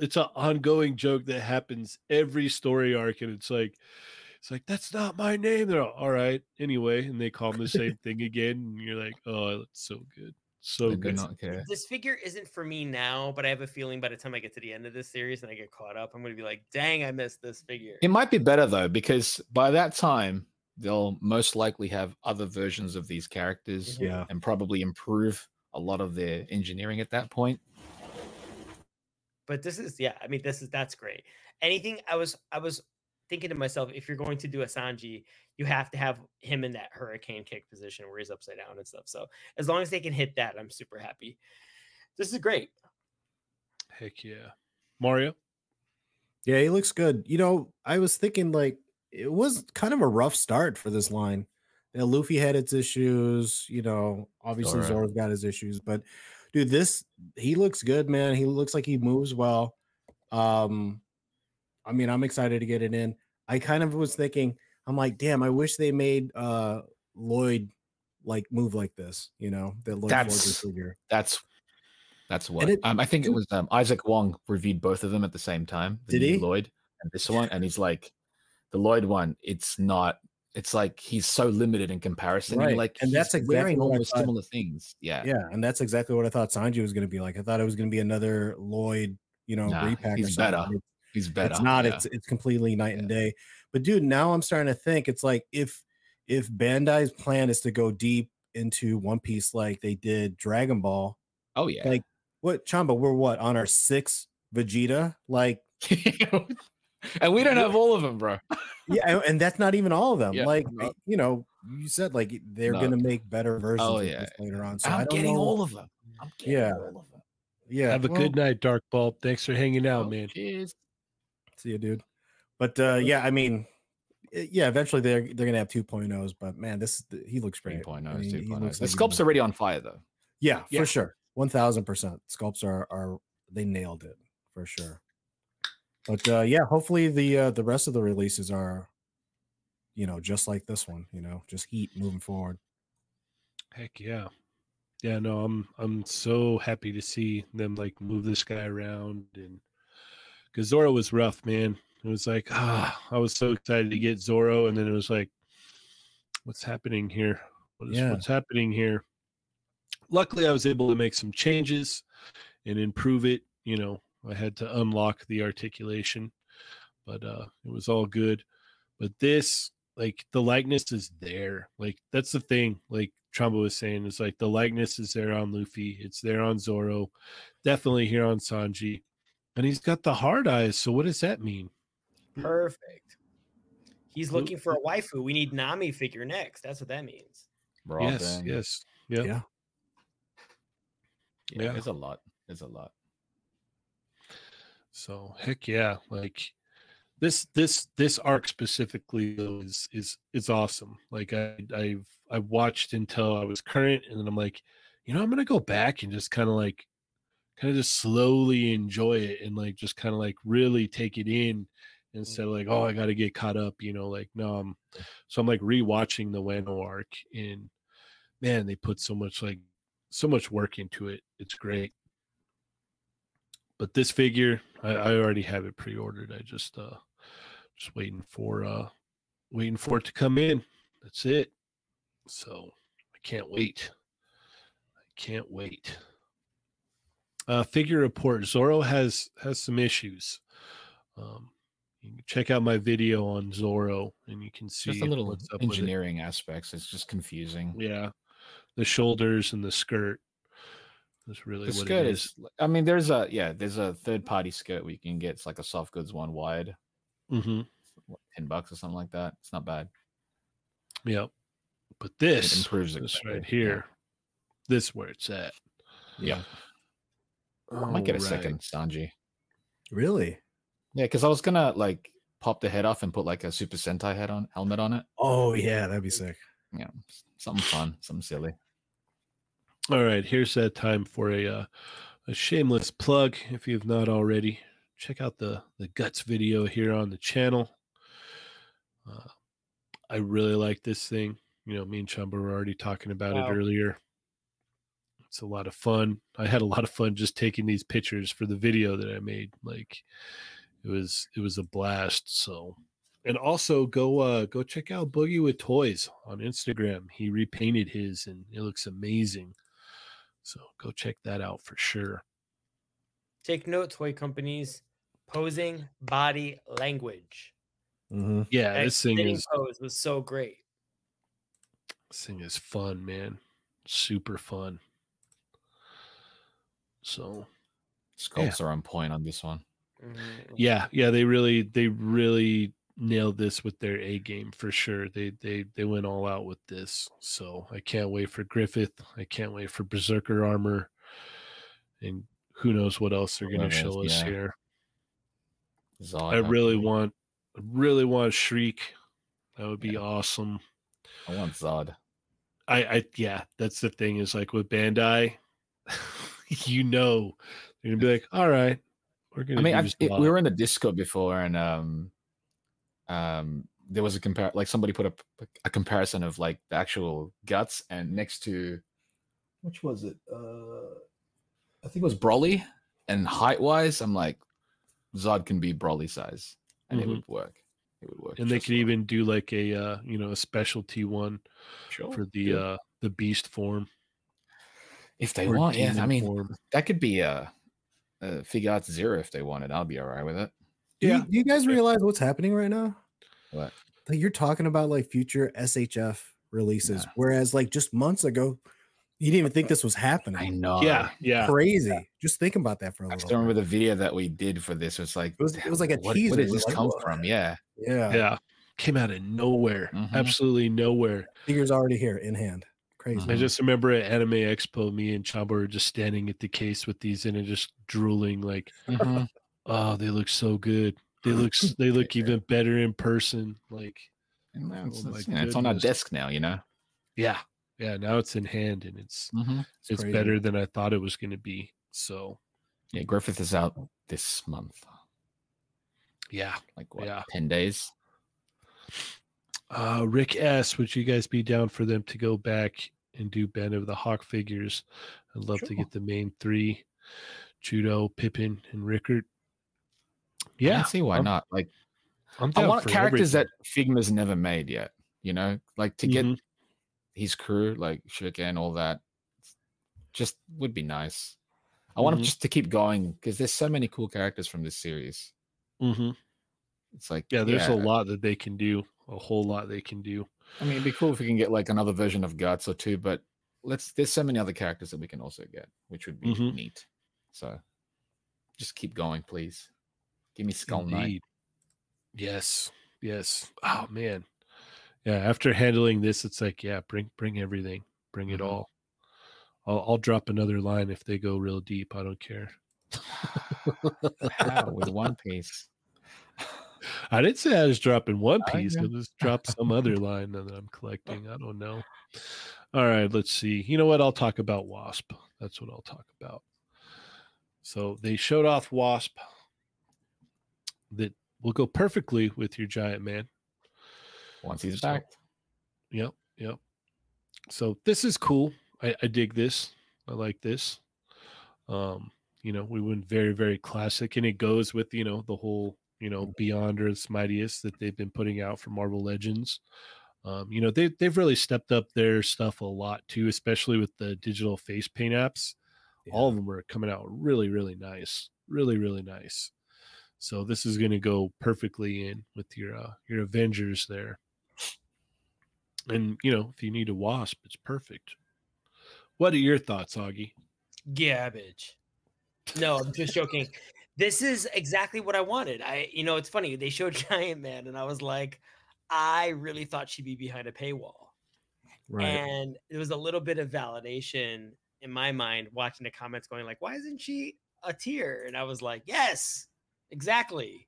Speaker 1: it's an ongoing joke that happens every story arc, and it's like it's like that's not my name. They're all, all right anyway, and they call them the same thing again, and you're like, oh, that's so good, so
Speaker 2: They do
Speaker 1: good.
Speaker 2: not care.
Speaker 3: this figure isn't for me now, but I have a feeling by the time I get to the end of this series and I get caught up, I'm gonna be like, dang, I missed this figure.
Speaker 2: It might be better though, because by that time they'll most likely have other versions of these characters
Speaker 4: Yeah.
Speaker 2: and probably improve a lot of their engineering at that point.
Speaker 3: But this is yeah, I mean, this is that's great. Anything I was I was thinking to myself, if you're going to do a Sanji, you have to have him in that hurricane kick position where he's upside down and stuff. So as long as they can hit that, I'm super happy. This is great.
Speaker 1: Heck yeah, Mario.
Speaker 4: Yeah, he looks good. You know, I was thinking like it was kind of a rough start for this line. That Luffy had its issues, you know, obviously
Speaker 2: Zoro.
Speaker 4: Zoro's got his issues, but dude, this he looks good, man. He looks like he moves well. Um I mean, I'm excited to get it in. I kind of was thinking, I'm like, damn, I wish they made uh Lloyd like move like this, you know, that Lloyd Forger
Speaker 2: That's-
Speaker 4: figure.
Speaker 2: That's that's what
Speaker 4: it-
Speaker 2: um, I think it was. Um, Isaac Wong reviewed both of them at the same time. The
Speaker 4: Did
Speaker 2: new
Speaker 4: he?
Speaker 2: Lloyd and this one, and he's like, the Lloyd one. It's not. It's like he's so limited in comparison. You're
Speaker 4: Right,
Speaker 2: Like,
Speaker 4: and that's
Speaker 2: he's
Speaker 4: exactly
Speaker 2: wearing
Speaker 4: what I
Speaker 2: almost
Speaker 4: thought.
Speaker 2: similar things. Yeah.
Speaker 4: Yeah, and that's exactly what I thought Sanji was gonna be like. I thought it was gonna be another Lloyd, you know,
Speaker 2: Nah,
Speaker 4: repack. or
Speaker 2: he's
Speaker 4: something.
Speaker 2: better. He's better.
Speaker 4: It's not.
Speaker 2: yeah.
Speaker 4: It's it's completely night and day. But dude, now I'm starting to think it's like if if Bandai's plan is to go deep into One Piece like they did Dragon Ball,
Speaker 2: oh yeah.
Speaker 4: like, what Chamba, we're what on our sixth Vegeta? Like
Speaker 2: and we don't have all of them, bro.
Speaker 4: yeah, and- and that's not even all of them.
Speaker 2: Yeah,
Speaker 4: like
Speaker 2: no.
Speaker 4: you know, you said like they're
Speaker 2: No.
Speaker 4: gonna make better versions
Speaker 2: Oh,
Speaker 4: of
Speaker 2: yeah.
Speaker 4: this later on. So I'm I
Speaker 2: I'm
Speaker 4: do not
Speaker 2: getting
Speaker 4: know.
Speaker 2: all of them. I'm getting
Speaker 4: Yeah.
Speaker 2: all of them.
Speaker 4: yeah,
Speaker 1: Have a
Speaker 4: well,
Speaker 1: good night, Dark Bulb. Thanks for hanging
Speaker 2: Oh,
Speaker 1: out, Oh, man.
Speaker 2: Cheers.
Speaker 4: See you, dude. But uh, yeah, I mean, i- yeah, eventually they're they're gonna have 2.0s. But man, this is the- he looks great. I
Speaker 2: 3.0,
Speaker 4: mean, he
Speaker 2: 2.0.
Speaker 4: looks
Speaker 2: The
Speaker 4: like he's
Speaker 2: oh. sculpt's
Speaker 4: gonna-
Speaker 2: already on fire though.
Speaker 4: yeah,
Speaker 1: Yeah.
Speaker 4: for sure, one thousand percent. Sculpts are are they nailed it for sure. But uh, yeah, hopefully the uh, the rest of the releases are, you know, just like this one. You know, just heat moving forward.
Speaker 1: Heck yeah. Yeah, no, I'm I'm so happy to see them like move this guy around and because Zoro was rough, man. It was like, ah, I was so excited to get Zoro, and then it was like, what's happening here? What is
Speaker 4: Yeah.
Speaker 1: what's happening here? Luckily, I was able to make some changes and improve it. You know, I had to unlock the articulation, but uh it was all good. But this, like the likeness is there. Like that's the thing. Like Trumbo was saying, is like the likeness is there on Luffy. It's there on Zoro. Definitely here on Sanji. And he's got the hard eyes. So what does that mean?
Speaker 3: Perfect. He's
Speaker 1: Lu-
Speaker 3: looking for a waifu. We need Nami figure next. That's what that means.
Speaker 2: Raw
Speaker 1: yes.
Speaker 2: thing.
Speaker 1: Yes. Yep.
Speaker 4: Yeah.
Speaker 2: Yeah,
Speaker 1: Yeah.
Speaker 2: There's a lot. There's a lot.
Speaker 1: So heck yeah. Like this this this arc specifically though is is is awesome. Like I I've I watched until I was current and then I'm like, you know, I'm gonna go back and just kind of like kind of just slowly enjoy it and like just kind of like really take it in instead of like, oh, I gotta get caught up, you know, like no, I'm so I'm like rewatching the Wano arc and man, they put so much like so much work into it. It's great but this figure I, I already have it pre-ordered i just uh just waiting for uh waiting for it to come in that's it so i can't wait i can't wait uh figure report zoro has has some issues um you can check out my video on zoro and you can see
Speaker 2: Just a little
Speaker 1: what's up with it.
Speaker 2: engineering aspects. It's just confusing.
Speaker 1: yeah the shoulders and the skirt that's really
Speaker 2: the
Speaker 1: what
Speaker 2: skirt
Speaker 1: it
Speaker 2: is.
Speaker 1: is,
Speaker 2: I mean, there's a yeah, there's a third party skirt we can get. It's like a soft goods one wide,
Speaker 1: mm-hmm
Speaker 2: what, ten bucks or something like that. It's not bad.
Speaker 1: yep but
Speaker 2: it
Speaker 1: this
Speaker 2: improves it
Speaker 1: this
Speaker 2: greatly,
Speaker 1: right
Speaker 2: yeah.
Speaker 1: here. This where it's at.
Speaker 2: Yeah. I might get a second Sanji.
Speaker 4: Really?
Speaker 2: Yeah, because I was gonna like pop the head off and put like a Super Sentai head on helmet on it.
Speaker 4: Oh yeah, that'd be sick.
Speaker 2: Yeah, s- something fun, something silly.
Speaker 1: All right, here's that time for a uh, a shameless plug. If you've not already, check out the the guts video here on the channel. Uh, I really like this thing. You know, me and Chumba were already talking about
Speaker 3: Wow.
Speaker 1: it earlier. It's a lot of fun. I had a lot of fun just taking these pictures for the video that I made. Like it was it was a blast. So and also go uh go check out Boogie with Toys on Instagram. He repainted his and it looks amazing. So go check that out for sure.
Speaker 3: Take note, toy companies. Posing body language.
Speaker 4: Mm-hmm.
Speaker 1: Yeah,
Speaker 3: That
Speaker 1: this thing
Speaker 3: sitting
Speaker 1: is
Speaker 3: pose was so great.
Speaker 1: this thing is fun, man. Super fun. So
Speaker 2: Sculpts are on point on this one.
Speaker 3: Mhm.
Speaker 1: yeah, yeah, they really they really nailed this with their A game for sure. They they they went all out with this. So I can't wait for Griffith. I can't wait for Berserker armor. And who knows what else they're gonna
Speaker 2: Whatever it is,
Speaker 1: show us
Speaker 2: yeah.
Speaker 1: here.
Speaker 2: This is all
Speaker 1: I
Speaker 2: have.
Speaker 1: really want I really want Shriek. That would be awesome.
Speaker 2: I want Zod.
Speaker 1: I, I yeah, that's the thing is like with Bandai, you know, they're gonna be like, all right, we're gonna.
Speaker 2: I mean,
Speaker 1: do
Speaker 2: I've,
Speaker 1: this
Speaker 2: it-
Speaker 1: lot."
Speaker 2: we were in the Discord before, and um, um, there was a compare. Like somebody put up a comparison of like the actual guts, and next to which was it? Uh, I think it was Broly. And height wise, I'm like, Zod can be Broly size, and it
Speaker 1: Mhm.
Speaker 2: would work. It would work.
Speaker 1: and they
Speaker 2: just
Speaker 1: could
Speaker 2: fine.
Speaker 1: even do like a uh, you know a specialty one
Speaker 2: Sure,
Speaker 1: for the
Speaker 2: sure.
Speaker 1: uh the beast form.
Speaker 2: if they
Speaker 1: or
Speaker 2: want. Yeah, I
Speaker 1: demon
Speaker 2: mean,
Speaker 1: form.
Speaker 2: that could be a, a figure out zero if they wanted. I'll be all right with it.
Speaker 4: Do,
Speaker 1: Yeah.
Speaker 4: you, do you guys realize what's happening right now?
Speaker 2: What?
Speaker 4: Like you're talking about like future SHF releases,
Speaker 2: Yeah.
Speaker 4: whereas like just months ago, You didn't even think this was happening.
Speaker 2: I know.
Speaker 1: yeah, yeah.
Speaker 4: Crazy. Just think about that for a
Speaker 2: I
Speaker 4: little.
Speaker 2: still remember the video that we did for this. It's like
Speaker 4: Oh, It was- it was like a
Speaker 2: what,
Speaker 4: teaser.
Speaker 2: Where did
Speaker 4: We're
Speaker 2: this
Speaker 4: like,
Speaker 2: come
Speaker 4: "What?"
Speaker 2: from? Yeah.
Speaker 4: Yeah.
Speaker 1: Yeah. Came out of nowhere.
Speaker 2: Mhm.
Speaker 1: Absolutely nowhere.
Speaker 4: Figure's already here in hand. Crazy.
Speaker 1: I
Speaker 2: Mhm.
Speaker 1: just remember at Anime Expo, me and Chaba were just standing at the case with these in and just drooling like,
Speaker 2: Mhm.
Speaker 1: oh, they look so good. They look s- they look even better in person. Like,
Speaker 2: And now it's,
Speaker 1: Oh my
Speaker 2: it's, you know, it's on our
Speaker 1: goodness.
Speaker 2: desk now, you know.
Speaker 1: yeah, yeah. Now it's in hand and it's
Speaker 2: Mhm.
Speaker 1: it's
Speaker 4: crazy.
Speaker 1: better than I thought it was going to be. So
Speaker 2: Yeah, Griffith is out this month.
Speaker 1: yeah.
Speaker 2: Like what?
Speaker 1: Yeah.
Speaker 2: Ten days.
Speaker 1: Uh, Rick S, would you guys be down for them to go back and do Ben of the Hawk figures? I'd love to
Speaker 2: Sure.
Speaker 1: get the main three: Judo, Pippin, and Rickard.
Speaker 2: I don't
Speaker 1: Yeah,
Speaker 2: see why
Speaker 1: I'm-
Speaker 2: not. Like
Speaker 1: I'm
Speaker 2: I
Speaker 1: down
Speaker 2: want
Speaker 1: for
Speaker 2: characters
Speaker 1: everything.
Speaker 2: that Figma's never made yet. You know, like to get
Speaker 1: Mhm.
Speaker 2: his crew, like Shuriken, all that, just would be nice. I want 'em
Speaker 1: Mhm.
Speaker 2: just to keep going because there's so many cool characters from this series.
Speaker 1: Mhm.
Speaker 2: It's like
Speaker 1: Yeah, there's a lot that they can do. A whole lot they can do.
Speaker 2: I mean, it'd be cool if we can get like another version of Guts or two, but let's. There's so many other characters that we can also get, which would be
Speaker 1: Mhm.
Speaker 2: neat. So, just keep going, please. Give me Skull Knight.
Speaker 1: Indeed. Yes. Yes. Oh man. Yeah. After handling this, it's like, yeah, bring bring everything. Bring it
Speaker 2: Mhm.
Speaker 1: all. I'll I'll drop another line if they go real deep. I don't care.
Speaker 2: How with One Piece?
Speaker 1: I didn't say I was dropping one
Speaker 2: I
Speaker 1: piece.
Speaker 2: know.
Speaker 1: I'll just drop some other line that I'm collecting. I don't know. All right, let's see. You know what? I'll talk about Wasp. That's what I'll talk about. So they showed off Wasp that will go perfectly with your giant man.
Speaker 2: Once he's
Speaker 1: So-
Speaker 2: back,
Speaker 1: Yep, yep. So this is cool. I, I dig this. I like this. Um, you know, we went very, very classic, and it goes with you know the whole you know Beyond Earth's Mightiest that they've been putting out for Marvel Legends. Um, you know, they they've really stepped up their stuff a lot too, especially with the digital face paint apps all of them are coming out really really nice really really nice so this is going to go perfectly in with your uh, your avengers there and you know if you need a wasp it's perfect what are your thoughts augie
Speaker 3: Garbage. No, I'm just joking. This is exactly what I wanted. I, you know, it's funny. They showed Giant Man, and I was like, I really thought she'd be behind a paywall.
Speaker 4: Right.
Speaker 3: And there was a little bit of validation in my mind watching the comments going like, why isn't she a tier? And I was like, yes, exactly.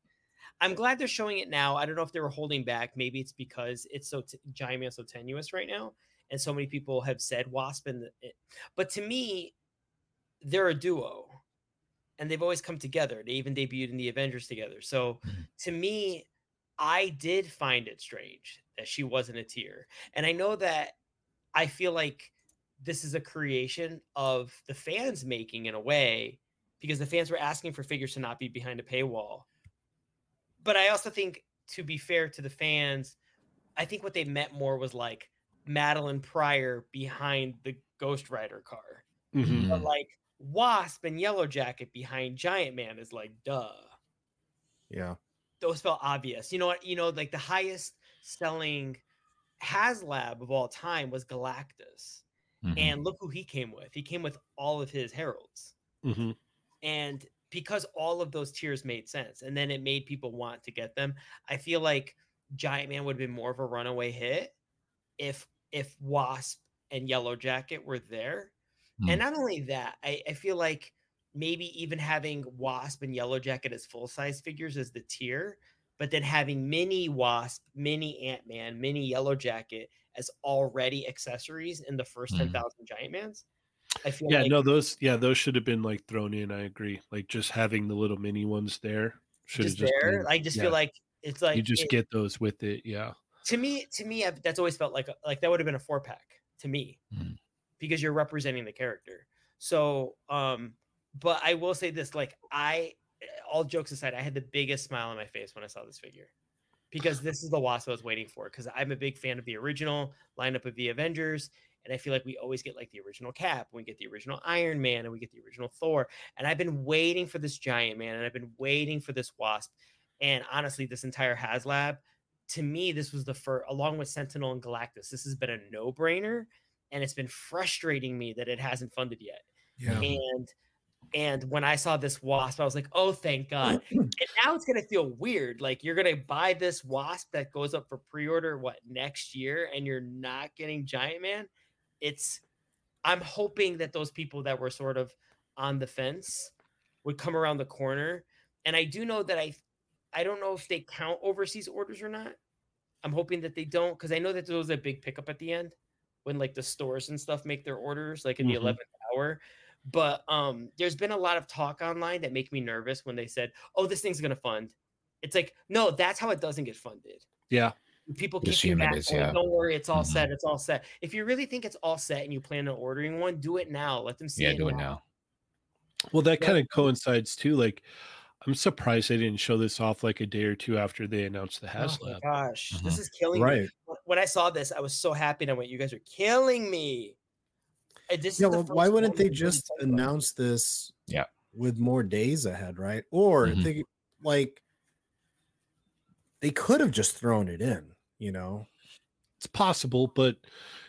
Speaker 3: I'm glad they're showing it now. I don't know if they were holding back. Maybe it's because it's so t- Giant Man's so tenuous right now, and so many people have said Wasp and. the- It. But to me, they're a duo, and they've always come together. They even debuted in the Avengers together. So to me, I did find it strange that she wasn't a tier. And I know that I feel like this is a creation of the fans making in a way because the fans were asking for figures to not be behind a paywall. But I also think, to be fair to the fans, I think what they meant more was like Madeline Pryor behind the Ghost Rider car. But
Speaker 1: Mm-hmm,
Speaker 2: Mm.
Speaker 3: like Wasp and Yellow Jacket behind Giant Man is like, duh
Speaker 4: Yeah.
Speaker 3: those felt obvious. You know what? You know, like the highest selling HasLab of all time was Galactus.
Speaker 2: Mhm.
Speaker 3: And look who he came with. He came with all of his heralds.
Speaker 1: mm-hmm.
Speaker 3: And because all of those tiers made sense and then it made people want to get them, I feel like Giant Man would have been more of a runaway hit if if Wasp and Yellow Jacket were there.
Speaker 2: Mm.
Speaker 1: Hmm.
Speaker 3: And not only that, I, I feel like maybe even having Wasp and Yellow Jacket as full size figures as the tier, but then having mini Wasp, mini Ant Man, mini Yellow Jacket as already accessories in the first
Speaker 2: Mm.
Speaker 3: 10,000 Giant Mans. I feel
Speaker 1: Hmm. yeah
Speaker 3: like
Speaker 1: no those yeah those should have been like thrown in i agree like just having the little mini ones there should
Speaker 3: just,
Speaker 1: have just
Speaker 3: there.
Speaker 1: been-
Speaker 3: I just
Speaker 1: yeah,
Speaker 3: feel like it's like
Speaker 1: you just
Speaker 3: it-
Speaker 1: get those with it yeah
Speaker 3: to me, to me, I've, that's always felt like a- like that would have been a four pack to me,
Speaker 2: Mm.
Speaker 3: because you're representing the character. So, um, but I will say this: like, I, all jokes aside, I had the biggest smile on my face when I saw this figure, because this is the Wasp I was waiting for. Because I'm a big fan of the original lineup of the Avengers, and I feel like we always get like the original Cap, we get the original Iron Man, and we get the original Thor. And I've been waiting for this Giant Man, and I've been waiting for this Wasp, and honestly, this entire HasLab to me, this was the first, along with Sentinel and Galactus, this has been a no brainer. and it's been frustrating me that it hasn't funded yet.
Speaker 1: Yeah.
Speaker 3: And and when I saw this wasp, I was like, oh, thank God. and now it's gonna feel weird. Like you're gonna buy this wasp that goes up for pre-order what next year, and you're not getting Giant Man. It's I'm hoping that those people that were sort of on the fence would come around the corner. And I do know that I I don't know if they count overseas orders or not. I'm hoping that they don't because I know that there was a big pickup at the end when like the stores and stuff make their orders like in
Speaker 2: Mhm.
Speaker 3: the 11th hour. But um, there's been a lot of talk online that make me nervous when they said, "Oh, this thing's gonna fund." It's like, no, that's how it doesn't get funded.
Speaker 1: Yeah.
Speaker 3: People
Speaker 2: You
Speaker 3: keep you
Speaker 2: assume it
Speaker 3: back.
Speaker 2: is,
Speaker 3: going,
Speaker 2: yeah.
Speaker 3: Don't worry, it's all
Speaker 2: Mhm.
Speaker 3: set. It's all set. If you really think it's all set and you plan on ordering one, do it now. Let them see.
Speaker 2: yeah, do it now.
Speaker 1: Well, that
Speaker 3: Yeah.
Speaker 1: kind of coincides too. Like, I'm surprised they didn't show this off like a day or two after they announced the
Speaker 3: Oh
Speaker 1: HasLab.
Speaker 3: my gosh, this
Speaker 2: Mhm.
Speaker 3: is killing me.
Speaker 4: Right.
Speaker 3: Wh- When I saw this, I was so happy, and I went, "You guys are killing me." Uh, This is
Speaker 4: Yeah,
Speaker 3: the
Speaker 4: well, why
Speaker 3: first
Speaker 4: wouldn't
Speaker 3: one
Speaker 4: they
Speaker 3: that really
Speaker 4: just
Speaker 3: talked about it.
Speaker 4: announce this
Speaker 2: Yeah.
Speaker 4: with more days ahead, right? Or
Speaker 2: Mhm.
Speaker 4: they like they could have just thrown it in, you know.
Speaker 1: it's possible, but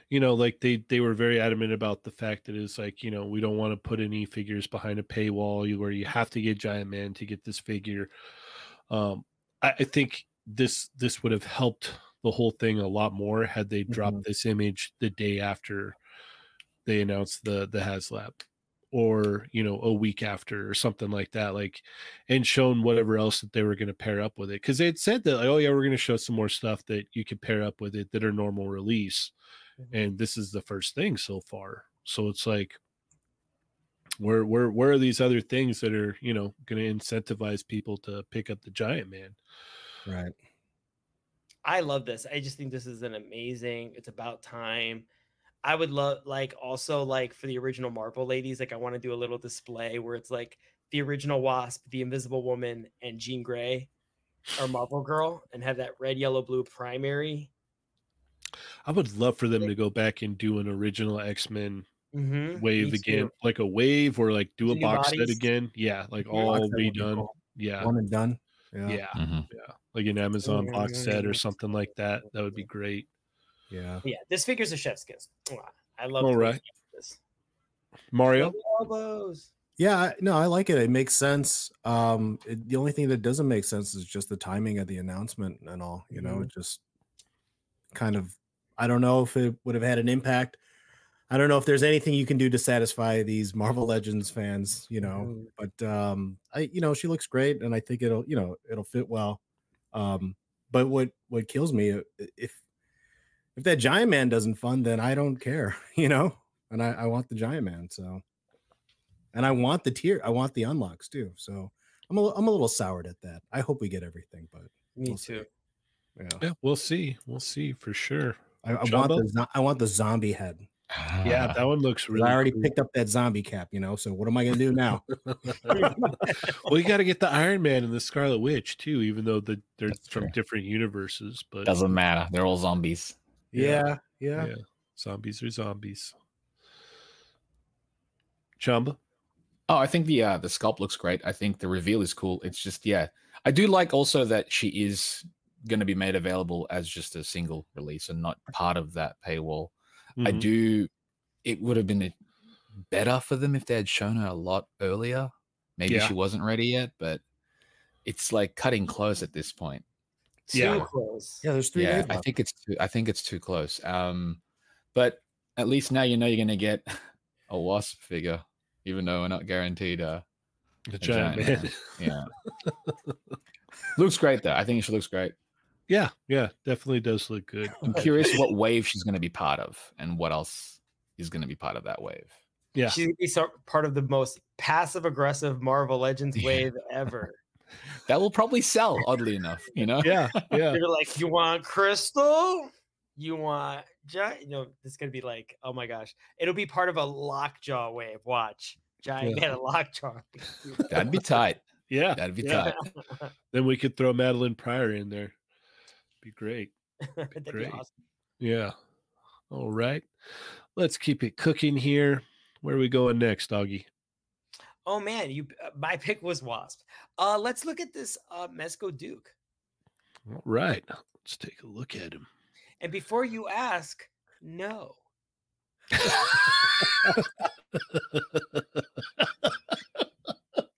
Speaker 1: you know, like they they were very adamant about the fact that it's like you know we don't want to put any figures behind a paywall you- where you have to get Giant Man to get this figure. Um, I, I think this this would have helped the whole thing a lot more had they dropped this image the day after they announced the the HasLab or you know a week after or something like that like and shown whatever else that they were going to pair up with it because they had said that like, oh yeah we're going to show some more stuff that you could pair up with it that are normal release
Speaker 3: Mhm.
Speaker 1: and this is the first thing so far so it's like where where where are these other things that are you know going to incentivize people to pick up the giant man
Speaker 4: Right.
Speaker 3: I love this. I just think this is an amazing. It's about time. I would love like also like for the original Marvel ladies, like I want to do a little display where it's like the original Wasp, the Invisible Woman, and Jean Grey or Marvel Girl, and have that red, yellow, blue primary.
Speaker 1: i would love for them to go back and do an original x-men
Speaker 3: Mm-hmm.
Speaker 1: wave again like a wave or like do a
Speaker 3: New
Speaker 1: box set
Speaker 3: bodies.
Speaker 1: again yeah like
Speaker 3: Mhm.
Speaker 1: all
Speaker 4: Box set would be
Speaker 1: redone
Speaker 4: cool. Oh
Speaker 1: yeah
Speaker 4: One and done. Yeah.
Speaker 1: yeah
Speaker 2: Mhm.
Speaker 1: yeah like an amazon box set or
Speaker 4: Mm-hmm.
Speaker 3: Mm.
Speaker 1: something like that that would be great
Speaker 4: Yeah.
Speaker 3: Yeah, this figure's a chef's kiss. Mwah. I love.
Speaker 1: All
Speaker 3: the way
Speaker 1: right.
Speaker 3: This.
Speaker 1: mario
Speaker 3: Love the elbows.
Speaker 4: Yeah, I- no, I like it. It makes sense. Um, it, the only thing that doesn't make sense is just the timing of the announcement and all. You know, it just kind of. I don't know if it would have had an impact. I don't know if there's anything you can do to satisfy these Marvel Legends fans. You know,
Speaker 3: Mhm.
Speaker 4: but um, I, you know, she looks great, and I think it'll, you know, it'll fit well. Um, but what what kills me uh, i- if if that Giant Man doesn't fund, then I don't care. You know, and I, I want the Giant Man. So and I want the tier. I want the unlocks too. So I'm a, I'm a little soured at that. I hope we get everything, but
Speaker 3: Me
Speaker 4: We'll see.
Speaker 3: too.
Speaker 4: yeah,
Speaker 1: yeah we'll see we'll see for sure
Speaker 4: I, I want
Speaker 1: Jumbo?
Speaker 4: the zo- I want the zombie head. 'cause
Speaker 1: yeah
Speaker 2: Ah.
Speaker 1: that one looks really
Speaker 4: I already
Speaker 1: cool.
Speaker 4: picked up that zombie cap, you know. So what am I gonna do now?
Speaker 1: well you got to get the iron man and the scarlet witch too even though the, they're
Speaker 2: That's
Speaker 1: from
Speaker 2: true.
Speaker 1: different universes but
Speaker 2: doesn't matter. They're all zombies.
Speaker 4: yeah, yeah,
Speaker 1: yeah. zombies are zombies chamba
Speaker 2: Oh, I think the uh, the sculpt looks great. I think the reveal is cool. It's just yeah, I do like also that she is going to be made available as just a single release and not part of that paywall. I
Speaker 1: Mhm.
Speaker 2: do. It would have been better for them if they had shown her a lot earlier. Maybe
Speaker 1: Yeah.
Speaker 2: she wasn't ready yet, but it's like cutting close at this point.
Speaker 1: Yeah.
Speaker 3: So close.
Speaker 4: yeah. There's three
Speaker 2: yeah,
Speaker 4: days.
Speaker 2: I
Speaker 4: left.
Speaker 2: think it's too, I think it's too close. Um, but at least now you know you're gonna get a wasp figure, even though we're not guaranteed. Uh,
Speaker 1: the giant,
Speaker 2: giant
Speaker 1: man
Speaker 2: yeah, looks great though. I think she looks great.
Speaker 1: yeah yeah definitely does look good
Speaker 2: I'm curious what wave she's gonna be part of and what else is gonna be part of that wave.
Speaker 1: yeah
Speaker 3: She's gonna be so- part of the most passive aggressive Marvel Legends
Speaker 2: Yeah.
Speaker 3: wave ever.
Speaker 2: That will probably sell, oddly enough. You know,
Speaker 1: yeah yeah
Speaker 3: They're like, you want crystal? You want giant? You know, this is gonna be like, oh my gosh, it'll be part of a lockjaw wave. Watch, giant
Speaker 1: Yeah.
Speaker 3: man, a lockjaw.
Speaker 2: that'd be tight.
Speaker 1: yeah
Speaker 2: That'd be
Speaker 1: Yeah.
Speaker 2: tight.
Speaker 1: then we could throw madeline pryor in there be great
Speaker 3: That'd be
Speaker 1: Great.
Speaker 3: awesome.
Speaker 1: Yeah. All right. Let's keep it cooking here. Where are we going next, Augie?
Speaker 3: Oh man, you. uh, My pick was Wasp. Uh, let's look at this uh, Mesco Duke.
Speaker 1: All right. Let's take a look at him.
Speaker 3: And before you ask, no,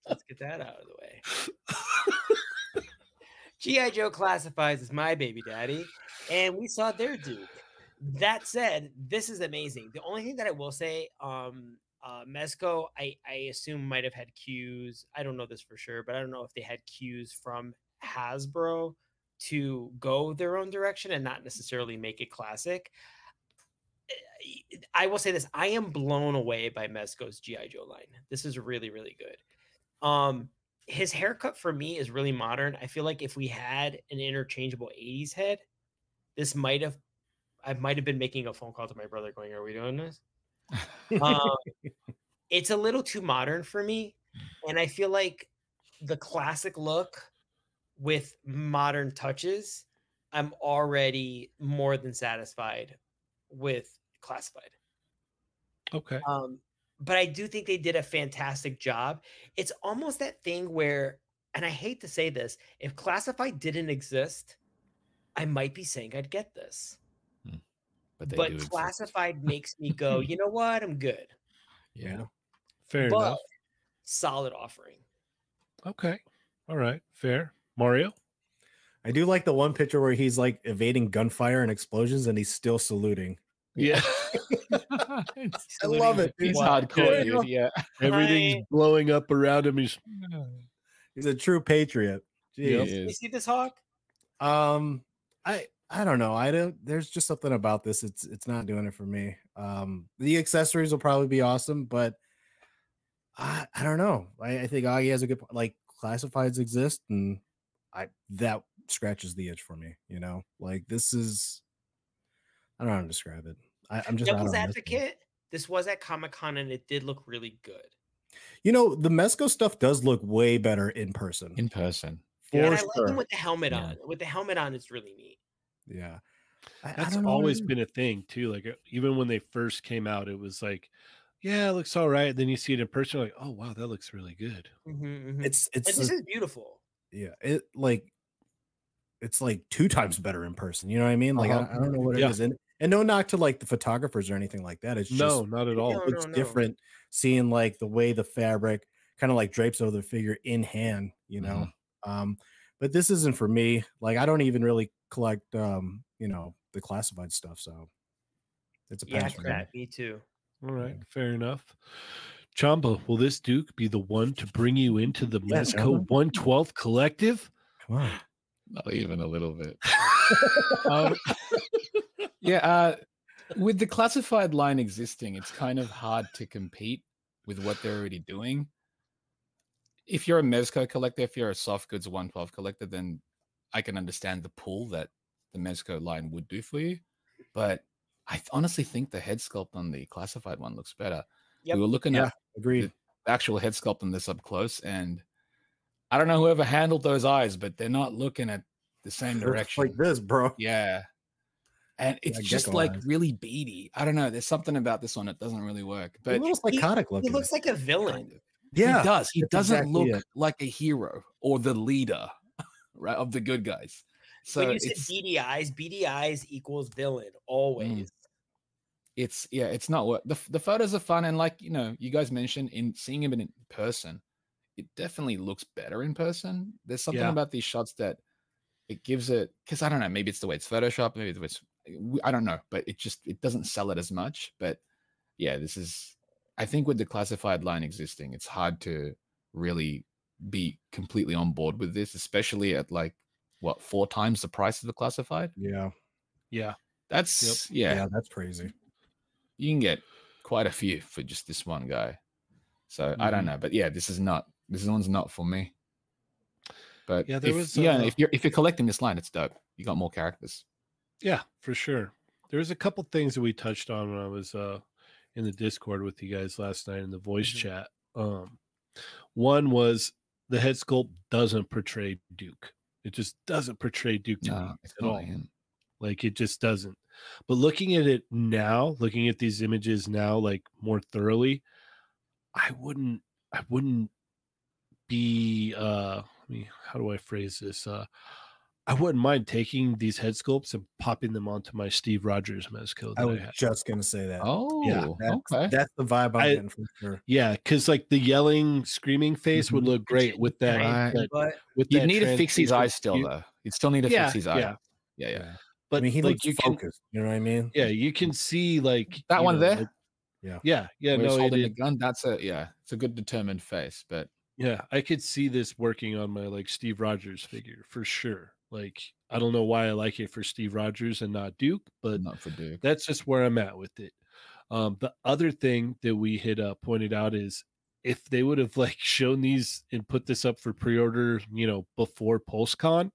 Speaker 3: Let's get that out of the way. G.I. Joe Classifies is my baby daddy, and we saw their Duke. That said, this is amazing. The only thing that I will say, um, uh, Mezco, I, I assume might have had cues. I don't know this for sure, but I don't know if they had cues from Hasbro to go their own direction and not necessarily make it classic. I- I will say this: I am blown away by Mezco's GI Joe line. This is really, really good. Um, his haircut for me is really modern. I feel like if we had an interchangeable '80s head, this might have. I might have been making a phone call to my brother, going, "Are we doing this?" um, it's a little too modern for me and i feel like the classic look with modern touches i'm already more than satisfied with classified
Speaker 1: Okay.
Speaker 3: um, but I do think they did a fantastic job. It's almost that thing where, and I hate to say this, if Classified didn't exist, I might be saying I'd get this.
Speaker 2: but they do
Speaker 3: but
Speaker 2: exist.
Speaker 3: Classified makes me go, you know what? I'm good.
Speaker 2: Yeah.
Speaker 1: Fair
Speaker 3: but
Speaker 1: enough.
Speaker 3: solid offering.
Speaker 1: Okay. All right. Fair. Mario.
Speaker 4: I do like the one picture where he's like evading gunfire and explosions and he's still saluting.
Speaker 1: Yeah.
Speaker 2: It's-
Speaker 4: I love it, dude.
Speaker 2: He's hardcore,
Speaker 4: Yeah.
Speaker 2: dude. Yeah.
Speaker 1: Everything's blowing up around him. He's
Speaker 4: He's a true patriot.
Speaker 2: He
Speaker 4: Jeez.
Speaker 3: You
Speaker 2: is.
Speaker 3: see this hawk?
Speaker 4: Um, I I don't know. I don't. There's just something about this. It's it's not doing it for me. Um, the accessories will probably be awesome, but I I don't know. I, I think Augie has a good po- like classifieds exist, and I that scratches the itch for me. You know, like this is I don't know how to describe it. I, I'm just out
Speaker 3: Devil's
Speaker 4: on this one.
Speaker 3: Advocate. This was at Comic Con and it did look really good.
Speaker 4: You know, the Mesco stuff does look way better in person.
Speaker 2: in person.
Speaker 4: for
Speaker 3: and I like
Speaker 4: sure.
Speaker 3: him with the helmet
Speaker 2: Yeah.
Speaker 3: on. With the helmet on, it's really neat.
Speaker 4: yeah. I- I
Speaker 1: that's
Speaker 4: don't know what it
Speaker 1: always
Speaker 4: is.
Speaker 1: been a thing too. Like uh, even when they first came out, it was like, yeah, it looks all right. Then you see it in person, you're like, oh wow, that looks really good.
Speaker 3: Mhm, mhm.
Speaker 4: it's
Speaker 3: And
Speaker 4: it's
Speaker 3: this
Speaker 4: a-
Speaker 3: is beautiful.
Speaker 4: yeah it like it's like two times better in person you know what i mean like I-
Speaker 2: Uh-huh.
Speaker 4: I, don't know what
Speaker 1: Yeah.
Speaker 4: it is and, and no knock to like the photographers or anything like that it's just
Speaker 1: no, not at all.
Speaker 3: No,
Speaker 4: it looks
Speaker 3: no, no.
Speaker 4: different seeing like the way the fabric kind of like drapes over the figure in hand you
Speaker 1: Mm-hmm.
Speaker 4: know um but this isn't for me like i don't even really collect um you know the classified stuff so it's a
Speaker 3: Yeah,
Speaker 4: pass for me.
Speaker 3: crap, me too.
Speaker 1: All right, fair enough. Chamba, will this Duke be the one to bring you into the
Speaker 4: Yeah,
Speaker 1: Mezco
Speaker 4: Chamba.
Speaker 1: One Twelfth Collective?
Speaker 4: come on
Speaker 2: Not even a little bit. um, yeah, uh, with the classified line existing, it's kind of hard to compete with what they're already doing. If you're a Mezco collector, if you're a soft goods 112 collector, then I can understand the pull that the Mezco line would do for you. But I th- honestly think the head sculpt on the classified one looks better.
Speaker 3: Yep.
Speaker 2: We were looking
Speaker 4: Yeah.
Speaker 2: at
Speaker 4: agreed
Speaker 2: the actual head sculpt on this up close, and I don't know whoever handled those eyes, but they're not looking at the same
Speaker 4: They're
Speaker 2: direction.
Speaker 4: like this bro
Speaker 2: Yeah. And it's
Speaker 4: Yeah,
Speaker 2: just
Speaker 4: gecko
Speaker 2: like
Speaker 4: eyes.
Speaker 2: really beady. I don't know. There's something about this one that doesn't really work. But
Speaker 4: They're a little psychotic
Speaker 3: He
Speaker 4: looking
Speaker 3: looks like a villain.
Speaker 2: kind of.
Speaker 4: yeah
Speaker 2: he does. He
Speaker 4: that's
Speaker 2: doesn't
Speaker 4: exactly
Speaker 2: look
Speaker 4: it.
Speaker 2: like a hero or the leader, right? Of the good guys. So
Speaker 3: when you said
Speaker 2: it's,
Speaker 3: BDIs, BDIs equals villain always.
Speaker 2: it's yeah, it's not work. The, f- the photos are fun and like you know, you guys mentioned in seeing him in person, it definitely looks better in person. There's something
Speaker 1: Yeah.
Speaker 2: about these shots that it gives it because I don't know, maybe it's the way it's Photoshop, maybe it's w- I don't know, but it just it doesn't sell it as much. But yeah, this is I think with the classified line existing, it's hard to really be completely on board with this, especially at like what four times the price of the classified.
Speaker 4: yeah
Speaker 1: Yeah,
Speaker 2: That's
Speaker 4: yeah
Speaker 2: yeah,
Speaker 4: that's crazy
Speaker 2: you can get quite a few for just this one guy. So I don't
Speaker 1: Mhm.
Speaker 2: know, but yeah, this is not this one's not for me. But
Speaker 1: Yeah, there
Speaker 2: if,
Speaker 1: was,
Speaker 2: yeah,
Speaker 1: uh,
Speaker 2: if you're if you're collecting this line, it's dope. You got more characters.
Speaker 1: yeah, for sure. There was a couple things that we touched on when I was uh in the Discord with you guys last night in the voice
Speaker 3: Mhm.
Speaker 1: chat. Um, one was the head sculpt doesn't portray Duke. It just doesn't portray Duke to me
Speaker 2: No, it's
Speaker 1: at
Speaker 2: not
Speaker 1: all.
Speaker 2: like him.
Speaker 1: Like it just doesn't. But looking at it now, looking at these images now, like more thoroughly, I wouldn't, I wouldn't be, uh, I mean, how do I phrase this? Uh, I wouldn't mind taking these head sculpts and popping them onto my Steve Rogers mezco. That
Speaker 4: I
Speaker 1: I
Speaker 4: was
Speaker 1: had.
Speaker 4: just gonna say that.
Speaker 2: Oh,
Speaker 4: That's,
Speaker 2: okay.
Speaker 4: that's the vibe I'm
Speaker 1: I-
Speaker 4: getting for sure.
Speaker 1: Yeah, because like the yelling, screaming face would
Speaker 2: Mhm.
Speaker 4: Mm-hmm.
Speaker 1: look great with that.
Speaker 2: Right.
Speaker 1: that-
Speaker 3: But
Speaker 1: with
Speaker 2: You'd
Speaker 1: that
Speaker 2: need to fix his
Speaker 1: translucent
Speaker 2: eyes still,
Speaker 1: hue.
Speaker 2: though. You'd still need to
Speaker 1: Yeah,
Speaker 2: fix his eye.
Speaker 1: yeah.
Speaker 2: Yeah, yeah.
Speaker 1: But
Speaker 4: I mean, he
Speaker 1: like
Speaker 4: looks
Speaker 1: you can,
Speaker 4: focused. You know what I mean?
Speaker 1: yeah, you can see like
Speaker 2: That
Speaker 1: you
Speaker 2: one
Speaker 1: know,
Speaker 2: there?
Speaker 1: like-
Speaker 4: Yeah.
Speaker 1: yeah, yeah.
Speaker 2: Where he's
Speaker 1: No, it,
Speaker 2: holding the
Speaker 1: is-
Speaker 2: gun. That's a yeah. It's a good determined face, but
Speaker 1: yeah, I could see this working on my like Steve Rogers figure for sure. Like, I don't know why I like it for Steve Rogers and not Duke, but
Speaker 2: not for Duke.
Speaker 1: that's just where I'm at with it. Um, the other thing that we had uh, pointed out is if they would have like shown these and put this up for pre-order, you know, before PulseCon,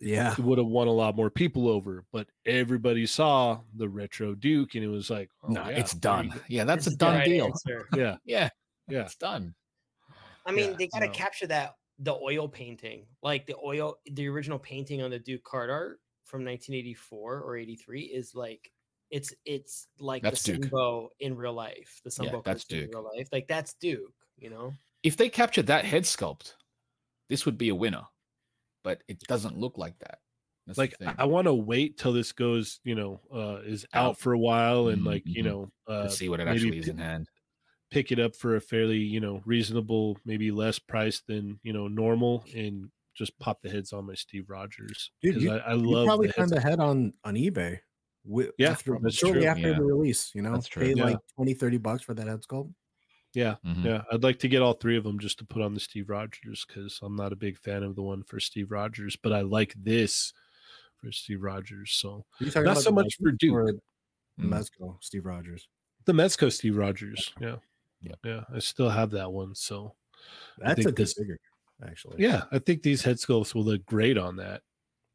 Speaker 4: Yeah.
Speaker 1: it would have won a lot more people over. But everybody saw the retro Duke, and it was like, oh,
Speaker 2: no,
Speaker 1: yeah,
Speaker 2: it's
Speaker 1: there you
Speaker 2: done.
Speaker 1: go.
Speaker 2: Yeah, that's
Speaker 3: this
Speaker 2: a
Speaker 3: is the
Speaker 2: done
Speaker 3: right
Speaker 2: deal.
Speaker 3: answer.
Speaker 1: Yeah,
Speaker 2: Yeah,
Speaker 1: Yeah.
Speaker 2: it's done.
Speaker 3: I mean,
Speaker 1: Yeah,
Speaker 3: they got to
Speaker 1: no.
Speaker 3: capture that the oil painting, like the oil, the original painting on the Duke card art from 1984 or 83 is like it's it's like
Speaker 2: That's
Speaker 3: the
Speaker 2: Duke.
Speaker 3: Sunbow in real life. The Sunbow
Speaker 2: Yeah, that's
Speaker 3: cartoon
Speaker 2: Duke.
Speaker 3: in real life, like that's Duke. You know,
Speaker 2: If they captured that head sculpt, this would be a winner. But it doesn't look like that. That's the
Speaker 1: like
Speaker 2: thing.
Speaker 1: I- I want to wait till this goes, you know, uh, is out
Speaker 2: Out.
Speaker 1: for a while, and like you
Speaker 2: Mhm.
Speaker 1: know, uh,
Speaker 2: Let's see what it
Speaker 1: maybe
Speaker 2: actually is
Speaker 1: pi-
Speaker 2: in hand.
Speaker 1: pick it up for a fairly you know reasonable maybe less price than you know normal and just pop the heads on my steve rogers
Speaker 4: Dude,
Speaker 1: because
Speaker 4: you-
Speaker 1: I, I
Speaker 4: You
Speaker 1: love
Speaker 4: probably
Speaker 1: the
Speaker 4: find
Speaker 1: heads.
Speaker 4: the head on on eBay. With,
Speaker 1: Yeah,
Speaker 4: after,
Speaker 1: that's
Speaker 4: shortly
Speaker 1: true,
Speaker 4: after
Speaker 2: yeah.
Speaker 4: the release, you know,
Speaker 2: That's true.
Speaker 4: pay
Speaker 1: Yeah.
Speaker 4: like 20, 30 bucks for that head sculpt.
Speaker 1: yeah
Speaker 2: Mhm.
Speaker 1: yeah i'd like to get all three of them just to put on the steve rogers because i'm not a big fan of the one for steve rogers but i like this for steve rogers so
Speaker 4: Are you talking
Speaker 1: Not
Speaker 4: about
Speaker 1: so
Speaker 4: the
Speaker 1: much
Speaker 4: Mezco
Speaker 1: for Duke.
Speaker 4: or the
Speaker 2: Mm.
Speaker 4: Mezco, Steve Rogers.
Speaker 1: the mezco steve rogers yeah
Speaker 2: Yeah.
Speaker 1: yeah i still have that one so
Speaker 4: That's a
Speaker 1: think
Speaker 4: good
Speaker 1: this-
Speaker 4: figure, actually.
Speaker 1: yeah i think these head sculpts will look great on that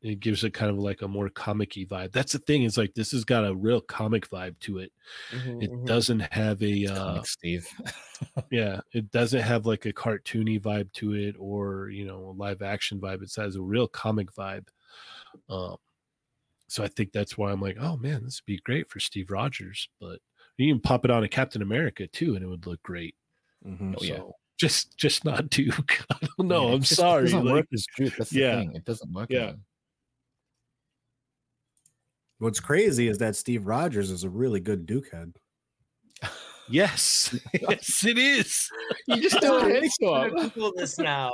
Speaker 1: it gives it kind of like a more comic-y vibe that's the thing is like this has got a real comic vibe to it it doesn't have a uh,
Speaker 2: Mm-hmm. Comic Steve.
Speaker 1: yeah it doesn't have like a cartoony vibe to it or you know a live action vibe it has a real comic vibe um so i think that's why i'm like oh man this would be great for steve rogers but you can pop it on a captain america too and it would look great
Speaker 4: Mhm.
Speaker 2: Oh, yeah.
Speaker 1: So, just just not duke i don't
Speaker 2: Yeah,
Speaker 1: know
Speaker 2: it
Speaker 1: i'm
Speaker 2: just- it
Speaker 1: sorry
Speaker 2: doesn't
Speaker 1: like,
Speaker 2: work as Duke. That's the
Speaker 1: yeah.
Speaker 2: thing. It doesn't work.
Speaker 1: Yeah.
Speaker 2: as him.
Speaker 4: What's crazy is that Steve Rogers is a really good Duke head.
Speaker 1: yes yes it is
Speaker 2: You just do a head swap.
Speaker 3: Google this now.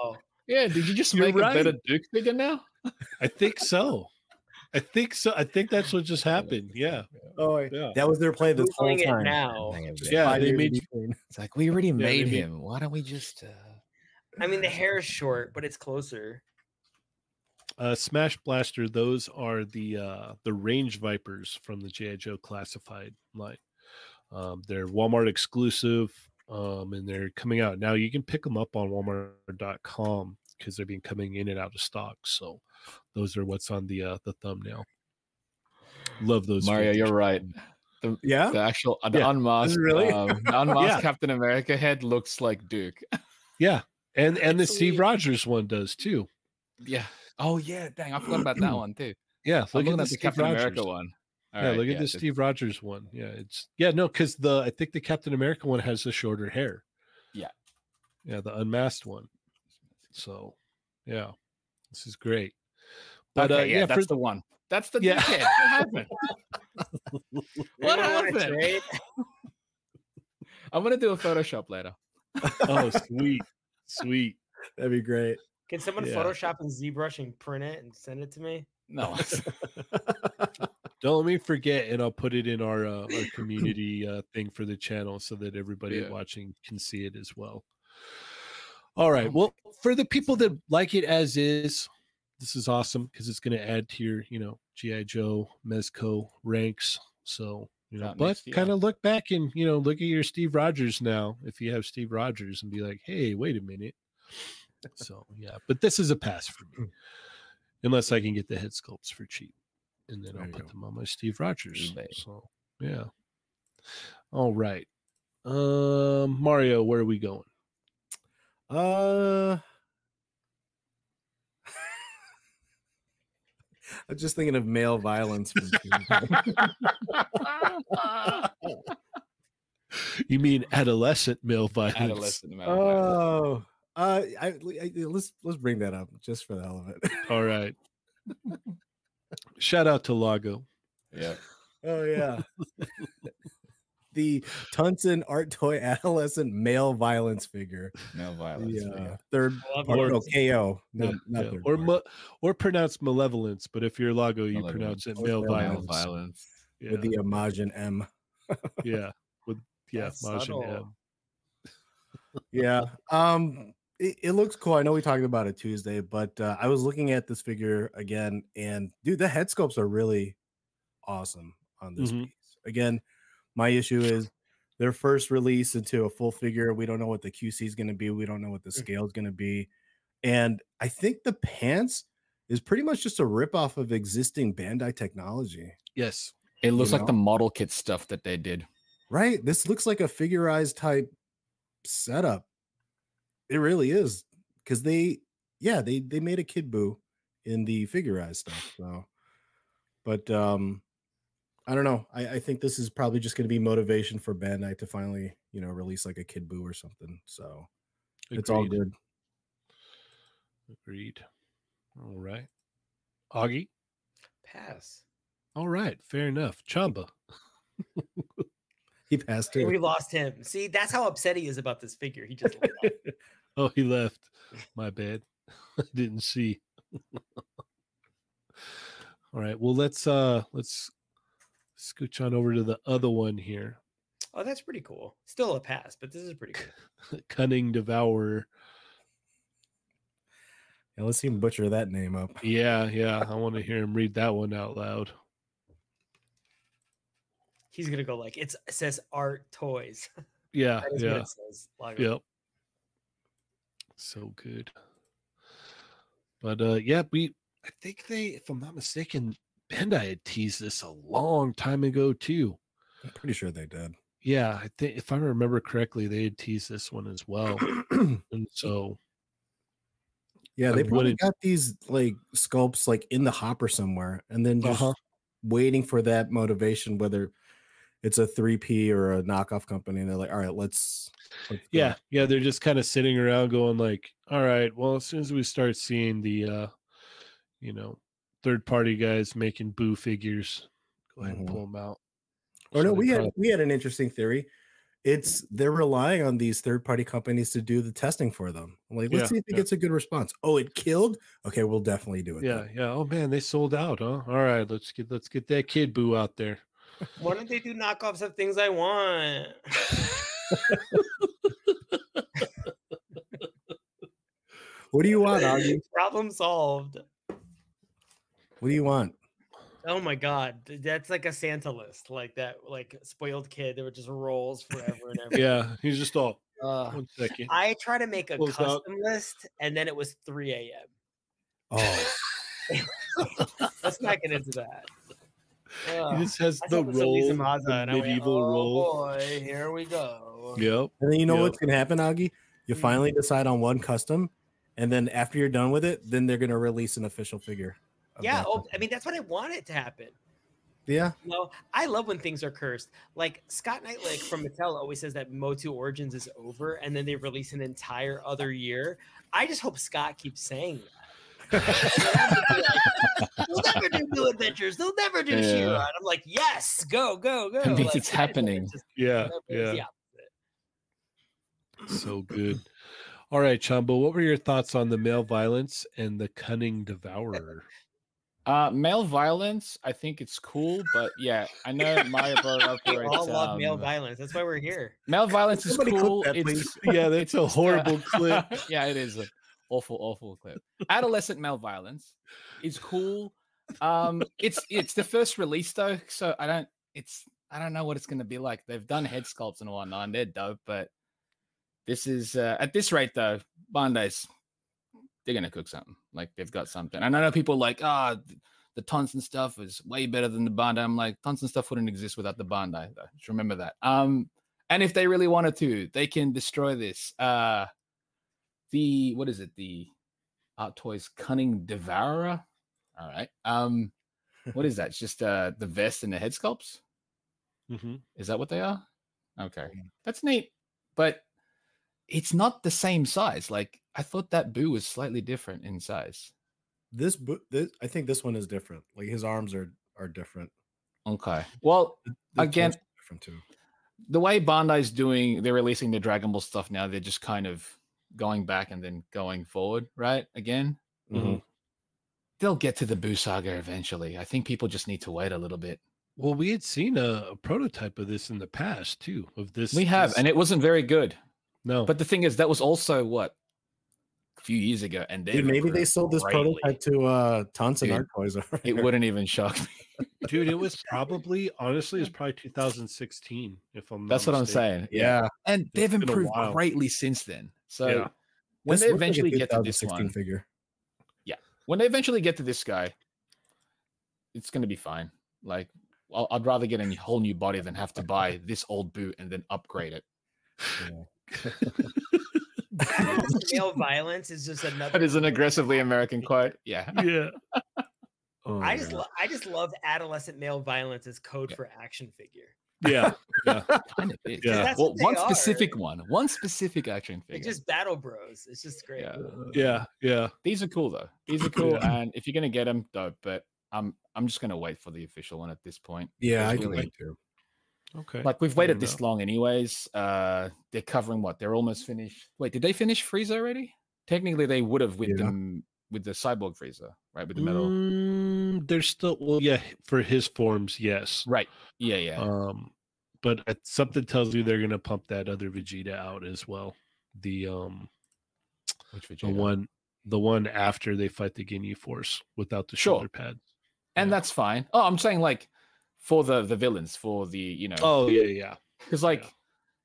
Speaker 2: Yeah. Did you just
Speaker 1: You're
Speaker 2: make a better
Speaker 1: right.
Speaker 2: Duke figure now?
Speaker 1: i think so i think so i think that's what just happened yeah
Speaker 4: Oh,
Speaker 1: yeah
Speaker 4: that was their play this whole
Speaker 3: Googling
Speaker 4: time.
Speaker 3: it
Speaker 2: Oh,
Speaker 3: now.
Speaker 1: Yeah,
Speaker 4: Five
Speaker 1: they
Speaker 4: years
Speaker 1: made
Speaker 4: in
Speaker 1: you-
Speaker 4: between.
Speaker 2: It's like we already
Speaker 1: they
Speaker 2: made
Speaker 1: made-
Speaker 2: him. Why don't we just? Uh...
Speaker 3: I mean, the hair is short, but it's closer.
Speaker 1: Uh, Smash Blaster, those are the uh, the range vipers from the GI Joe classified line. Um, they're Walmart exclusive, um, and they're coming out now. You can pick them up on Walmart.com because they've been coming in and out of stock. So those are what's on the uh, the thumbnail. Love those,
Speaker 2: Mario,
Speaker 1: figures.
Speaker 2: you're right.
Speaker 4: Yeah.
Speaker 2: The actual uh, the
Speaker 1: Yeah.
Speaker 2: unmasked,
Speaker 1: Really?
Speaker 2: um, the unmasked
Speaker 1: Yeah.
Speaker 2: Captain America head looks like Duke.
Speaker 1: yeah, and and the Steve
Speaker 2: Sweet.
Speaker 1: Rogers one does too.
Speaker 2: Yeah. Oh yeah. Dang, I forgot about that one too.
Speaker 1: Yeah,
Speaker 2: I'm
Speaker 1: look at
Speaker 2: looking
Speaker 1: the
Speaker 2: at the
Speaker 1: Steve
Speaker 2: Captain America
Speaker 1: Rogers.
Speaker 2: one. All
Speaker 1: yeah,
Speaker 2: right,
Speaker 1: look at the
Speaker 2: just-
Speaker 1: Steve Rogers one. Yeah, it's yeah, no, because the I think the Captain America one has the shorter hair.
Speaker 2: Yeah.
Speaker 1: Yeah, the unmasked one. So yeah, this is great. But
Speaker 2: Okay,
Speaker 1: uh, yeah, for-
Speaker 2: that's the one. That's the
Speaker 1: Yeah.
Speaker 2: Duke head. What happened? What
Speaker 3: Anyone wanna
Speaker 2: happened?
Speaker 3: trade?
Speaker 2: I'm gonna do a Photoshop later.
Speaker 1: oh sweet, sweet.
Speaker 4: That'd be great.
Speaker 3: Can someone
Speaker 1: Yeah.
Speaker 3: Photoshop and ZBrush and print it and send it to me?
Speaker 2: No.
Speaker 1: Don't let me forget, and I'll put it in our uh, our community uh, thing for the channel so that everybody
Speaker 2: Yeah.
Speaker 1: watching can see it as well. All
Speaker 2: Oh.
Speaker 1: right. Well, for the people that like it as is, this is awesome because it's going to add to your, you know, GI Joe Mezco ranks. So you know,
Speaker 2: Not
Speaker 1: but
Speaker 2: next year.
Speaker 1: kind of look back and you know, look at your Steve Rogers now if you have Steve Rogers and be like, hey, wait a minute. So yeah, but this is a pass for me, unless I can get the head sculpts for cheap, and then
Speaker 4: There
Speaker 1: I'll
Speaker 4: you
Speaker 1: put
Speaker 4: go.
Speaker 1: them on my Steve Rogers.
Speaker 2: eBay.
Speaker 1: So yeah. All right, um, Mario, where are we going?
Speaker 4: Uh I'm just thinking of male violence. from Teen Titans.
Speaker 1: You mean adolescent male violence?
Speaker 2: Adolescent amount of violence.
Speaker 4: oh, uh, I, I- let's let's bring that up just for the hell of it.
Speaker 1: All right. Shout out to Lago.
Speaker 2: Yeah.
Speaker 4: Oh yeah. the Tunson art toy adolescent male violence figure.
Speaker 2: Male violence.
Speaker 4: The,
Speaker 2: Yeah.
Speaker 4: uh, third
Speaker 3: Love
Speaker 4: part,
Speaker 1: Or-
Speaker 4: no, KO. Not,
Speaker 1: Yeah,
Speaker 4: not
Speaker 1: yeah.
Speaker 4: third
Speaker 1: Or
Speaker 4: part.
Speaker 1: ma- or pronounce malevolence, but if you're Lago, you
Speaker 2: Malevolence.
Speaker 1: pronounce it
Speaker 4: Or
Speaker 1: male
Speaker 4: male
Speaker 2: Male
Speaker 1: violence.
Speaker 4: violence.
Speaker 1: Yeah,
Speaker 4: with the Imagine M.
Speaker 1: yeah, with yeah,
Speaker 3: That's
Speaker 1: Majin
Speaker 3: subtle.
Speaker 1: M.
Speaker 4: Yeah. Um it, it looks cool. I know we talked about it Tuesday, but uh, I was looking at this figure again and dude, the head sculpts are really awesome on this
Speaker 1: Mhm.
Speaker 4: piece. Again, my issue is their first release into a full figure. We don't know what the QC is going to be. We don't know what the
Speaker 3: Mhm.
Speaker 4: scale is going to be. And I think the pants is pretty much just a ripoff of existing Bandai technology.
Speaker 1: Yes,
Speaker 2: It looks
Speaker 4: You
Speaker 2: like the model kit stuff that they did.
Speaker 4: Right? This looks like a figurized type setup. It really is because they, yeah, they they made a kid boo in the figurized stuff. So, but um, I don't know. I, I think this is probably just going to be motivation for Bandai to finally, you know, release like a kid boo or something. So
Speaker 1: agreed.
Speaker 4: it's all good.
Speaker 1: Agreed. All right, Augie.
Speaker 3: Pass.
Speaker 1: All right, fair enough. Chamba.
Speaker 4: He passed
Speaker 3: We
Speaker 4: it.
Speaker 3: lost him. See, that's how upset he is about this figure. He just left.
Speaker 1: Oh, he left. My bad. I didn't see. All right. Well, let's uh let's scooch on over to the other one here.
Speaker 3: Oh, that's pretty cool. Still a pass, but this is pretty cool.
Speaker 1: Cunning Devourer.
Speaker 4: Yeah, let's see him butcher that name up.
Speaker 1: Yeah, yeah. I want to hear him read that one out loud.
Speaker 3: He's gonna go like it's, it says art toys.
Speaker 1: Yeah,
Speaker 3: That is what
Speaker 1: yeah.
Speaker 3: it says. Lago.
Speaker 1: Yep. So good. But uh yeah, we I think they, if I'm not mistaken, Bandai had teased this a long time ago too.
Speaker 4: I'm pretty sure they did.
Speaker 1: Yeah, I think if I remember correctly, they had teased this one as well. and so
Speaker 4: Yeah,
Speaker 1: Oh. I
Speaker 4: they probably
Speaker 1: wouldn't-
Speaker 4: got these like sculpts like in the hopper somewhere, and then just
Speaker 1: Uh-huh.
Speaker 4: waiting for that motivation, whether it's a 3P or a knockoff company, and they're like, all right, let's, let's go."
Speaker 1: yeah, yeah, they're just kind of sitting around going like, all right, well, as soon as we start seeing the uh you know, third party guys making boo figures, go ahead and
Speaker 4: Mhm.
Speaker 1: pull them out. So
Speaker 4: Or Oh, no,
Speaker 1: they
Speaker 4: we had
Speaker 1: prob-
Speaker 4: we had an interesting theory. It's they're relying on these third party companies to do the testing for them. I'm like, let's
Speaker 1: Yeah,
Speaker 4: see if it
Speaker 1: yeah.
Speaker 4: gets a good response. Oh, it killed. Okay, we'll definitely do it.
Speaker 1: yeah,
Speaker 4: then."
Speaker 1: yeah. Oh man, they sold out, huh? All right, let's get let's get that kid boo out there.
Speaker 3: Why don't they do knockoffs of things I want?
Speaker 4: What do you want, Augie?
Speaker 3: Problem solved.
Speaker 4: What do you want?
Speaker 3: Oh my god, th- that's like a Santa list, like that, like spoiled kid that would just rolls forever and ever.
Speaker 1: Yeah, he's just all
Speaker 3: Uh,
Speaker 1: one second.
Speaker 3: I try to make a
Speaker 1: Close
Speaker 3: custom
Speaker 1: out.
Speaker 3: list, and then it was 3 a.m.
Speaker 4: Oh,
Speaker 3: Let's not get into that.
Speaker 1: he
Speaker 3: Ugh.
Speaker 1: just has
Speaker 3: uh, I
Speaker 1: the
Speaker 3: thought this was
Speaker 1: roll,
Speaker 3: Elisa
Speaker 1: the
Speaker 3: Mazza, and I went,
Speaker 1: medieval
Speaker 3: "Oh
Speaker 1: roll.
Speaker 3: Boy, here we go.
Speaker 1: Yep.
Speaker 4: and then you know
Speaker 1: Yep.
Speaker 4: what's gonna happen, Augie? You
Speaker 3: Mm.
Speaker 4: finally decide on one custom, and then after you're done with it, then they're gonna release an official figure. of
Speaker 3: Yeah,
Speaker 4: that
Speaker 3: oh,
Speaker 4: custom.
Speaker 3: I mean that's what I want it to happen.
Speaker 4: yeah,
Speaker 3: You know, I love when things are cursed. Like Scott Knightlake from Mattel always says that Motu Origins is over, and then they release an entire other year. I just hope Scott keeps saying that. They'll never do new adventures. They'll never do
Speaker 2: Yeah.
Speaker 3: She-Ra. And I'm like, yes, go, go, go.
Speaker 2: That means
Speaker 3: Like,
Speaker 2: it's
Speaker 3: I just hope
Speaker 2: happening.
Speaker 3: just- uh,
Speaker 1: Yeah.
Speaker 3: it's
Speaker 1: Yeah.
Speaker 3: the
Speaker 1: So good. All right, Chumbo, what were your thoughts on the male violence and the cunning devourer?
Speaker 2: Uh, male violence. I think it's cool, but yeah, I know Maya brought up.
Speaker 3: We
Speaker 2: where
Speaker 3: all
Speaker 2: it's,
Speaker 3: love male
Speaker 2: um,
Speaker 3: violence. That's why we're here.
Speaker 2: Male violence is
Speaker 4: Somebody clip
Speaker 2: cool.
Speaker 4: that,
Speaker 2: it's,
Speaker 1: Yeah, that's a
Speaker 2: just, uh,
Speaker 1: horrible clip.
Speaker 2: yeah, it is an awful, awful clip. Adolescent male violence is cool. Um, it's it's the first release though, so I don't. It's I don't know what it's going to be like. They've done head sculpts and whatnot. And they're dope, but this is uh, at this rate though. Bandai's they're going to cook something. Like they've got something. And I know people are like ah. th- the Tonson stuff is way better than the Bandai. I'm like, Tonson stuff wouldn't exist without the Bandai, though. Just remember that. Um, and if they really wanted to, they can destroy this. Uh the what is it? The Art Toys Cunning Devourer. All right. Um what is that? It's just uh the vest and the head sculpts?
Speaker 1: hmm
Speaker 2: Is that what they are? Okay. That's neat. But it's not the same size. Like I thought that boo was slightly different in size.
Speaker 4: This, bo- this I think this one is different. Like his arms are are different.
Speaker 2: Okay. Well,
Speaker 4: The torso
Speaker 2: Again-
Speaker 4: is different too.
Speaker 2: the way Bandai's doing, they're releasing the Dragon Ball stuff now. They're just kind of going back and then going forward, right? Again, Mm-hmm.
Speaker 4: Mhm.
Speaker 2: they'll get to the Buu saga eventually. I think people just need to wait a little bit.
Speaker 1: Well, we had seen a, a prototype of this in the past too. Of this,
Speaker 2: We have,
Speaker 1: this-
Speaker 2: and it wasn't very good.
Speaker 1: no,
Speaker 2: But the thing is, that was also what a few years ago, and
Speaker 4: Dude,
Speaker 2: they've
Speaker 4: maybe they
Speaker 2: improved
Speaker 4: sold this
Speaker 2: greatly.
Speaker 4: prototype to uh Tonson
Speaker 2: Dude,
Speaker 4: Art Toys. over
Speaker 2: It
Speaker 4: here.
Speaker 2: wouldn't even shock me.
Speaker 1: dude, it was probably honestly, it's probably 2016. If I'm, not
Speaker 2: That's what I'm
Speaker 1: mistaken.
Speaker 2: saying.
Speaker 4: Yeah.
Speaker 2: and they've
Speaker 1: been a
Speaker 2: improved
Speaker 1: while.
Speaker 2: greatly since then. So
Speaker 1: Yeah.
Speaker 2: when
Speaker 4: This
Speaker 2: they
Speaker 4: looked like a
Speaker 2: eventually get to this
Speaker 4: 2016
Speaker 2: one,
Speaker 4: figure.
Speaker 2: when they eventually get to this guy, it's gonna be fine. Like I'll, I'd rather get a whole new body than have to buy this old boot and then upgrade it.
Speaker 3: male violence is just another.
Speaker 2: That is an aggressively American quote. Yeah.
Speaker 1: Yeah,
Speaker 4: Oh
Speaker 3: I
Speaker 4: my
Speaker 3: just
Speaker 4: God.
Speaker 3: lo- I just love adolescent male violence as code
Speaker 2: Yeah.
Speaker 3: for action figure.
Speaker 1: yeah,
Speaker 2: Kind of is.
Speaker 1: Yeah.
Speaker 3: That's
Speaker 2: Well,
Speaker 3: what they
Speaker 2: one
Speaker 3: are.
Speaker 2: specific one, one specific action
Speaker 3: It's
Speaker 2: figure.
Speaker 3: just battle bros. It's just great.
Speaker 2: Yeah.
Speaker 1: yeah, yeah.
Speaker 2: These are cool though. These are cool, and if you're gonna get them, dope. But I'm I'm just gonna wait for the official one at this point.
Speaker 4: yeah, I
Speaker 2: It's
Speaker 4: can
Speaker 2: really-
Speaker 4: wait too.
Speaker 1: Okay,
Speaker 2: Like we've
Speaker 1: fair
Speaker 2: waited this
Speaker 1: enough.
Speaker 2: long, anyways. Uh, they're covering what? They're almost finished. Wait, did they finish Frieza already? Technically, they would have with
Speaker 4: Yeah.
Speaker 2: them with the cyborg Frieza, right? With the metal.
Speaker 1: Mm, there's still well, yeah, for his forms, yes.
Speaker 2: Right. Yeah, yeah.
Speaker 1: Um, but uh, something tells me they're gonna pump that other Vegeta out as well. The um,
Speaker 2: Which
Speaker 1: the
Speaker 2: Vegeta?
Speaker 1: one, the one after they fight the Ginyu Force without the
Speaker 2: Sure.
Speaker 1: shoulder pads.
Speaker 2: and
Speaker 1: yeah.
Speaker 2: that's fine. Oh, I'm saying like for the the villains, for the you know,
Speaker 1: Oh yeah, yeah.
Speaker 2: because like
Speaker 1: yeah.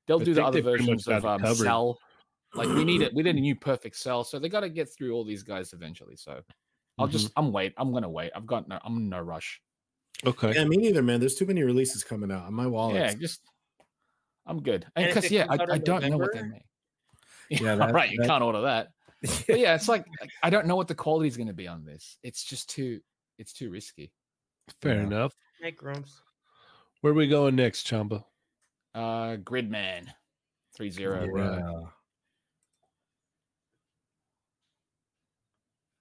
Speaker 2: they'll
Speaker 1: I
Speaker 2: do the
Speaker 1: think
Speaker 2: other
Speaker 1: they pretty much
Speaker 2: versions
Speaker 1: got
Speaker 2: of
Speaker 1: it
Speaker 2: um,
Speaker 1: covered.
Speaker 2: Cell. Like we need it. We need a new perfect Cell, so they got to get through all these guys eventually. So I'll
Speaker 1: Mhm.
Speaker 2: just I'm wait. I'm gonna wait. I've got no. I'm in no rush.
Speaker 1: Mm-hmm. Okay.
Speaker 4: Yeah, me neither, man. There's too many releases coming out on my
Speaker 1: Oh,
Speaker 4: wallet.
Speaker 2: yeah, just I'm good. And
Speaker 3: if
Speaker 2: because
Speaker 3: it
Speaker 2: yeah, I,
Speaker 3: comes out
Speaker 2: I
Speaker 3: in
Speaker 2: don't know what they
Speaker 3: November-
Speaker 2: make. Yeah,
Speaker 4: that-
Speaker 2: right. You
Speaker 4: that-
Speaker 2: can't order that. But yeah, it's like like, I don't know what the quality is going to be on this. It's just too it's too risky.
Speaker 1: Fair
Speaker 4: Yeah.
Speaker 1: enough.
Speaker 3: Hey, Grumps.
Speaker 1: Where we going next, Chamba?
Speaker 2: Uh Gridman 30
Speaker 1: right.
Speaker 4: Yeah.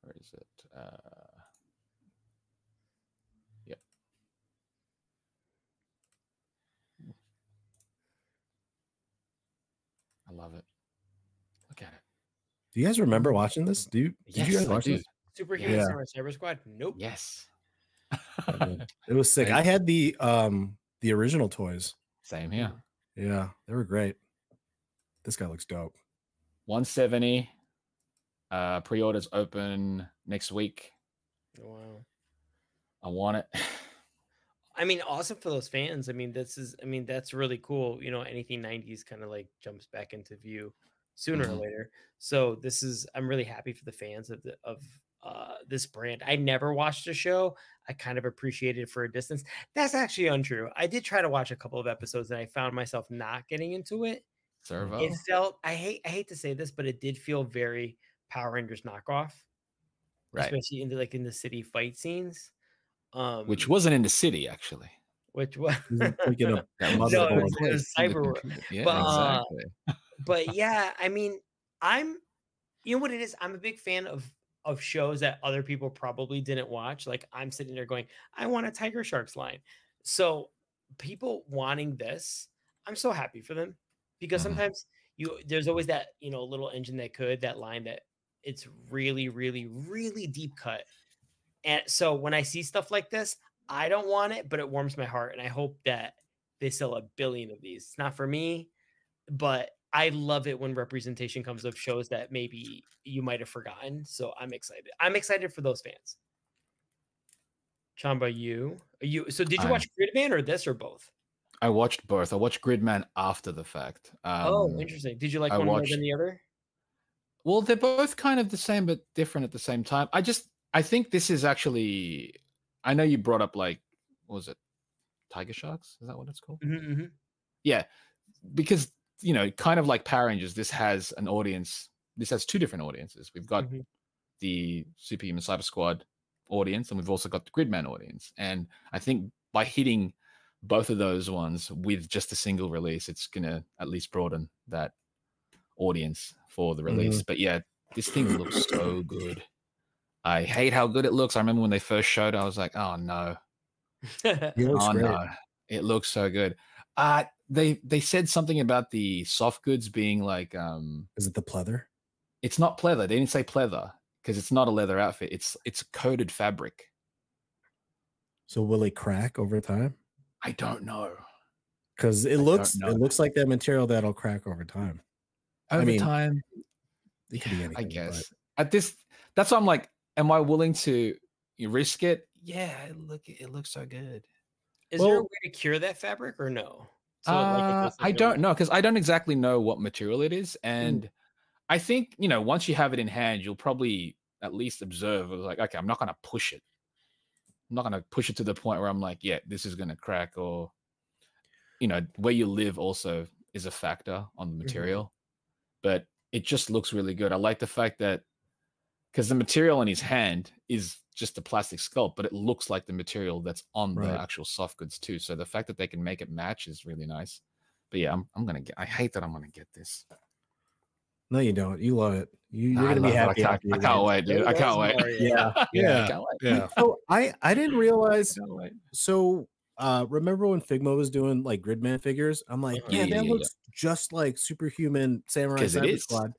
Speaker 2: Where is it? Uh Yep. I love it. Look at it.
Speaker 4: Do you guys remember watching this? Do you, did you guys
Speaker 2: Yes, I
Speaker 4: watch
Speaker 2: do.
Speaker 4: this?
Speaker 3: Superhuman
Speaker 4: Yeah.
Speaker 3: Samurai Cyber Squad. Nope.
Speaker 2: Yes.
Speaker 4: did. It was sick. I had the um the original toys.
Speaker 2: Same here.
Speaker 4: Yeah, they were great. This guy looks dope.
Speaker 2: 170. Uh, pre-orders open next week.
Speaker 3: Oh, Wow.
Speaker 2: I want it.
Speaker 3: I mean, awesome for those fans. I mean, this is. I mean, that's really cool. You know, anything '90s kind of like jumps back into view sooner or
Speaker 2: Mhm.
Speaker 3: later. So this is. I'm really happy for the fans of the of uh, this brand. I never watched a show. I kind of appreciated it for a distance. That's actually untrue. I did try to watch a couple of episodes, and I found myself not getting into it.
Speaker 2: Servo.
Speaker 3: It felt. I hate. I hate to say this, but it did feel very Power Rangers knockoff,
Speaker 2: right.
Speaker 3: especially in the like in the city fight scenes. Um,
Speaker 2: Which wasn't in the city, actually.
Speaker 3: which was
Speaker 4: He's thinking of
Speaker 2: That
Speaker 4: was
Speaker 3: No,
Speaker 4: the
Speaker 3: it was,
Speaker 4: one.
Speaker 3: it was
Speaker 2: in the
Speaker 3: cyber.
Speaker 2: computer. Yeah,
Speaker 3: but, uh,
Speaker 2: exactly.
Speaker 3: But yeah, I mean, I'm you know what it is? I'm a big fan of of shows that other people probably didn't watch. Like I'm sitting there going, I want a Tiger Sharks line. So people wanting this, I'm so happy for them because
Speaker 2: Mhm.
Speaker 3: sometimes you there's always that, you know, little engine that could, that line that it's really, really, really deep cut. And so when I see stuff like this, I don't want it, but it warms my heart. And I hope that they sell a billion of these. It's not for me, but I love it when representation comes of shows that maybe you might have forgotten. So I'm excited. I'm excited for those fans. Chamba, you are you so did you
Speaker 2: I'm-
Speaker 3: watch Gridman or this or both?
Speaker 2: I watched both. I watched Gridman after the fact. Um,
Speaker 3: oh, interesting. Did you like
Speaker 2: I
Speaker 3: one more
Speaker 2: watched-
Speaker 3: than the other?
Speaker 2: Well, they're both kind of the same but different at the same time. I just I think this is actually I know you brought up like what was it? Tiger Sharks? Is that what it's called?
Speaker 3: Mhm, mhm.
Speaker 2: because you know, kind of like Power Rangers, this has an audience. This has two different audiences. We've got
Speaker 3: Mhm.
Speaker 2: the Superhuman Cyber Squad audience, and we've also got the Gridman audience. And I think by hitting both of those ones with just a single release, it's gonna at least broaden that audience for the release. But yeah, this thing looks so good. I hate how good it looks. I remember when they first showed, it, I was like, oh no,
Speaker 4: It looks
Speaker 2: oh
Speaker 4: great.
Speaker 2: no, it looks so good. Uh they they said something about the soft goods being like um
Speaker 4: Is it the pleather?
Speaker 2: it's not pleather. They didn't say pleather because it's not a leather outfit. It's it's coated fabric.
Speaker 4: So will it crack over time?
Speaker 2: I don't know.
Speaker 4: Because it
Speaker 2: don't
Speaker 4: looks
Speaker 2: know.
Speaker 4: it looks like that material that'll crack over time.
Speaker 2: Over
Speaker 4: mean,
Speaker 2: time,
Speaker 4: It could be
Speaker 2: yeah,
Speaker 4: anything.
Speaker 2: I
Speaker 4: but
Speaker 2: guess at this, that's why I'm like, am I willing to risk it? Yeah, it look, it looks so good.
Speaker 3: Is there a
Speaker 2: Well-
Speaker 3: way to cure that fabric or no? it, like, Mm. it
Speaker 2: Uh,
Speaker 3: doesn't
Speaker 2: I
Speaker 3: go-
Speaker 2: don't know because I don't exactly know what material it is, and I think you know once you have it in hand, you'll probably at least observe. it was Like, okay, I'm not gonna push it. I'm not gonna push it to the point where I'm like, yeah, this is gonna crack, or you know, where you live also is a factor on
Speaker 3: Mm-hmm.
Speaker 2: the material. But it just looks really good. I like the fact that because the material in his hand is just a plastic sculpt, but it looks like the material that's on
Speaker 4: Right.
Speaker 2: the actual soft goods too. So the fact that they can make it match is really nice. But yeah, I'm, I'm gonna get. I hate that I'm gonna get this.
Speaker 4: No, you don't. You love it. You, you're
Speaker 2: Nah, I
Speaker 4: gonna
Speaker 2: love
Speaker 4: be
Speaker 2: it.
Speaker 4: happy.
Speaker 2: I can't,
Speaker 4: after you
Speaker 2: I can't
Speaker 4: win.
Speaker 2: wait, dude.
Speaker 3: It
Speaker 2: I can't
Speaker 3: was
Speaker 2: wait.
Speaker 3: Mario.
Speaker 4: Yeah.
Speaker 2: I
Speaker 1: Yeah.
Speaker 2: can't wait.
Speaker 1: Yeah.
Speaker 4: Oh, I I didn't realize.
Speaker 2: Can't wait.
Speaker 4: So uh remember when Figma was doing like Gridman figures? I'm like,
Speaker 3: Uh-huh.
Speaker 4: yeah,
Speaker 2: Yeah, yeah, yeah,
Speaker 4: that
Speaker 2: yeah.
Speaker 4: looks just like superhuman samurai
Speaker 2: Mm-hmm. 'Cause it
Speaker 4: Cyber
Speaker 2: is.
Speaker 4: squad.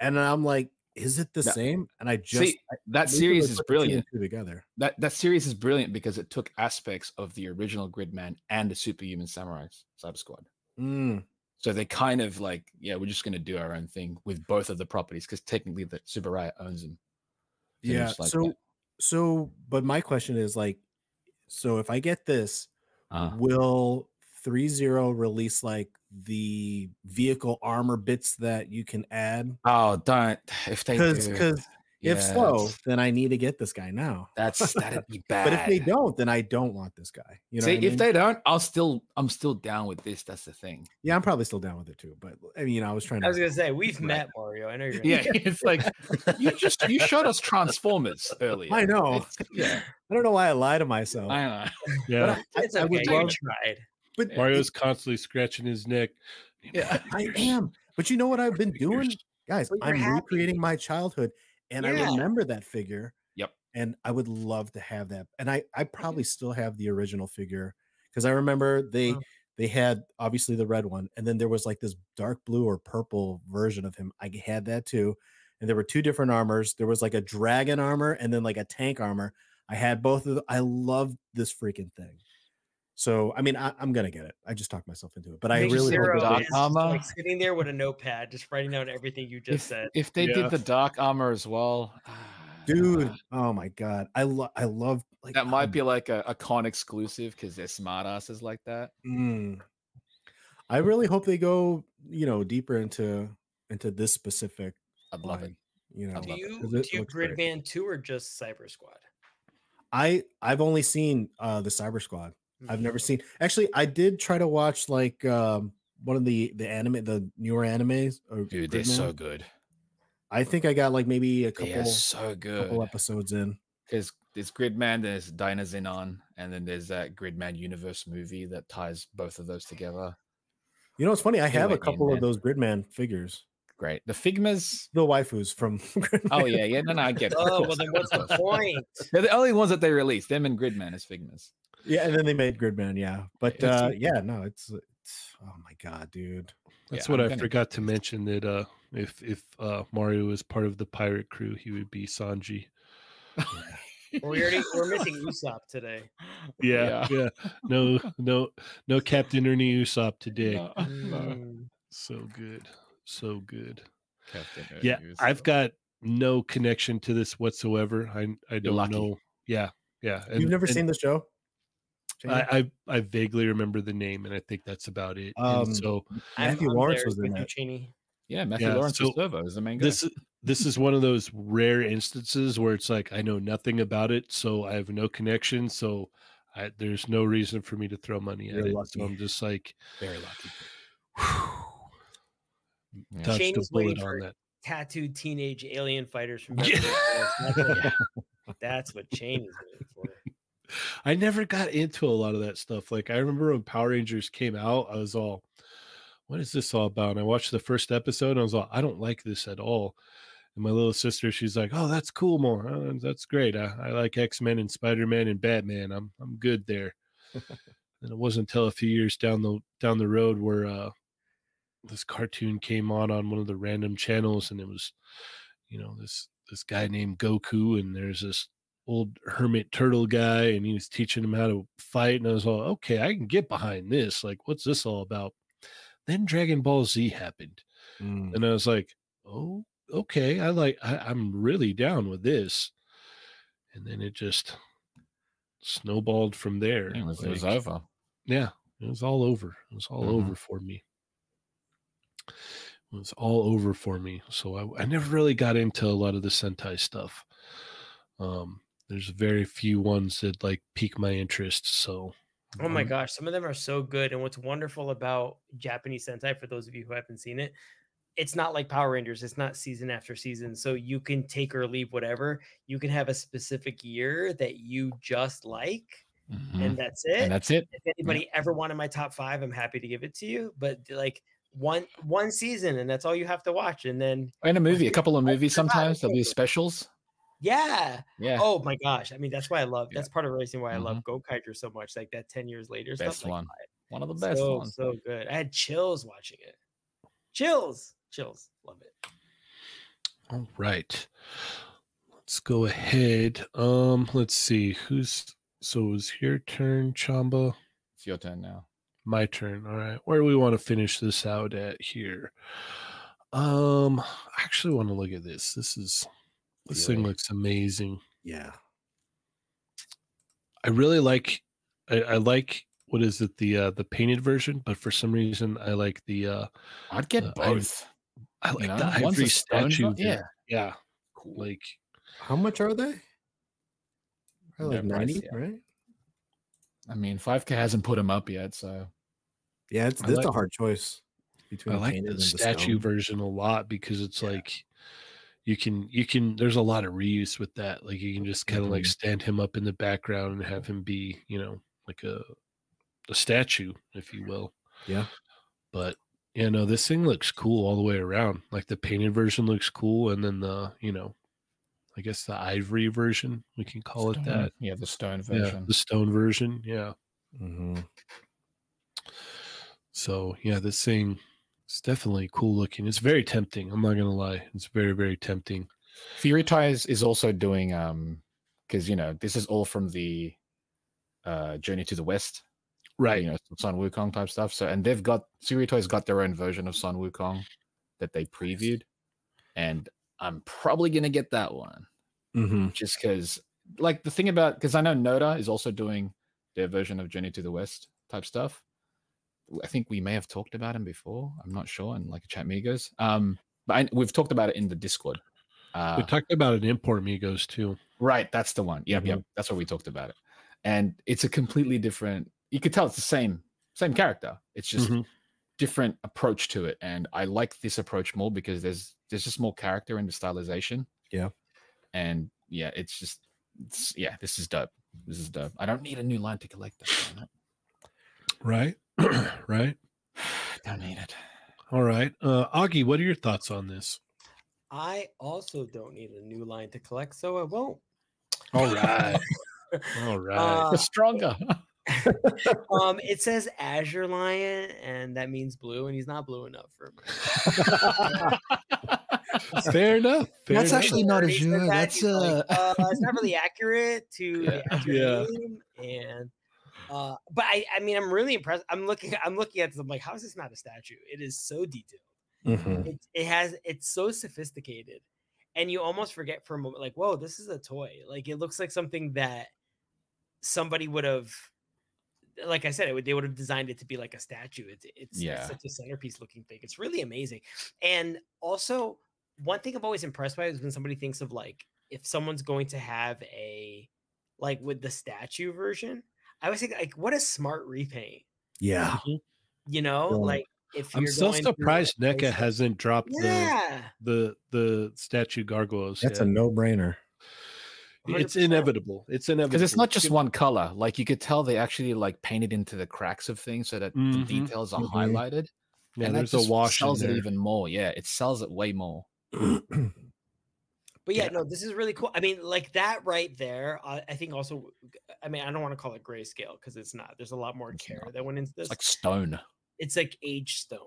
Speaker 4: And I'm like, is it the
Speaker 2: No.
Speaker 4: same? And I just
Speaker 2: See,
Speaker 4: I-
Speaker 2: that
Speaker 4: Lisa
Speaker 2: series
Speaker 4: would
Speaker 2: is
Speaker 4: put the two and
Speaker 2: brilliant.
Speaker 4: Two together.
Speaker 2: That that series is brilliant because it took aspects of the original Gridman and the Superhuman Samurai Cyber Squad.
Speaker 4: Mm,
Speaker 2: So they kind of like, yeah, we're just gonna do our own thing with both of the properties because technically the Subaraya owns them. So
Speaker 4: yeah.
Speaker 2: it's like
Speaker 4: so
Speaker 2: that.
Speaker 4: so, but my question is like, so if I get this,
Speaker 2: Uh,
Speaker 4: will 3-0 release like the vehicle armor bits that you can add?
Speaker 2: oh, don't if they
Speaker 4: Because
Speaker 2: do,
Speaker 4: because
Speaker 2: yeah,
Speaker 4: if so,
Speaker 2: that's-
Speaker 4: then I need to get this guy now.
Speaker 2: that's that'd be bad.
Speaker 4: But if they don't, then I don't want this guy. You know,
Speaker 2: See,
Speaker 4: what I mean?
Speaker 2: if they don't, I'll still I'm still down with this. That's the thing.
Speaker 4: yeah, I'm probably still down with it too. But I mean, you know, I was trying
Speaker 3: I was
Speaker 4: to.
Speaker 3: gonna say we've
Speaker 2: Right.
Speaker 3: met Mario. I know you're.
Speaker 2: Yeah, it's like you just you showed us Transformers earlier.
Speaker 4: I know.
Speaker 2: It's- Yeah,
Speaker 4: I don't know why I lie to myself.
Speaker 2: I know.
Speaker 1: Yeah.
Speaker 3: It's okay.
Speaker 4: I would
Speaker 3: you
Speaker 4: love-
Speaker 3: tried.
Speaker 4: but
Speaker 2: Yeah.
Speaker 1: Mario's constantly scratching his neck.
Speaker 2: Yeah,
Speaker 4: I am. But you know what I've been doing, guys?
Speaker 3: Well, you're
Speaker 4: I'm
Speaker 3: happy.
Speaker 4: recreating my childhood, and I
Speaker 3: Yeah.
Speaker 4: remember that figure.
Speaker 2: Yep.
Speaker 4: And I would love to have that. And I I
Speaker 3: Mm-hmm.
Speaker 4: probably still have the original figure because I remember they
Speaker 3: Wow.
Speaker 4: they had obviously the red one, and then there was like this dark blue or purple version of him. I had that too, and there were two different armors. There was like a dragon armor and then like a tank armor. I had both of. The, I loved this freaking thing. So I mean, I, I'm gonna get it. I just talked myself into it, but I
Speaker 3: Big
Speaker 4: really hope
Speaker 3: Zero
Speaker 4: it
Speaker 2: Dark
Speaker 3: is
Speaker 4: does.
Speaker 3: just,
Speaker 2: Armor.
Speaker 3: like sitting there with a notepad, just writing down everything you just
Speaker 2: if,
Speaker 3: said.
Speaker 2: if they
Speaker 1: Yeah.
Speaker 2: did the dark armor as well, ah,
Speaker 4: dude oh my god i love i love like
Speaker 2: that might
Speaker 4: um,
Speaker 2: be like a, a con exclusive because they're smart asses like that.
Speaker 4: mm. i really hope they go you know deeper into into this specific
Speaker 2: I'd love it.
Speaker 4: line, you know
Speaker 2: love
Speaker 3: Do
Speaker 2: it,
Speaker 3: you
Speaker 4: 'cause
Speaker 3: do
Speaker 4: it
Speaker 3: you
Speaker 4: looks great.
Speaker 3: Gridman two or just Cyber Squad?
Speaker 4: i i've only seen uh the cyber squad i've
Speaker 3: Mm.
Speaker 4: never
Speaker 2: Mm-hmm.
Speaker 4: seen actually i did try to watch like um one of the the anime the newer animes of
Speaker 2: Dude, they're so
Speaker 4: Gridman.
Speaker 2: good.
Speaker 4: i think i got like maybe a
Speaker 2: They are
Speaker 4: couple
Speaker 2: so good.
Speaker 4: couple episodes in
Speaker 2: There's there's Gridman, there's Dinah Zenon, and then there's that Gridman universe movie that ties both of those together.
Speaker 4: you know it's funny i have
Speaker 2: Anyway,
Speaker 4: a
Speaker 2: Ian,
Speaker 4: couple
Speaker 2: man.
Speaker 4: of those gridman figures
Speaker 2: Great. The Figmas.
Speaker 4: the waifus from
Speaker 2: Oh yeah, yeah. No, no, I get. it. Of
Speaker 3: Oh well,
Speaker 2: course,
Speaker 3: then
Speaker 2: of
Speaker 3: what's the
Speaker 2: course.
Speaker 3: point?
Speaker 2: They're the only ones that they released. Them and Gridman as Figmas.
Speaker 4: Yeah, and then they made Gridman. Yeah, but
Speaker 2: It's-
Speaker 4: uh, yeah, no, it's, it's oh my god, dude.
Speaker 1: That's
Speaker 2: Yeah,
Speaker 1: what
Speaker 2: I'm
Speaker 1: I
Speaker 2: gonna-
Speaker 1: forgot to mention that uh if if uh Mario was part of the pirate crew, he would be Sanji.
Speaker 3: We already we're missing Usopp today.
Speaker 1: Yeah, yeah. No, no, no Captain Ernie Usopp today.
Speaker 2: No, no.
Speaker 3: Mm.
Speaker 1: So good. So good.
Speaker 2: Captain
Speaker 1: Yeah, uh,
Speaker 2: Ernie
Speaker 1: I've
Speaker 2: Usopp.
Speaker 1: got no connection to this whatsoever. I I don't
Speaker 2: lucky.
Speaker 1: know. Yeah, yeah.
Speaker 4: You've
Speaker 1: and-
Speaker 4: never
Speaker 1: and
Speaker 4: seen the show? Jamie?
Speaker 1: I, I I vaguely remember the name, and I think that's about it. And
Speaker 4: Um,
Speaker 1: so
Speaker 3: I'm
Speaker 4: Matthew
Speaker 3: on
Speaker 4: Lawrence
Speaker 3: there
Speaker 4: was in
Speaker 3: with you,
Speaker 4: it.
Speaker 3: Cheney.
Speaker 2: Yeah, Matthew
Speaker 1: Yeah,
Speaker 2: Lawrence
Speaker 1: so
Speaker 2: is Servo is the main guy.
Speaker 1: this this is one of those rare instances where it's like I know nothing about it, so I have no connection. So I, there's no reason for me to throw money at
Speaker 4: You're
Speaker 1: it.
Speaker 4: lucky.
Speaker 1: So I'm just like
Speaker 2: very lucky. Yeah.
Speaker 1: touched
Speaker 3: Shane's
Speaker 1: a bullet
Speaker 3: waiting
Speaker 1: on
Speaker 3: for-
Speaker 1: that.
Speaker 3: Tattooed teenage alien fighters from
Speaker 1: Yeah.
Speaker 3: Beverly Hills. That's what- That's what Cheney's waiting for.
Speaker 1: I never got into a lot of that stuff. Like I remember when Power Rangers came out, I was all, "What is this all about?" And I watched the first episode, and I was all, "I don't like this at all." And my little sister, she's like, "Oh, that's cool, more. Uh, that's great. I, I like X Men and Spider Man and Batman. I'm I'm good there." and it wasn't until a few years down the down the road where uh, this cartoon came on on one of the random channels, and it was, you know, this this guy named Goku, and there's this old hermit turtle guy, and he was teaching him how to fight, and I was all, "Okay, I can get behind this. Like, what's this all about?" Then Dragon Ball Z happened,
Speaker 4: Mm.
Speaker 1: and I was like, "Oh, okay. I like. I, I'm really down with this." And then it just snowballed from there.
Speaker 2: It was, it was
Speaker 1: like-
Speaker 2: over.
Speaker 1: yeah, it was all over. It was all
Speaker 2: Mhm.
Speaker 1: over for me. It was all over for me. So I, I never really got into a lot of the Sentai stuff. Um, there's very few ones that like pique my interest. So,
Speaker 3: Oh my
Speaker 1: um,
Speaker 3: gosh, some of them are so good. And what's wonderful about Japanese Sentai, for those of you who haven't seen it, it's not like Power Rangers, it's not season after season. So you can take or leave whatever. You can have a specific year that you just like,
Speaker 1: Mm-hmm.
Speaker 2: Mhm.
Speaker 3: and that's it.
Speaker 1: eh,
Speaker 2: and that's it.
Speaker 3: if anybody ever wanted my top five, I'm happy to give it to you. But like one one season, and that's all you have to watch. And then
Speaker 2: And a movie, a couple of movies
Speaker 3: forgot,
Speaker 2: sometimes. There'll be
Speaker 3: okay.
Speaker 2: specials.
Speaker 3: yeah,
Speaker 2: Yeah.
Speaker 3: oh my gosh, I mean that's why I love
Speaker 2: Yeah. Mm-hmm.
Speaker 3: that's part of the reason why I love Gokaiger so much. Like that ten years later stuff,
Speaker 2: best
Speaker 3: like,
Speaker 2: one. One of the best
Speaker 3: so,
Speaker 2: ones.
Speaker 3: So good. I had chills watching it. Chills, chills. Love it.
Speaker 1: all right, let's go ahead. Um, let's see who's so it was your turn, Chamba.
Speaker 2: It's your turn now.
Speaker 1: my turn all right where do we want to finish this out at here um i actually want to look at this this is this thing
Speaker 4: Really?
Speaker 1: looks amazing
Speaker 4: Yeah.
Speaker 1: i really like i, I like what is it the uh the painted version but for some reason i like the uh
Speaker 2: I'd get
Speaker 1: Uh, I would-
Speaker 2: both.
Speaker 1: i like
Speaker 2: know,
Speaker 1: the
Speaker 2: one's a
Speaker 1: ivory
Speaker 2: stone
Speaker 1: statue
Speaker 2: one- yeah.
Speaker 1: there. yeah
Speaker 2: Cool.
Speaker 1: like
Speaker 4: How much are they? Probably like
Speaker 2: Their price,
Speaker 4: 90,
Speaker 2: yeah.
Speaker 4: right?
Speaker 2: I mean, 5K hasn't put them up yet, so
Speaker 4: Yeah, it's
Speaker 1: I
Speaker 4: that's a
Speaker 1: like-
Speaker 4: hard choice between
Speaker 1: i like the
Speaker 4: painted and
Speaker 1: statue
Speaker 4: stone.
Speaker 1: version a lot because it's like you can you can there's a lot of reuse with that like you can just kind of like
Speaker 2: Mhm.
Speaker 1: stand him up in the background and have him be you know like a a statue if you will
Speaker 4: Yeah.
Speaker 1: but you know this thing looks cool all the way around like the painted version looks cool and then the you know i guess the ivory version we can call it
Speaker 2: Stone.
Speaker 1: that
Speaker 2: Yeah, the stone
Speaker 1: yeah,
Speaker 2: version.
Speaker 1: the stone version yeah
Speaker 4: Mhm.
Speaker 1: So yeah, this thing is definitely cool looking. It's very tempting. I'm not gonna lie. It's very, very tempting.
Speaker 2: Fury Ties is also doing um because you know this is all from the uh Journey to the West, you know, Sun Wukong type stuff. So and they've got Fury Toys got their own version of Sun Wukong that they previewed, and I'm probably gonna get that one
Speaker 4: Mhm.
Speaker 2: just because like the thing about because I know Noda is also doing their version of Journey to the West type stuff. I think we may have talked about him before. I'm not sure, and like chat amigos. Um, but I, we've talked about it in the Discord. Uh,
Speaker 1: we talked about an import Migos too.
Speaker 2: Right, that's the one. Yep,
Speaker 1: Mm-hmm.
Speaker 2: yep. That's what we talked about it. And it's a completely different. You could tell it's the same same character. It's just
Speaker 1: Mhm.
Speaker 2: different approach to it, and I like this approach more because there's there's just more character in the stylization.
Speaker 4: Yeah.
Speaker 2: And yeah, it's just it's, yeah, this is dope. This is dope. I don't need a new line to collect that. damn it.
Speaker 1: Right. right.
Speaker 2: don't need it.
Speaker 1: All right. Uh Augie, what are your thoughts on this?
Speaker 3: I also don't need a new line to collect, so I won't.
Speaker 1: All right. All right.
Speaker 3: Uh,
Speaker 2: The stronger.
Speaker 3: um, it says Azure Lion, and that means blue, and he's not blue enough for me.
Speaker 1: fair enough. Fair
Speaker 2: That's
Speaker 1: enough.
Speaker 2: actually not
Speaker 3: Already said
Speaker 2: Azure,
Speaker 3: that,
Speaker 2: that's,
Speaker 3: he's like,
Speaker 2: uh,
Speaker 3: uh, it's not really accurate to the Azure
Speaker 1: yeah.
Speaker 3: name, and uh, but I, I mean, I'm really impressed. I'm looking, I'm looking at this. I'm like, how is this not a statue? It is so detailed.
Speaker 1: Mm.
Speaker 4: Mhm.
Speaker 3: it, it has it's so sophisticated and you almost forget for a moment like whoa this is a toy like it looks like something that somebody would have like i said it would, they would have designed it to be like a statue it's it's,
Speaker 2: Yeah.
Speaker 3: it's such a centerpiece looking thing it's really amazing and also one thing i'm always impressed by is when somebody thinks of like if someone's going to have a like with the statue version i always think like what a smart repaint
Speaker 1: Oh,
Speaker 4: Yeah.
Speaker 3: you know
Speaker 4: Yeah.
Speaker 3: like if
Speaker 1: I'm
Speaker 3: you're
Speaker 1: so
Speaker 3: going through a
Speaker 1: surprised NECA
Speaker 3: place-
Speaker 1: hasn't dropped
Speaker 3: yeah
Speaker 1: the the the statue gargoyles.
Speaker 4: That's a
Speaker 1: yet.
Speaker 4: no-brainer.
Speaker 1: it's
Speaker 3: 100%.
Speaker 1: inevitable. It's inevitable.
Speaker 2: because it's not just
Speaker 1: Give-
Speaker 2: one color like you could tell they actually like painted into the cracks of things so that
Speaker 1: Mhm.
Speaker 2: the details are
Speaker 4: Mhm.
Speaker 2: highlighted
Speaker 1: Yeah,
Speaker 2: and that
Speaker 1: there's a
Speaker 2: just
Speaker 1: wash in
Speaker 2: sells
Speaker 1: there.
Speaker 4: Mm-hmm.
Speaker 2: it even more yeah it sells it way more
Speaker 3: But yeah, no, this is really cool. I mean, like that right there. I, I think also, I mean, I don't want to call it grayscale because it's not. There's a lot more
Speaker 2: It's
Speaker 3: care
Speaker 2: not.
Speaker 3: that went into this.
Speaker 2: It's like stone.
Speaker 3: it's like age stone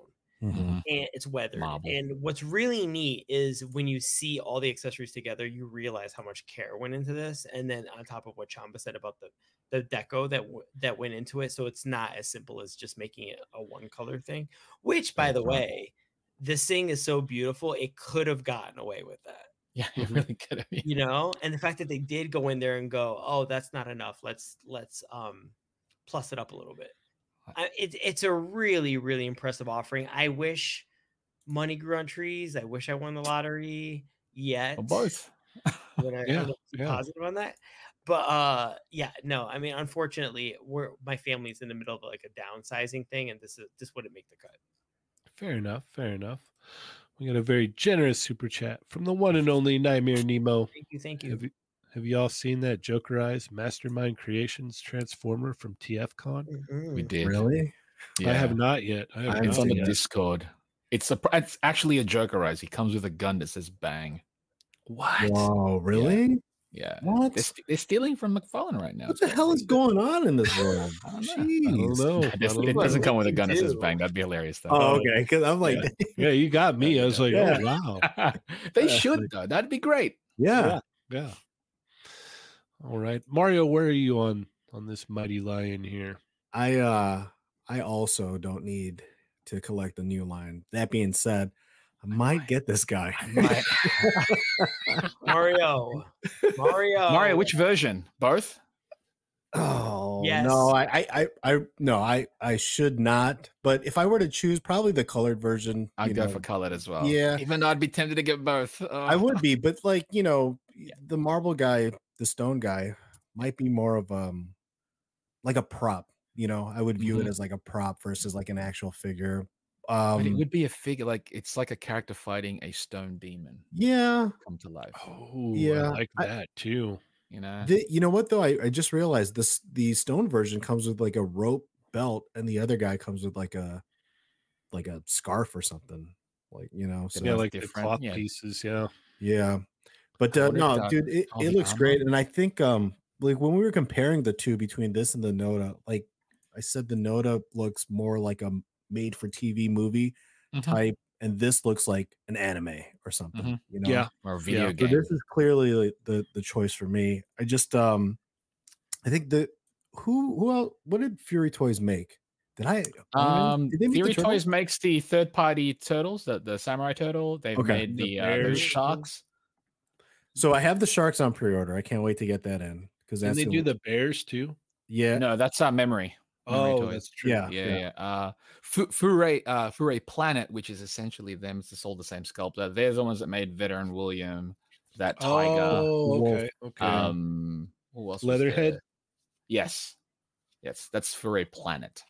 Speaker 1: Mm-hmm.
Speaker 4: Mm-hmm.
Speaker 2: Mhm.
Speaker 3: and it's weathered.
Speaker 2: Marble.
Speaker 3: And what's really neat is when you see all the accessories together, you realize how much care went into this. And then on top of what Chamba said about the the deco that w- that went into it, so it's not as simple as just making it a one color thing. Which, by the
Speaker 2: Right.
Speaker 3: way, this thing is so beautiful; it could have gotten away with that,
Speaker 2: Yeah,
Speaker 4: Mm-hmm.
Speaker 2: it really could have been.
Speaker 3: you know. And the fact that they did go in there and go, "Oh, that's not enough. Let's let's um plus it up a little bit." I, it, it's a really really impressive offering. I wish money grew on trees. I wish I won the lottery. Yet,
Speaker 2: Or both.
Speaker 3: When I,
Speaker 1: Yeah,
Speaker 3: I'm
Speaker 1: yeah.
Speaker 3: positive on that, but uh, yeah, no. I mean, unfortunately, we're my family's in the middle of like a downsizing thing, and this is this wouldn't make the cut.
Speaker 1: Fair enough. Fair enough. We got a very generous super chat from the one and only Nightmare Nemo.
Speaker 3: Thank you, thank you.
Speaker 1: Have you, have y'all seen that Joker Eyes Mastermind Creations Transformer from TFCon?
Speaker 2: We
Speaker 3: Mhm.
Speaker 2: did.
Speaker 4: Really?
Speaker 1: I
Speaker 2: Yeah.
Speaker 1: have not yet. I have
Speaker 4: I
Speaker 1: not
Speaker 2: It's on the
Speaker 1: yet.
Speaker 2: Discord. It's a. It's actually a Jokerize. He comes with a gun that says "Bang."
Speaker 1: What?
Speaker 4: Wow, really?
Speaker 2: Yeah.
Speaker 4: What?
Speaker 2: They're, st- they're stealing from McFarlane right now.
Speaker 4: What
Speaker 2: It's
Speaker 4: the
Speaker 2: quite
Speaker 4: hell is
Speaker 2: crazy.
Speaker 4: going on in this world?
Speaker 2: I don't know.
Speaker 4: Jeez.
Speaker 1: I don't know.
Speaker 2: It
Speaker 1: I
Speaker 2: doesn't-
Speaker 1: don't
Speaker 2: it
Speaker 1: know.
Speaker 2: doesn't come with a
Speaker 3: you
Speaker 2: gun that says
Speaker 3: do?
Speaker 2: "Bang." That'd be hilarious, though.
Speaker 4: Oh, okay. Because I'm like,
Speaker 2: Yeah.
Speaker 1: Yeah, you got me. I was like,
Speaker 4: Yeah.
Speaker 1: oh, wow.
Speaker 2: they
Speaker 4: Yeah.
Speaker 2: should though. That'd be great.
Speaker 4: yeah.
Speaker 1: Yeah. All right. Mario, where are you on on this mighty lion here?
Speaker 4: I uh I also don't need to collect a new line. That being said, I might get this guy.
Speaker 3: Mario, Mario,
Speaker 2: Mario, which version? Both?
Speaker 4: oh
Speaker 3: Yes.
Speaker 4: no, I, I I I no, I I should not. But if I were to choose, probably the colored version.
Speaker 2: I'd
Speaker 4: you
Speaker 2: go
Speaker 4: know,
Speaker 2: for colored as well.
Speaker 4: yeah.
Speaker 2: Even though I'd be tempted to get both.
Speaker 4: I
Speaker 2: Oh.
Speaker 4: would be, but like you know, the marble guy, the stone guy, might be more of um like a prop. You know, I would view
Speaker 2: Mhm.
Speaker 4: it as like a prop versus like an actual figure.
Speaker 2: but it
Speaker 4: Um,
Speaker 2: would be a figure like it's like a character fighting a stone demon
Speaker 4: yeah,
Speaker 2: come to life.
Speaker 1: Oh, yeah,
Speaker 4: Yeah,
Speaker 1: I like
Speaker 4: I-
Speaker 1: that too.
Speaker 2: You know.
Speaker 4: The, you know what though? I, I just realized this the stone version comes with like a rope belt, and the other guy comes with like a like a scarf or something. Like you know, so
Speaker 1: yeah,
Speaker 2: that's
Speaker 1: like the
Speaker 2: different,
Speaker 1: cloth
Speaker 2: yeah.
Speaker 1: pieces. Yeah.
Speaker 4: yeah. But
Speaker 2: I
Speaker 4: uh,
Speaker 2: wonder if
Speaker 4: no,
Speaker 2: that-
Speaker 4: dude, it,
Speaker 2: all
Speaker 4: it
Speaker 2: the
Speaker 4: looks
Speaker 2: armor?
Speaker 4: great. And I think um like when we were comparing the two between this and the Noda, like I said, the Noda looks more like a made for TV movie
Speaker 2: Mhm.
Speaker 4: type, and this looks like an anime or something.
Speaker 2: Mhm.
Speaker 4: You know,
Speaker 1: Yeah.
Speaker 2: or a video
Speaker 1: Yeah,
Speaker 4: so
Speaker 2: game.
Speaker 4: this is clearly like, the the choice for me. I just um, I think the who who else, what did Fury Toys make? Did I
Speaker 2: Um,
Speaker 4: did they make the
Speaker 2: Theory
Speaker 4: turtle?
Speaker 2: Toys makes the third party turtles, the, the samurai turtle. They've
Speaker 4: Okay.
Speaker 2: made
Speaker 1: The
Speaker 2: the, uh,
Speaker 1: bear.
Speaker 2: those sharks.
Speaker 4: So I have the sharks on pre order. I can't wait to get that in because
Speaker 1: And
Speaker 4: that's
Speaker 1: they do
Speaker 4: the-
Speaker 1: the bears too.
Speaker 4: yeah Ah,
Speaker 2: No, that's uh, memory. Memory
Speaker 1: Oh,
Speaker 2: Toys.
Speaker 1: that's true.
Speaker 4: Yeah.
Speaker 2: Yeah, yeah. Uh, Fu- Furay, uh, Furay Planet, which is essentially them, it's all the same sculptor. They're the ones that made Veteran William, that tiger.
Speaker 1: Oh,
Speaker 4: wolf,
Speaker 1: okay. Okay.
Speaker 2: um, who else? was
Speaker 1: Leatherhead?
Speaker 2: there? Yes, yes. That's Furay Planet,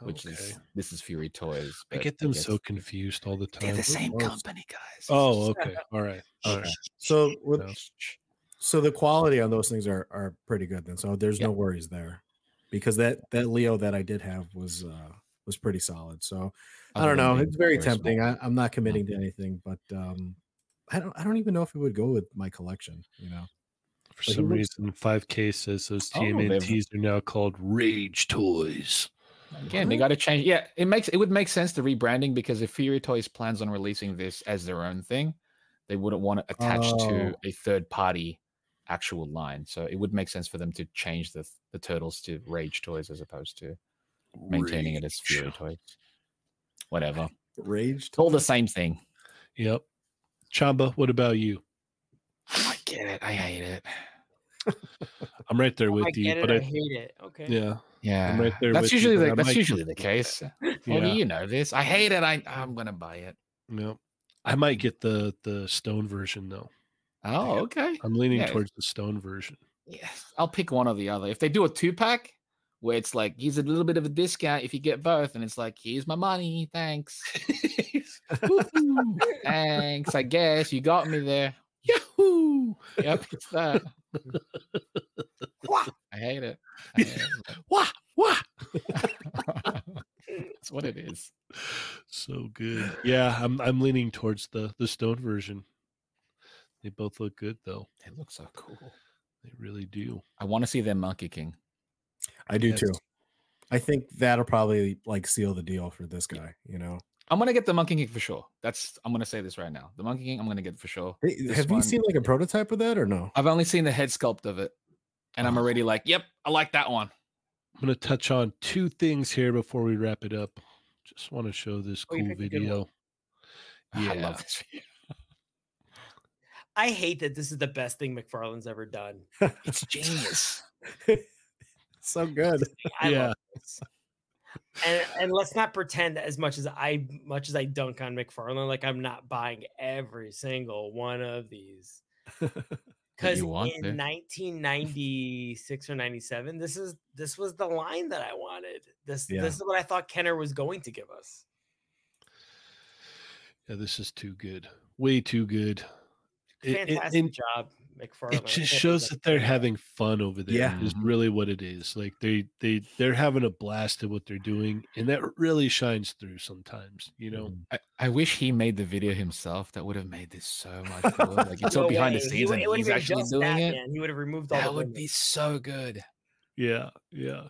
Speaker 2: which is
Speaker 1: Okay.
Speaker 2: this is Fury Toys.
Speaker 1: I
Speaker 2: but
Speaker 1: get them
Speaker 2: guess
Speaker 1: so confused all the time.
Speaker 2: They're the
Speaker 1: Who
Speaker 2: same
Speaker 1: knows?
Speaker 2: company, guys. It's
Speaker 1: Oh,
Speaker 2: just-
Speaker 1: okay. All right. All right.
Speaker 4: So with,
Speaker 1: No.
Speaker 4: so the quality on those things are are pretty good then. So there's
Speaker 2: Yeah.
Speaker 4: no worries there because that that Leo that I did have was uh was pretty solid. So I
Speaker 2: other
Speaker 4: don't
Speaker 2: than
Speaker 4: know.
Speaker 2: being
Speaker 4: It's very
Speaker 2: small.
Speaker 4: tempting. I, I'm not committing to anything, but um I don't I don't even know if it would go with my collection, you know.
Speaker 1: For
Speaker 4: he
Speaker 1: some
Speaker 4: looks-
Speaker 1: reason, 5K says those
Speaker 2: Oh, they've-
Speaker 1: TMNTs are now called Rage Toys.
Speaker 2: Again, they
Speaker 4: What?
Speaker 2: got to change. Yeah, it makes it would make sense to rebranding because if Fury Toys plans on releasing this as their own thing, they wouldn't want it attached to
Speaker 4: Oh.
Speaker 2: a third party actual line. So it would make sense for them to change the the turtles to Rage Toys as opposed to maintaining it as Fury
Speaker 1: Rage.
Speaker 2: Toys. Whatever,
Speaker 4: Rage
Speaker 2: it's all the same thing.
Speaker 1: Yep. Chamba, what about you?
Speaker 2: I get it. I hate it.
Speaker 1: I'm right there with
Speaker 3: Oh, I
Speaker 1: you,
Speaker 3: get it.
Speaker 1: but
Speaker 3: I,
Speaker 1: I,
Speaker 3: hate it. Okay.
Speaker 1: yeah,
Speaker 2: Yeah,
Speaker 1: right there with
Speaker 2: that's
Speaker 1: you,
Speaker 2: usually
Speaker 1: but
Speaker 2: the,
Speaker 1: I
Speaker 2: that's
Speaker 1: might
Speaker 2: usually the
Speaker 1: get-
Speaker 2: case.
Speaker 1: yeah,
Speaker 2: Well, you know this. I hate it. I I'm gonna buy it.
Speaker 1: no. I might get the the stone version though.
Speaker 2: Oh, okay.
Speaker 1: I'm leaning
Speaker 2: Yeah.
Speaker 1: towards the stone version.
Speaker 2: Yes, I'll pick one or the other. If they do a two pack where it's like, here's a little bit of a discount if you get both, and it's like, here's my money, thanks. Woohoo, thanks, I guess you got me there.
Speaker 1: Yahoo!
Speaker 2: Yep, it's that. Wah, I hate it. I hate it.
Speaker 1: Wah wah.
Speaker 2: That's what it is.
Speaker 1: So good. Yeah, I'm I'm leaning towards the the stone version. They both look good though.
Speaker 2: It looks so cool.
Speaker 1: They really do.
Speaker 2: I want to see them Monkey King.
Speaker 4: I do
Speaker 1: Yes.
Speaker 4: too. I think that'll probably like seal the deal for this guy. You know,
Speaker 2: I'm gonna get the Monkey King for sure. That's I'm gonna say this right now. The Monkey King I'm gonna get for sure.
Speaker 4: Hey,
Speaker 2: This
Speaker 4: have
Speaker 2: one-
Speaker 4: you seen like a prototype of that or no?
Speaker 2: I've only seen the head sculpt of it, and I'm
Speaker 4: Oh.
Speaker 2: already like, yep, I like that one.
Speaker 1: I'm gonna touch on two things here before we wrap it up. Just want to show this
Speaker 3: Oh, you
Speaker 1: cool
Speaker 3: picked a good
Speaker 1: video.
Speaker 3: one.
Speaker 2: I
Speaker 1: Yeah.
Speaker 2: love this.
Speaker 3: I hate that this is the best thing McFarlane's ever done.
Speaker 2: It's genius.
Speaker 4: So good.
Speaker 3: I
Speaker 1: yeah.
Speaker 3: love this. And, and let's not pretend as much as I much as I dunk on McFarlane, like I'm not buying every single one of these. Because in
Speaker 2: you want to.
Speaker 3: 1996 or 97, this is this was the line that I wanted. This
Speaker 4: Yeah.
Speaker 3: this is what I thought Kenner was going to give us.
Speaker 1: Yeah, this is too good. Way too good. It- it-
Speaker 3: Fantastic
Speaker 1: and
Speaker 3: job, McFarlane.
Speaker 1: it just shows that they're having fun over there.
Speaker 4: Yeah.
Speaker 1: Is
Speaker 2: Mhm.
Speaker 1: really what it is. Like they they they're having a blast at what they're doing, and that really shines through sometimes. You know,
Speaker 2: I, I wish he made the video himself. That would have made this so much cooler. Like it's all behind the scenes, and he's actually doing it.
Speaker 3: Man. He would have removed all
Speaker 2: That
Speaker 3: the
Speaker 2: would
Speaker 3: women.
Speaker 2: be so good.
Speaker 1: yeah, yeah.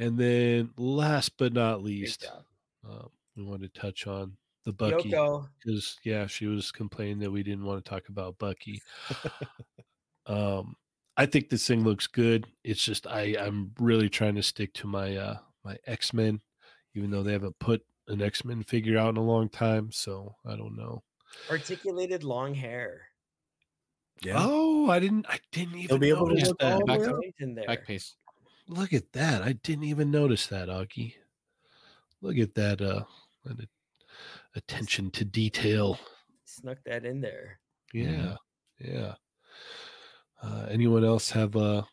Speaker 1: And then last but not
Speaker 3: Great
Speaker 1: least,
Speaker 3: job.
Speaker 1: um, we want to touch on the Bucky
Speaker 3: Yoko.
Speaker 1: because yeah, she was complaining that we didn't want to talk about Bucky. um, I think this thing looks good. It's just I I'm really trying to stick to my uh my X Men, even though they haven't put an X Men figure out in a long time. So I don't know.
Speaker 3: Articulated long hair.
Speaker 4: Yeah.
Speaker 1: Oh, I didn't I didn't even
Speaker 4: be able to
Speaker 1: notice
Speaker 4: look
Speaker 1: that.
Speaker 4: all
Speaker 2: back
Speaker 4: around.
Speaker 2: to-
Speaker 3: Point in there.
Speaker 2: Back piece.
Speaker 1: Look at that! I didn't even notice that, Aki. Look at that uh an a- attention to detail.
Speaker 3: Snuck that in there.
Speaker 1: Yeah,
Speaker 2: Mhm.
Speaker 1: yeah. Uh, anyone else have uh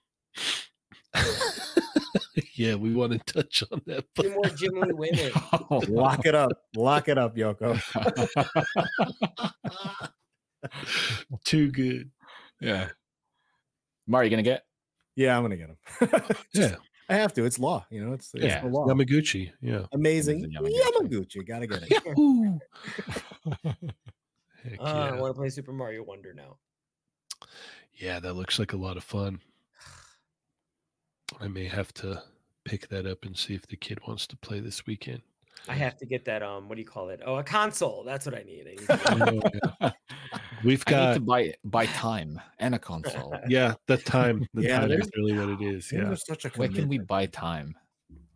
Speaker 1: yeah, we want to touch on that. But
Speaker 3: Two more Jim Lee women.
Speaker 4: Oh, Lock it up. Lock it up, Yoko.
Speaker 1: too good.
Speaker 2: yeah. Mari, you gonna get?
Speaker 4: Yeah, I'm gonna get him.
Speaker 1: Yeah,
Speaker 4: I have to. It's law. You know, it's, it's
Speaker 2: Yeah.
Speaker 4: the law.
Speaker 1: Yamaguchi. Yeah.
Speaker 4: Amazing.
Speaker 2: Amazing Yamaguchi.
Speaker 4: Yamaguchi. Gotta get it.
Speaker 1: Yahoo! Heck
Speaker 3: Uh,
Speaker 1: yeah.
Speaker 3: I want to play Super Mario Wonder now.
Speaker 1: yeah, that looks like a lot of fun. I may have to pick that up and see if the kid wants to play this weekend.
Speaker 3: I have to get that. Um, what do you call it? Oh, a console. That's what I need. I need
Speaker 1: I
Speaker 3: to
Speaker 1: know, yeah. We've
Speaker 2: I need
Speaker 1: got
Speaker 2: to buy buy time and a console.
Speaker 1: yeah, the time. The
Speaker 4: Yeah,
Speaker 1: time
Speaker 4: there's-
Speaker 1: is really what it is.
Speaker 4: Games
Speaker 1: Yeah.
Speaker 4: are such a
Speaker 2: Where can we
Speaker 4: commitment.
Speaker 2: buy time?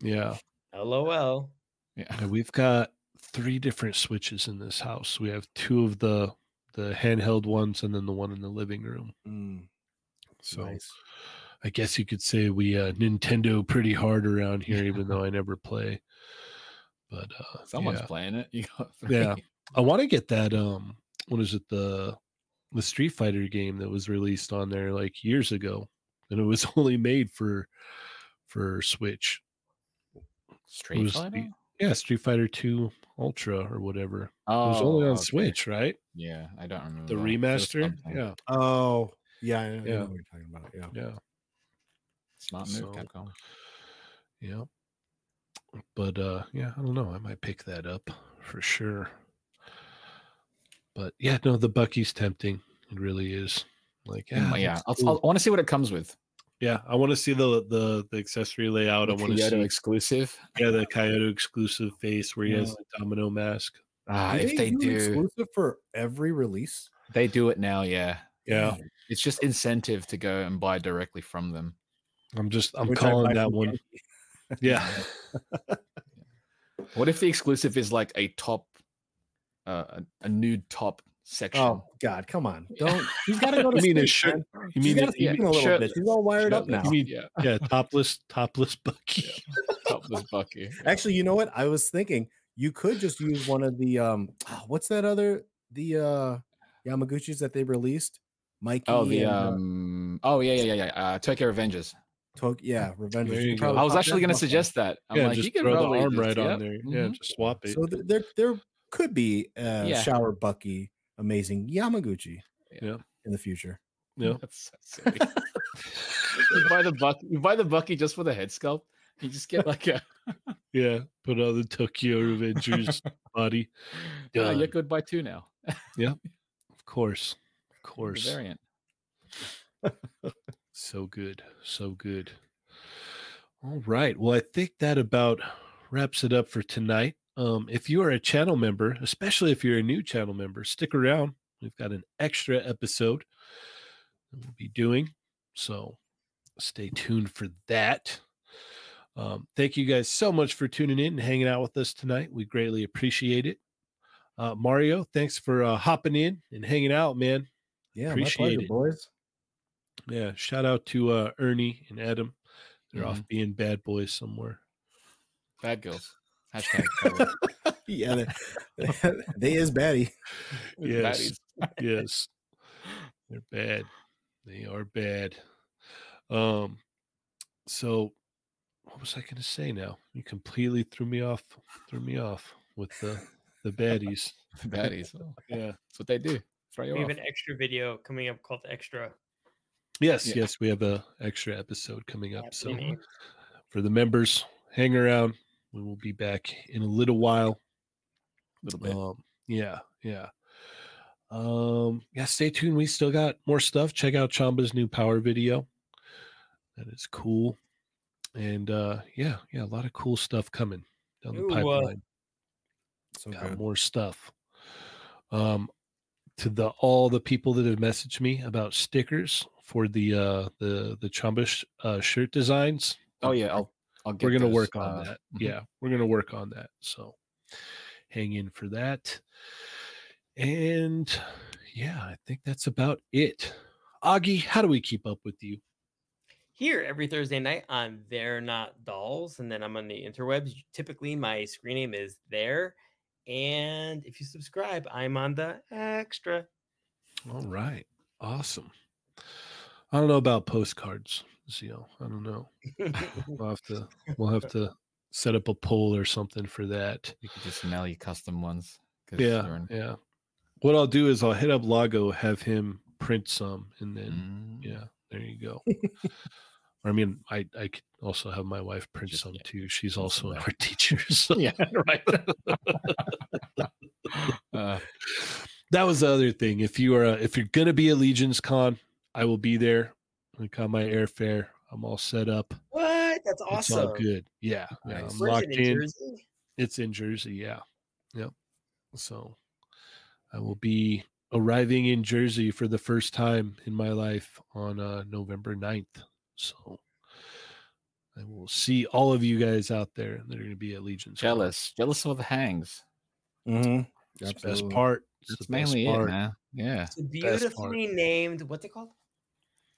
Speaker 1: Yeah.
Speaker 3: get- LOL.
Speaker 2: Yeah.
Speaker 1: Yeah, we've got three different switches in this house. We have two of the the handheld ones and then the one in the living room.
Speaker 4: Mm,
Speaker 1: So
Speaker 4: nice.
Speaker 1: I guess you could say we uh Nintendo pretty hard around here, even though I never play. But uh
Speaker 2: Someone's
Speaker 1: yeah.
Speaker 2: playing it. You got
Speaker 1: Yeah.
Speaker 2: three.
Speaker 1: I want to get that um what is it, the the Street Fighter game that was released on there like years ago. And it was only made for for Switch.
Speaker 2: Street
Speaker 1: was the-
Speaker 2: Fighter?
Speaker 1: Yeah, Street Fighter 2 Ultra or whatever.
Speaker 2: Oh,
Speaker 1: it was only on
Speaker 2: okay.
Speaker 1: Switch, right?
Speaker 2: Yeah, I don't remember
Speaker 1: The
Speaker 2: that. There was
Speaker 1: remaster.
Speaker 2: something.
Speaker 1: Yeah.
Speaker 4: Oh, yeah. I know, I
Speaker 1: Yeah.
Speaker 4: know what you're talking about. Yeah.
Speaker 1: Yeah.
Speaker 2: smart move,
Speaker 1: So-
Speaker 2: Capcom.
Speaker 1: Yeah. But uh yeah, I don't know. I might pick that up for sure. But yeah, no, the Bucky's tempting. It really is. Like yeah,
Speaker 2: Yeah, yeah.
Speaker 1: looks
Speaker 2: I'll,
Speaker 1: cool."
Speaker 2: I'll, I want to see what it comes with.
Speaker 1: yeah. I want to see the the the accessory layout. I
Speaker 2: The
Speaker 1: want to
Speaker 2: Kyoto
Speaker 1: see
Speaker 2: exclusive.
Speaker 1: yeah the Kyoto exclusive face where he has
Speaker 4: Yeah.
Speaker 1: the domino mask. Uh,
Speaker 2: Ah,
Speaker 4: Do
Speaker 2: if they
Speaker 4: do
Speaker 2: do,
Speaker 4: exclusive for every release.
Speaker 2: they do it now. Yeah,
Speaker 1: Yeah,
Speaker 2: it's just incentive to go and buy directly from them.
Speaker 1: I'm just I'm
Speaker 4: Which I
Speaker 1: calling
Speaker 4: might
Speaker 1: that
Speaker 4: be
Speaker 1: one. Yeah,
Speaker 2: What if the exclusive is like a top, uh, a, a nude top section?
Speaker 4: Oh God, come on!
Speaker 2: Yeah.
Speaker 4: Don't. He's got to go to
Speaker 1: You mean his shirt-
Speaker 4: sleep, man.
Speaker 1: you
Speaker 4: He's
Speaker 1: mean
Speaker 4: gotta
Speaker 1: it- you
Speaker 4: sleep
Speaker 1: mean
Speaker 4: in a little bit.
Speaker 2: shirtless.
Speaker 4: He's all wired up now.
Speaker 2: Shirtless.
Speaker 1: You mean-
Speaker 2: yeah,
Speaker 1: yeah topless topless Bucky.
Speaker 2: topless Bucky. yeah.
Speaker 4: Actually, you know what? I was thinking you could just use one of the um. What's that other the uh Yamaguchis that they released? Mikey.
Speaker 2: Oh, the
Speaker 4: and, uh,
Speaker 2: um. Oh yeah, yeah, yeah, yeah. Uh, Tokyo Avengers.
Speaker 4: Tok- yeah, Revenge.
Speaker 1: There you go.
Speaker 2: I was actually going to suggest Oh, that. I'm
Speaker 1: yeah,
Speaker 2: like, you
Speaker 1: just
Speaker 2: can
Speaker 1: throw the
Speaker 2: probably
Speaker 1: arm
Speaker 2: just-
Speaker 1: right
Speaker 2: yep,
Speaker 1: on there. Yeah,
Speaker 2: mhm.
Speaker 1: just swap it.
Speaker 4: So th- there, there could be uh,
Speaker 2: Yeah.
Speaker 4: shower Bucky, amazing Yamaguchi.
Speaker 2: Yeah.
Speaker 4: In the future,
Speaker 1: Yeah.
Speaker 2: That's so silly. you buy the buck. You buy the Bucky just for the head sculpt. You just get like a. "Uh,
Speaker 1: Yeah, put on the Tokyo Revengers body.
Speaker 2: Uh, you
Speaker 1: Done.
Speaker 2: could buy two now.
Speaker 1: Of course. Of course.
Speaker 2: The variant.
Speaker 1: So good. So good. All right. Well, I think that about wraps it up for tonight. Um, if you are a channel member, especially if you're a new channel member, stick around. We've got an extra episode that we'll be doing. So stay tuned for that. Um, thank you guys so much for tuning in and hanging out with us tonight. We greatly appreciate it. Uh, Mario, thanks for uh, hopping in and hanging out, man.
Speaker 4: Yeah,
Speaker 1: Appreciate
Speaker 4: my pleasure,
Speaker 1: it.
Speaker 4: boys.
Speaker 1: Yeah, shout out to uh, Ernie and Adam. They're off
Speaker 2: Mhm.
Speaker 1: being bad boys somewhere.
Speaker 2: Bad girls. Hashtag. bad girls.
Speaker 4: yeah, they, they is baddie.
Speaker 1: Yes.
Speaker 2: Baddies.
Speaker 1: yes. They're bad. They are bad. Um so what was I gonna say now? You completely threw me off threw me off with the the baddies.
Speaker 2: Baddies. Oh,
Speaker 1: Yeah.
Speaker 2: That's what they do. Throw you
Speaker 3: We have
Speaker 2: off.
Speaker 3: an extra video coming up called Extra.
Speaker 1: Yes,
Speaker 2: Yeah.
Speaker 1: yes, we have a extra episode coming up.
Speaker 3: That's the
Speaker 1: So
Speaker 3: name.
Speaker 1: for the members, hang around. We will be back in a little while.
Speaker 2: little bit.
Speaker 1: Um, yeah, yeah. Um, yeah, stay tuned. We still got more stuff. Check out Chamba's new power video. That is cool. And uh yeah, yeah, a lot of cool stuff coming down the
Speaker 3: Ooh, uh,
Speaker 1: pipeline.
Speaker 4: So
Speaker 1: got
Speaker 4: good.
Speaker 1: more stuff. Um to the all the people that have messaged me about stickers for the uh the the Chamba sh- uh, shirt designs
Speaker 2: Oh yeah, I'll. I'll get
Speaker 1: we're going to
Speaker 2: those,
Speaker 1: work on
Speaker 2: uh,
Speaker 1: that. Mm-hmm.
Speaker 2: mhm.
Speaker 1: Yeah, we're going to work on that. So hang in for that. And yeah, I think that's about it. Augie, how do we keep up with you?
Speaker 3: Here every Thursday night on They're Not Dolls, and then I'm on the interwebs. Typically, my screen name is There. And if you subscribe, I'm on the extra.
Speaker 1: All right. Awesome. I don't know about postcards, Zio. I don't know. We'll have to we'll have to set up a poll or something for that.
Speaker 2: You can just mail you custom ones. 'cause you're
Speaker 1: Yeah.
Speaker 2: in-
Speaker 1: Yeah. What I'll do is I'll hit up Lago, have him print some and then
Speaker 2: Mm.
Speaker 1: Yeah, there you go. I mean, I I could also have my wife print
Speaker 2: Just-
Speaker 1: some
Speaker 2: yeah,
Speaker 1: too. She's
Speaker 2: print
Speaker 1: also
Speaker 2: some
Speaker 1: an
Speaker 2: out.
Speaker 1: art teacher. So
Speaker 2: Mm. Yeah,
Speaker 1: right.
Speaker 2: Uh,
Speaker 1: that was the other thing. If you are uh, if you're gonna be at Legion's Con, I will be there. I got my airfare. I'm all set up.
Speaker 3: What? That's awesome.
Speaker 1: It's all good. Yeah, yeah,
Speaker 2: Nice.
Speaker 1: I'm
Speaker 3: Where's
Speaker 1: locked
Speaker 3: it, in
Speaker 1: in.
Speaker 3: Jersey?
Speaker 1: It's in Jersey. Yeah, yep. So I will be arriving in Jersey for the first time in my life on uh, November 9th. So I will see all of you guys out there. They're going to be at Legion's. Club.
Speaker 2: jealous, jealous of the hangs.
Speaker 4: Mm-hmm.
Speaker 1: It's the best part. It's
Speaker 2: That's
Speaker 1: the best
Speaker 2: mainly it,
Speaker 1: part.
Speaker 2: man. Yeah.
Speaker 3: It's a
Speaker 1: best part.
Speaker 3: beautifully named, what's it called?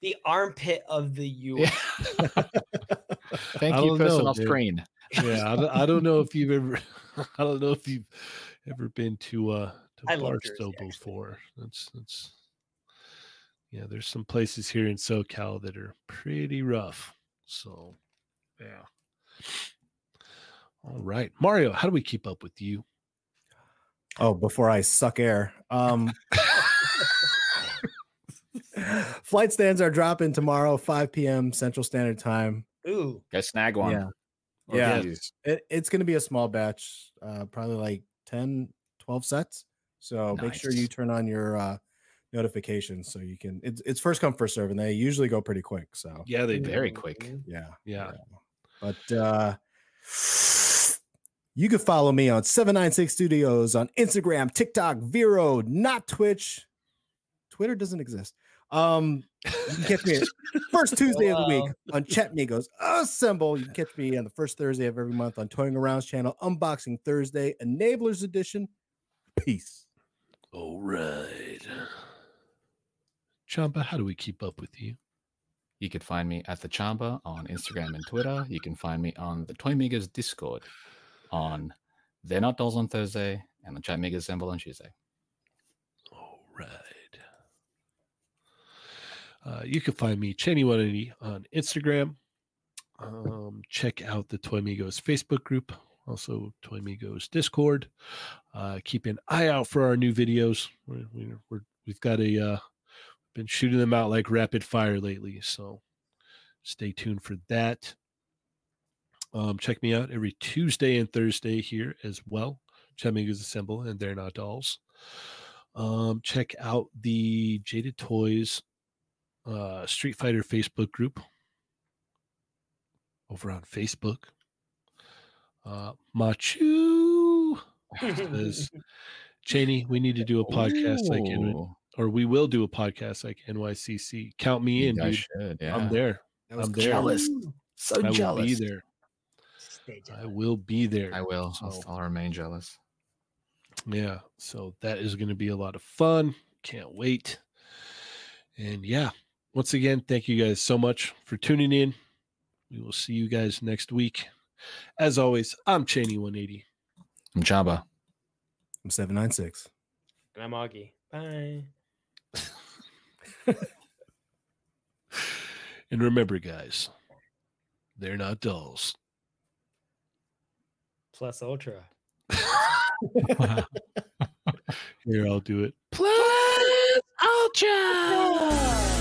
Speaker 3: The armpit of the U.S.
Speaker 2: yeah. Thank you,
Speaker 1: don't know,
Speaker 2: person off
Speaker 1: dude.
Speaker 2: screen.
Speaker 1: yeah, I don't, I don't know if you've ever, I don't know if you've ever been to uh to
Speaker 3: I love Jersey,
Speaker 1: Barstow
Speaker 3: actually.
Speaker 1: before. That's that's yeah. There's some places here in SoCal that are pretty rough. So yeah. All right, Mario, how do we keep up with you?
Speaker 4: Oh, before I suck air. Um, flight stands are dropping tomorrow, 5 p.m. Central Standard Time.
Speaker 3: Ooh,
Speaker 2: Go snag one.
Speaker 4: Yeah.
Speaker 2: Or
Speaker 4: Yeah.
Speaker 2: two.
Speaker 4: It, it's going to be a small batch, uh, probably like 10, 12 sets. So make sure you
Speaker 2: Nice.
Speaker 4: turn on your uh, notifications so you can. It's, it's first come, first serve, and they usually go pretty quick. So,
Speaker 1: Yeah, they
Speaker 2: do. Very quick.
Speaker 3: Mhm.
Speaker 4: yeah.
Speaker 1: Yeah,
Speaker 4: But uh, you can follow me on 796 Studios on Instagram, TikTok, Vero, not Twitch. Twitter doesn't exist. Um, you can catch me first Tuesday of the week on Chat Migos Assemble. You can catch me on the first Thursday of every month on Toying Around's channel, Unboxing Thursday, Enablers Edition. Peace.
Speaker 1: All right, Champa, how do we keep up with you?
Speaker 2: You could find me at the Chamba on Instagram and Twitter. You can find me on the Toy Makers Discord on They're Not Dolls on Thursday and the Chat Makers Assemble on Tuesday.
Speaker 1: All right. Uh, you can find me, Chenny180, on Instagram. Um, check out the Toy Migos Facebook group, also Toy Migos Discord. Uh, keep an eye out for our new videos. We're, we're, we're, we've got a uh, been shooting them out like rapid fire lately, so stay tuned for that. Um, check me out every Tuesday and Thursday here as well. Chat Migos Assemble and They're Not Dolls. Um, check out the Jaded Toys uh, Street Fighter Facebook group over on Facebook. Uh, Machu says, Cheney, we need to do a podcast like N-
Speaker 2: Ooh,
Speaker 1: or we will do a podcast like NYCC. Count me
Speaker 2: you
Speaker 1: in,
Speaker 2: guys
Speaker 1: dude.
Speaker 2: should, Oh yeah.
Speaker 1: I'm there.
Speaker 4: That was
Speaker 1: I'm
Speaker 4: cool.
Speaker 1: there.
Speaker 2: jealous. So
Speaker 1: I will be
Speaker 2: jealous.
Speaker 1: there.
Speaker 3: Stay
Speaker 1: I
Speaker 3: down.
Speaker 1: will be there.
Speaker 2: I will. I'll,
Speaker 1: So-
Speaker 2: I'll remain jealous.
Speaker 1: Yeah. So that is going to be a lot of fun. Can't wait. And yeah, once again, thank you guys so much for tuning in. We will see you guys next week. As always, I'm Cheney180.
Speaker 2: I'm Jabba.
Speaker 4: I'm 796.
Speaker 3: And I'm Augie. Bye.
Speaker 1: And remember, guys, they're not dolls.
Speaker 3: Plus Ultra.
Speaker 1: Here, I'll do it.
Speaker 2: Plus Ultra.